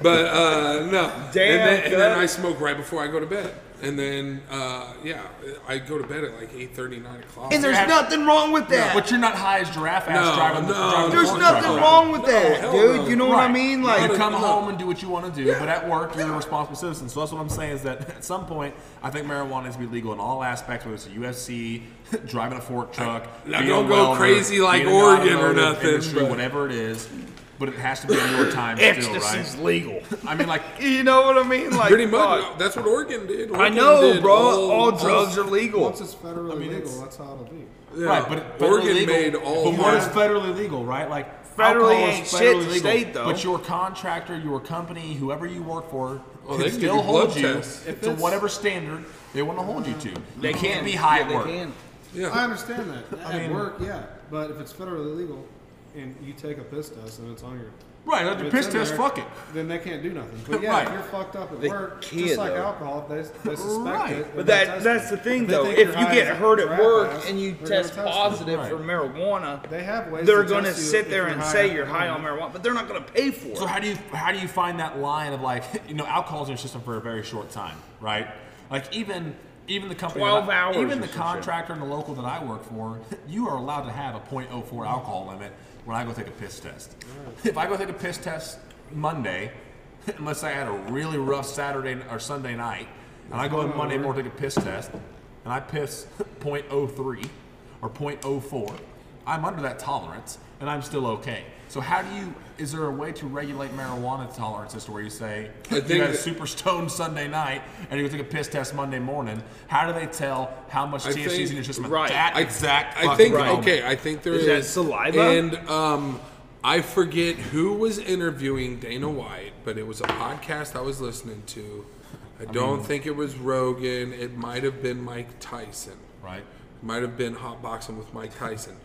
Speaker 1: But uh, no, and then, and then I smoke right before I go to bed, and then uh, yeah, I go to bed at like 8:30, 9 o'clock.
Speaker 4: And there's nothing wrong with that.
Speaker 3: But you're not high as giraffe ass
Speaker 1: No,
Speaker 3: driving the
Speaker 1: no,
Speaker 3: driving the
Speaker 4: There's
Speaker 1: Right.
Speaker 3: fork
Speaker 4: nothing
Speaker 3: truck.
Speaker 4: wrong with that,
Speaker 1: hell
Speaker 4: dude.
Speaker 1: no.
Speaker 4: You know what I
Speaker 3: Right.
Speaker 4: mean?
Speaker 1: Not
Speaker 4: Like,
Speaker 1: a-
Speaker 3: You come
Speaker 1: no.
Speaker 3: home and do what you want to do, but at work you're a responsible citizen. So that's what I'm saying is that at some point I think marijuana needs to be legal in all aspects, whether it's a UFC, driving a fork truck,
Speaker 1: Now,
Speaker 3: being a
Speaker 1: don't go
Speaker 3: welder,
Speaker 1: crazy like
Speaker 3: being in the
Speaker 1: Oregon or
Speaker 3: automotive
Speaker 1: nothing,
Speaker 3: industry,
Speaker 1: but-
Speaker 3: whatever it is. But it has to be in your time still,
Speaker 4: ecstasy's
Speaker 3: right?
Speaker 4: legal.
Speaker 3: I mean, like
Speaker 4: You know what I mean? Like,
Speaker 1: Pretty much,
Speaker 4: fuck.
Speaker 1: that's what Oregon did.
Speaker 4: I
Speaker 1: Oregon
Speaker 4: know,
Speaker 1: did
Speaker 4: bro.
Speaker 1: all-
Speaker 4: All drugs are legal.
Speaker 11: Once it's federally legal, that's how it'll be.
Speaker 1: yeah.
Speaker 3: right, but it- federally
Speaker 1: Oregon
Speaker 3: legal,
Speaker 1: made all.
Speaker 3: But where's federally legal, right? Like
Speaker 4: Federally
Speaker 3: alcohol is
Speaker 4: ain't shit
Speaker 3: federally
Speaker 4: to
Speaker 3: legal,
Speaker 4: state, though.
Speaker 3: But your contractor, your company, whoever you work for,
Speaker 1: Well, they can
Speaker 3: can
Speaker 1: give
Speaker 3: still
Speaker 1: you blood
Speaker 3: hold you
Speaker 1: tests.
Speaker 11: If
Speaker 3: to
Speaker 11: it's-
Speaker 3: whatever standard they want to hold you to.
Speaker 4: They
Speaker 3: you
Speaker 4: can.
Speaker 3: can't be high
Speaker 4: Yeah,
Speaker 3: at
Speaker 4: they
Speaker 3: work.
Speaker 4: can.
Speaker 11: I
Speaker 1: yeah.
Speaker 11: understand that.
Speaker 3: I
Speaker 11: At
Speaker 3: mean-
Speaker 11: work, yeah. But if it's federally legal and you take a piss test and it's on your.
Speaker 3: Right,
Speaker 11: if
Speaker 3: like the
Speaker 11: it's
Speaker 3: piss
Speaker 11: in
Speaker 3: test,
Speaker 11: there,
Speaker 3: fuck it.
Speaker 11: Then they can't do nothing. But yeah,
Speaker 3: Right.
Speaker 11: if you're fucked up at
Speaker 4: They
Speaker 11: work,
Speaker 4: can,
Speaker 11: just like
Speaker 4: though.
Speaker 11: alcohol, they, they suspect
Speaker 3: Right.
Speaker 11: it.
Speaker 4: But
Speaker 11: and they
Speaker 4: that
Speaker 11: test
Speaker 4: that's
Speaker 11: it.
Speaker 4: the thing,
Speaker 11: they
Speaker 4: though.
Speaker 11: think
Speaker 4: If
Speaker 11: you're
Speaker 4: you
Speaker 11: high
Speaker 4: get
Speaker 11: as a
Speaker 4: hurt at
Speaker 11: crap
Speaker 4: work
Speaker 11: ass,
Speaker 4: and you
Speaker 11: they're gonna
Speaker 4: test
Speaker 11: you.
Speaker 4: positive for marijuana,
Speaker 11: They have ways
Speaker 4: they're
Speaker 11: to
Speaker 4: going to
Speaker 11: test you
Speaker 4: sit
Speaker 11: if
Speaker 4: there
Speaker 11: you're
Speaker 4: and
Speaker 11: high
Speaker 4: say
Speaker 11: on
Speaker 4: you're high on
Speaker 11: marijuana.
Speaker 4: marijuana, but they're not going to pay for
Speaker 3: So
Speaker 4: it.
Speaker 3: how do you how do you find that line of like you know alcohol's in your system for a very short time, right? Like even even the company, that I-
Speaker 4: 12 hours
Speaker 3: even the
Speaker 4: or some shit.
Speaker 3: contractor and the local that I work for, you are allowed to have a .04 alcohol limit when I go take a piss test. If I go take a piss test Monday, unless I had a really rough Saturday n- or Sunday night, and I go in Monday morning to take a piss test, and I piss .03 or .04, I'm under that tolerance, and I'm still okay. So how do you? Is there a way to regulate marijuana tolerances to where you say
Speaker 1: think
Speaker 3: you had a
Speaker 1: that-
Speaker 3: super stoned Sunday night and you go take a piss test Monday morning? How do they tell how much
Speaker 1: I
Speaker 3: THC
Speaker 1: think-
Speaker 3: is in your system? at
Speaker 4: right.
Speaker 3: That
Speaker 1: I,
Speaker 3: exact.
Speaker 1: I
Speaker 3: fucking
Speaker 1: think
Speaker 3: moment?
Speaker 1: okay. I think there is,
Speaker 4: Is that saliva?
Speaker 1: And um, I forget who was interviewing Dana White, but it was a podcast I was listening to. I don't think it was Rogan. It might have been Mike Tyson.
Speaker 3: Right.
Speaker 1: Might have been hot boxing with Mike Tyson.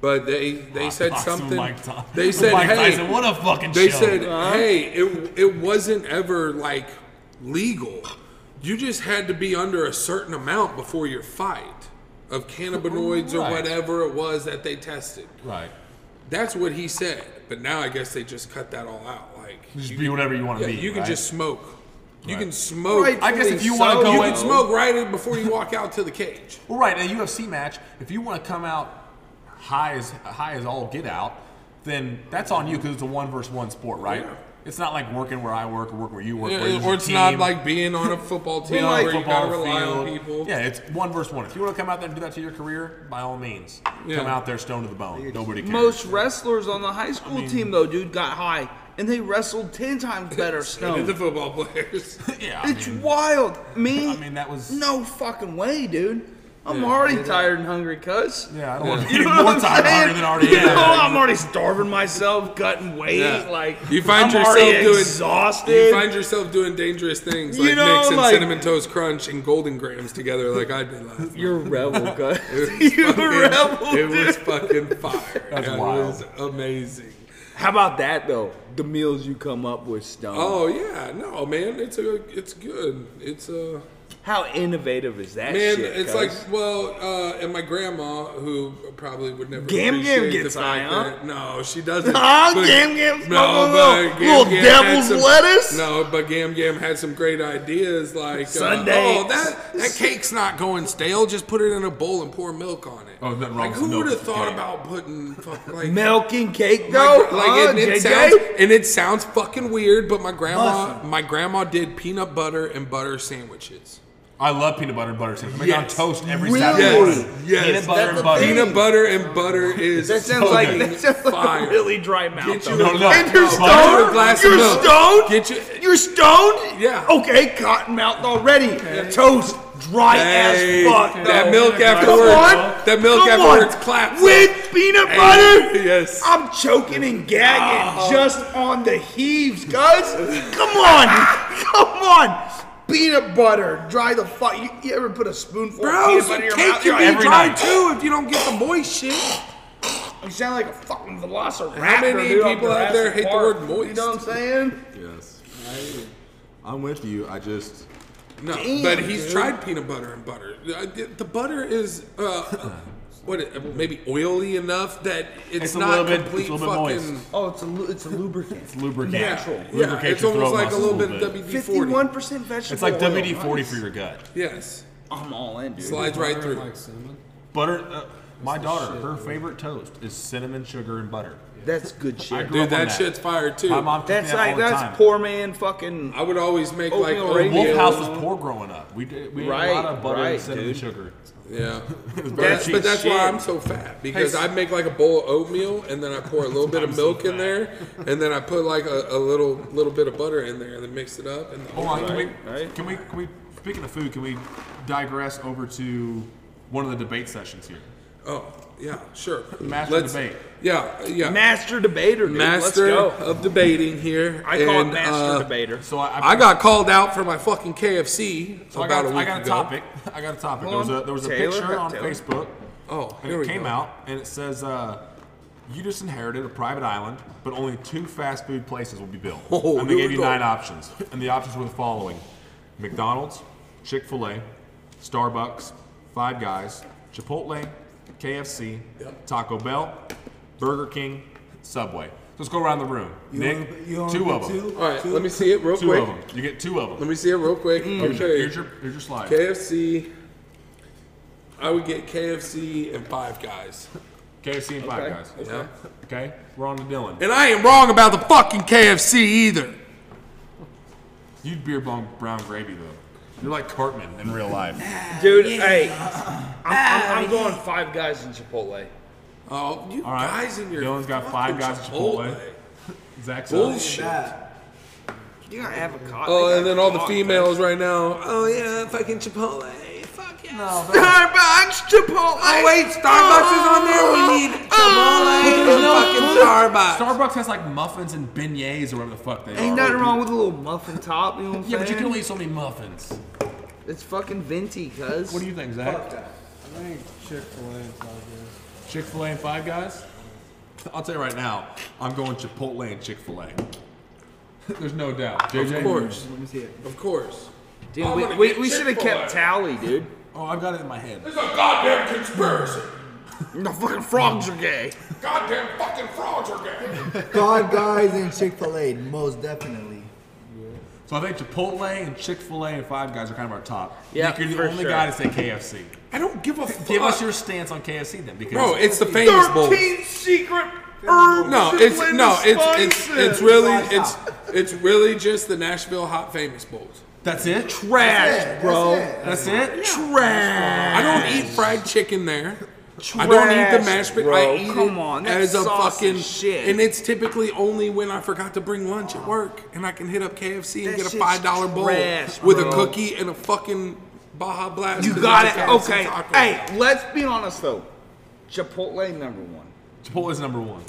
Speaker 1: But they they said
Speaker 3: Boxing with
Speaker 1: something.
Speaker 3: Mike Ty-
Speaker 1: they
Speaker 3: with
Speaker 1: said,
Speaker 3: Mike
Speaker 1: "Hey,
Speaker 3: Tyson, what a fucking
Speaker 1: They
Speaker 3: show."
Speaker 1: said, "Hey, it it wasn't ever like legal. You just had to be under a certain amount before your fight of cannabinoids or
Speaker 3: Right.
Speaker 1: whatever it was that they tested."
Speaker 3: Right.
Speaker 1: That's what he said. But now I guess they just cut that all out. Like
Speaker 3: Just
Speaker 1: you
Speaker 3: be
Speaker 1: can-
Speaker 3: whatever you want
Speaker 1: yeah,
Speaker 3: to be.
Speaker 1: you can
Speaker 3: right?
Speaker 1: just smoke. You can smoke.
Speaker 3: I guess if you
Speaker 4: So
Speaker 3: want to go
Speaker 1: you
Speaker 3: in,
Speaker 1: can smoke right before you walk out to the cage.
Speaker 3: Well, right, in a UFC match, if you want to come out high as high as all get out, then that's on you because it's a one versus one sport, right?
Speaker 1: Yeah.
Speaker 3: It's not like working where I work or working where you work. where
Speaker 1: Yeah,
Speaker 3: there's
Speaker 1: or
Speaker 3: a
Speaker 1: it's not
Speaker 3: team,
Speaker 1: like being on a football team
Speaker 3: being on a
Speaker 1: where you gotta
Speaker 3: football
Speaker 1: rely on
Speaker 3: field.
Speaker 1: people.
Speaker 3: Yeah, it's one versus one. If you want to come out there and do that to your career, by all means,
Speaker 1: Yeah.
Speaker 3: come out there stoned to the bone. Nobody cares.
Speaker 4: Most wrestlers on the high school team, though, dude, got high and they wrestled ten times better
Speaker 1: And
Speaker 4: stoned.
Speaker 1: the football players.
Speaker 3: yeah, I
Speaker 4: It's
Speaker 3: mean,
Speaker 4: wild. Me,
Speaker 3: I mean, that was-
Speaker 4: no fucking way, dude. I'm already tired and hungry, cuz.
Speaker 3: yeah. I don't want to
Speaker 4: You
Speaker 3: be
Speaker 4: know what
Speaker 3: more
Speaker 4: I'm
Speaker 3: tired
Speaker 4: saying?
Speaker 3: hungry than I already
Speaker 4: You know,
Speaker 3: am.
Speaker 4: I'm already starving myself, cutting weight.
Speaker 1: Yeah.
Speaker 4: Like
Speaker 1: You find
Speaker 4: I'm
Speaker 1: yourself
Speaker 4: already
Speaker 1: doing-
Speaker 4: exhausted.
Speaker 1: you find yourself doing dangerous things
Speaker 4: You
Speaker 1: like
Speaker 4: know,
Speaker 1: mixing
Speaker 4: like-
Speaker 1: cinnamon toast crunch and golden grams together, like I did last. night.
Speaker 4: You're a rebel, cuz.
Speaker 1: It was
Speaker 4: You're
Speaker 1: fucking-
Speaker 4: a rebel.
Speaker 1: It was
Speaker 4: dude.
Speaker 1: fucking fire.
Speaker 3: That's
Speaker 1: it
Speaker 3: wild.
Speaker 1: was amazing.
Speaker 4: How about that though? The meals you come up with, Stone.
Speaker 1: Oh yeah, no man, it's a, it's good. It's uh, a.
Speaker 4: How innovative is that
Speaker 1: Man,
Speaker 4: shit?
Speaker 1: it's
Speaker 4: cuz?
Speaker 1: like well, uh, and my grandma who probably would never.
Speaker 4: Gam Gam
Speaker 1: appreciate the
Speaker 4: gets
Speaker 1: fact
Speaker 4: high, huh?
Speaker 1: that- No, she doesn't.
Speaker 4: Huh?
Speaker 1: But-
Speaker 4: Gam Gam's
Speaker 1: No,
Speaker 4: smoking
Speaker 1: but
Speaker 4: a little- little
Speaker 1: had
Speaker 4: devil's
Speaker 1: some-
Speaker 4: lettuce?
Speaker 1: No, but Gam Gam had some great ideas like uh,
Speaker 4: Sunday.
Speaker 1: oh, that that cake's not going stale. Just put it in a bowl and pour milk on it.
Speaker 3: Oh, nothing wrong
Speaker 1: like
Speaker 3: with
Speaker 1: who
Speaker 3: milk
Speaker 1: would have
Speaker 3: with
Speaker 1: thought
Speaker 3: cake.
Speaker 1: about putting fuck, like
Speaker 4: milk and cake though.
Speaker 1: like, like,
Speaker 4: huh,
Speaker 1: and, it
Speaker 4: JJ?
Speaker 1: sounds, and it sounds fucking weird, but my grandma, my grandma did peanut butter and butter sandwiches.
Speaker 3: I love peanut butter and butter sandwich. I make it on
Speaker 1: Yes.
Speaker 3: toast every
Speaker 4: Really?
Speaker 3: Saturday
Speaker 1: Yes.
Speaker 3: morning.
Speaker 1: Yes.
Speaker 3: Peanut butter
Speaker 4: That's the
Speaker 3: and butter.
Speaker 4: thing.
Speaker 1: Peanut butter and butter is
Speaker 4: That sounds like
Speaker 1: fucking
Speaker 4: that sounds like
Speaker 1: fire.
Speaker 4: a really dry mouth.
Speaker 1: Get
Speaker 4: though.
Speaker 1: you
Speaker 3: No, no.
Speaker 4: And you're
Speaker 3: No,
Speaker 4: stoned.
Speaker 1: buy her a glass of
Speaker 4: you're
Speaker 1: milk.
Speaker 4: stoned.
Speaker 1: Get you-
Speaker 4: You're stoned.
Speaker 1: Yeah.
Speaker 4: Okay, cotton mouth already. Toast, dry
Speaker 1: Hey,
Speaker 4: as fuck.
Speaker 1: that
Speaker 4: though.
Speaker 1: milk
Speaker 4: Come
Speaker 1: afterwards.
Speaker 4: on.
Speaker 1: That milk
Speaker 4: Come
Speaker 1: afterwards
Speaker 4: on.
Speaker 1: claps.
Speaker 4: with peanut
Speaker 1: Hey,
Speaker 4: butter. Oh,
Speaker 1: yes.
Speaker 4: I'm choking and gagging just on the heaves, guys. Come on, come on. Peanut butter, dry the fuck. You, you ever put a spoonful
Speaker 1: Bro,
Speaker 4: of peanut
Speaker 1: some
Speaker 4: butter in your
Speaker 1: cake
Speaker 4: mouth?
Speaker 1: can
Speaker 4: You're
Speaker 1: be
Speaker 4: every
Speaker 1: dry
Speaker 4: night.
Speaker 1: too if you don't get the moist shit.
Speaker 4: You sound like a fucking velociraptor.
Speaker 1: How many
Speaker 4: dude, on
Speaker 1: people out there
Speaker 4: Jurassic
Speaker 1: hate the
Speaker 4: Park.
Speaker 1: word moist?
Speaker 4: You know what I'm saying?
Speaker 15: Yes. I'm with you. I just
Speaker 1: No, but he's tried peanut butter and butter. Uh, The, the butter is uh, what it- maybe oily enough that it's,
Speaker 3: It's a
Speaker 1: not
Speaker 3: little bit-
Speaker 1: complete
Speaker 3: it's a little bit
Speaker 1: fucking.
Speaker 3: moist.
Speaker 4: Oh, it's a lu- it's a lubricant. it's
Speaker 3: Lubricant.
Speaker 4: Natural.
Speaker 1: Yeah, it's almost like a little bit WD
Speaker 4: Fifty-one
Speaker 1: forty.
Speaker 4: percent vegetable.
Speaker 3: It's like
Speaker 4: oil.
Speaker 3: WD forty for your gut.
Speaker 1: Yes,
Speaker 4: I'm all in, dude.
Speaker 1: slides right through.
Speaker 11: Like cinnamon.
Speaker 3: Butter. Uh, my daughter, her favorite toast is cinnamon, sugar, and butter.
Speaker 4: That's good
Speaker 3: I
Speaker 4: shit.
Speaker 3: grew
Speaker 1: Dude,
Speaker 3: up on
Speaker 1: that shit's fire too.
Speaker 3: My mom cooked
Speaker 4: That's
Speaker 3: that
Speaker 4: like
Speaker 3: all the
Speaker 4: that's
Speaker 3: time.
Speaker 4: poor man fucking.
Speaker 1: I would always make like
Speaker 4: Oatmeal
Speaker 1: oatmeal.
Speaker 3: Wolf
Speaker 4: radio.
Speaker 3: House was poor growing up. We did we ate a lot
Speaker 4: Right,
Speaker 3: of butter
Speaker 4: right,
Speaker 3: and cinnamon,
Speaker 4: dude.
Speaker 3: sugar.
Speaker 1: Yeah, but
Speaker 3: That's
Speaker 1: that's, but that's
Speaker 4: shit.
Speaker 1: why I'm so fat because
Speaker 3: Hey,
Speaker 1: I make like a bowl of oatmeal and then I pour a little bit of
Speaker 3: I'm so
Speaker 1: milk in
Speaker 3: fat.
Speaker 1: there and then I put like a, a little little bit of butter in there and then mix it up and
Speaker 3: Hold on, can we,
Speaker 4: right.
Speaker 3: can we can we speaking of food, can we digress over to one of the debate sessions here?
Speaker 1: oh yeah sure
Speaker 3: Master
Speaker 1: Let's-
Speaker 3: debate.
Speaker 1: yeah yeah
Speaker 4: Master debater, dude.
Speaker 1: master
Speaker 4: Let's go.
Speaker 1: of debating here.
Speaker 4: I call
Speaker 1: and,
Speaker 4: it master
Speaker 1: uh,
Speaker 4: debater.
Speaker 3: So I,
Speaker 1: I got called out for my fucking KFC
Speaker 3: so I
Speaker 1: about
Speaker 3: got,
Speaker 1: a week
Speaker 3: I got a
Speaker 1: ago.
Speaker 3: topic. I got a topic. There was a there was a
Speaker 4: Taylor,
Speaker 3: picture on
Speaker 4: Taylor.
Speaker 3: Facebook
Speaker 1: Oh,
Speaker 3: and
Speaker 1: here
Speaker 3: it
Speaker 1: we
Speaker 3: came
Speaker 1: go.
Speaker 3: out and it says uh, you just inherited a private island, but only two fast food places will be built.
Speaker 1: Oh,
Speaker 3: and they
Speaker 1: here
Speaker 3: gave
Speaker 1: we
Speaker 3: you
Speaker 1: go.
Speaker 3: nine options. And the options were the following McDonald's, Chick fil A, Starbucks, Five Guys, Chipotle, KFC, Taco Bell, Burger King, Subway. So let's go around the room. Nick, two of them. Two,
Speaker 1: All right, let me see it real quick.
Speaker 3: of them. You get two of them.
Speaker 1: Let me see it real quick.
Speaker 3: Here's your,
Speaker 1: Okay,
Speaker 3: here's your, here's your slide.
Speaker 1: KFC. I would get KFC and Five Guys,
Speaker 3: KFC and Five Guys.
Speaker 1: Yeah.
Speaker 3: Okay? We're on to Dylan.
Speaker 1: and I ain't wrong about the fucking KFC either.
Speaker 3: You'd beer bong brown gravy, though. You're like Cartman in real life.
Speaker 4: Dude, hey, I'm, I'm, I'm going five guys in Chipotle.
Speaker 1: Oh, you
Speaker 3: All right.
Speaker 1: guys in your
Speaker 3: Dylan's got
Speaker 1: fucking
Speaker 3: Five Guys at Chipotle. Zach's up.
Speaker 1: Bullshit.
Speaker 4: You gotta have a cop.
Speaker 1: Oh, and then all the females right now. Oh yeah, fucking Chipotle. Fuck yeah.
Speaker 4: Starbucks Chipotle. Oh,
Speaker 1: Oh wait, Starbucks is on there. We need Chipotle and fucking Starbucks.
Speaker 3: Starbucks has like muffins and beignets or whatever the fuck they
Speaker 4: Ain't
Speaker 3: are.
Speaker 4: nothing wrong with a little muffin top. You know what I'm saying?
Speaker 3: Yeah, but you can only eat so many muffins.
Speaker 4: It's fucking venti, cuz.
Speaker 3: What do you think, Zach?
Speaker 11: I think Chick Fil A and Five Guys.
Speaker 3: Chick Fil A and Five Guys? I'll tell you right now, I'm going Chipotle and Chick Fil A. There's no doubt. JJ?
Speaker 1: Of course. Of course.
Speaker 4: Dude,
Speaker 1: I'm
Speaker 4: we
Speaker 1: gonna
Speaker 4: we,
Speaker 1: get
Speaker 4: we should have
Speaker 1: Chick-fil-A.
Speaker 4: kept tally, dude.
Speaker 3: Oh, I've got it in my head.
Speaker 1: It's a goddamn conspiracy.
Speaker 4: The fucking frogs are gay.
Speaker 1: Goddamn fucking frauds are gay.
Speaker 6: Five Guys and Chick Fil A, most definitely.
Speaker 3: So I think Chipotle and Chick Fil A and Five Guys are kind of our top.
Speaker 4: Yeah,
Speaker 3: Nick, you're the
Speaker 4: for
Speaker 3: only
Speaker 4: sure.
Speaker 3: guy to say KFC.
Speaker 1: I don't give a fuck.
Speaker 3: Give us your stance on KFC then, because
Speaker 1: Bro, it's the famous bowl.
Speaker 4: secret
Speaker 1: No, it's no, it's it's it's really it's it's really just the Nashville Hot Famous Bowls.
Speaker 3: that's it.
Speaker 4: trash, bro.
Speaker 3: That's it.
Speaker 4: Trash.
Speaker 1: I don't eat fried chicken there. I don't eat the
Speaker 4: Trash,
Speaker 1: mashed potato.
Speaker 4: bro.
Speaker 1: I eat
Speaker 4: Come
Speaker 1: it
Speaker 4: on,
Speaker 1: as
Speaker 4: that's
Speaker 1: a
Speaker 4: sauce
Speaker 1: fucking
Speaker 4: and shit.
Speaker 1: And it's typically only when I forgot to bring lunch at work, and I can hit up KFC and
Speaker 4: That
Speaker 1: get a
Speaker 4: shit's
Speaker 1: five dollar bowl
Speaker 4: trash,
Speaker 1: with a
Speaker 4: bro.
Speaker 1: cookie and a fucking Baja Blast.
Speaker 4: You
Speaker 1: and
Speaker 4: got
Speaker 1: a
Speaker 4: it.
Speaker 1: KFC
Speaker 4: Okay.
Speaker 1: taco.
Speaker 4: Hey, let's be honest though. Chipotle number one.
Speaker 3: Chipotle's number one.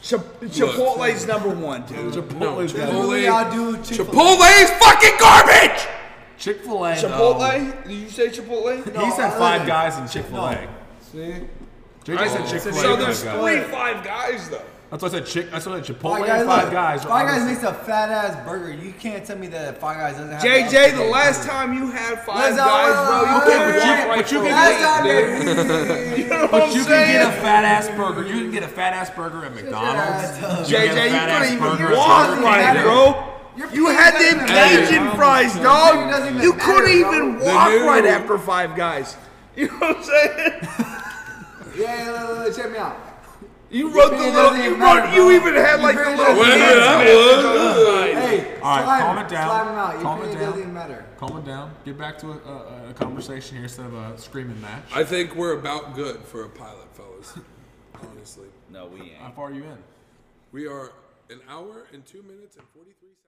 Speaker 4: Chip- Chipotle's number one, dude.
Speaker 3: Chipotle's
Speaker 6: Really,
Speaker 1: Chipotle.
Speaker 6: I do Chick Fil
Speaker 1: Chipotle is fucking garbage.
Speaker 3: Chick Fil A.
Speaker 4: Chipotle? Did you say Chipotle?
Speaker 3: He said Five Guys and Chick Fil A.
Speaker 11: See,
Speaker 3: JJ said Chick Fil A.
Speaker 4: Oh, So there's
Speaker 3: That's
Speaker 4: three five guys though.
Speaker 3: what I said. Chick. That's what I said.
Speaker 6: A.
Speaker 3: Chipotle and Five
Speaker 6: look,
Speaker 3: Guys. are
Speaker 6: Five Guys
Speaker 3: honestly-
Speaker 6: makes a fat ass burger. You can't tell me that Five Guys doesn't have.
Speaker 4: JJ, the last time you had five
Speaker 6: Let's-
Speaker 4: guys, bro, you
Speaker 6: Okay,
Speaker 4: can
Speaker 6: but you-
Speaker 4: walk right
Speaker 3: but you can-
Speaker 4: through it.
Speaker 6: Last time,
Speaker 4: You
Speaker 6: baby.
Speaker 4: know what
Speaker 3: But
Speaker 4: I'm
Speaker 3: you can
Speaker 4: saying?
Speaker 3: get a fat ass burger. You can get a fat ass burger at McDonald's. You can get a
Speaker 4: JJ,
Speaker 3: fat-ass
Speaker 4: you couldn't
Speaker 3: burger
Speaker 4: even
Speaker 3: at
Speaker 4: walk
Speaker 3: Burger
Speaker 4: right,
Speaker 3: King.
Speaker 4: bro.
Speaker 6: Your
Speaker 4: You
Speaker 6: pizza
Speaker 4: had
Speaker 6: doesn't
Speaker 4: them
Speaker 6: matter.
Speaker 4: Cajun fries,
Speaker 6: It doesn't
Speaker 4: dog.
Speaker 6: even
Speaker 4: You
Speaker 6: matter,
Speaker 4: couldn't
Speaker 6: bro.
Speaker 4: even
Speaker 6: The
Speaker 4: walk
Speaker 1: new-
Speaker 4: right after five guys. You know what I'm saying?
Speaker 6: Yeah, look, look, look, check me out.
Speaker 4: You wrote the
Speaker 6: It doesn't
Speaker 4: little. You
Speaker 6: even
Speaker 4: wrote.
Speaker 6: matter,
Speaker 4: You
Speaker 6: bro.
Speaker 4: even had
Speaker 6: You
Speaker 4: like the
Speaker 6: really
Speaker 4: little.
Speaker 6: doesn't
Speaker 4: hands
Speaker 6: matter.
Speaker 4: in it.
Speaker 6: Hey,
Speaker 3: All right,
Speaker 6: slime,
Speaker 3: calm it down.
Speaker 6: Slime him out. Your
Speaker 3: Calm
Speaker 6: opinion
Speaker 3: it down.
Speaker 6: doesn't even matter.
Speaker 3: Calm it down. Get back to a, a, a conversation here instead of a screaming match.
Speaker 1: I think we're about good for a pilot, fellas. Honestly,
Speaker 4: No, we ain't.
Speaker 3: How far are you in?
Speaker 1: we are an hour and two minutes and forty three seconds.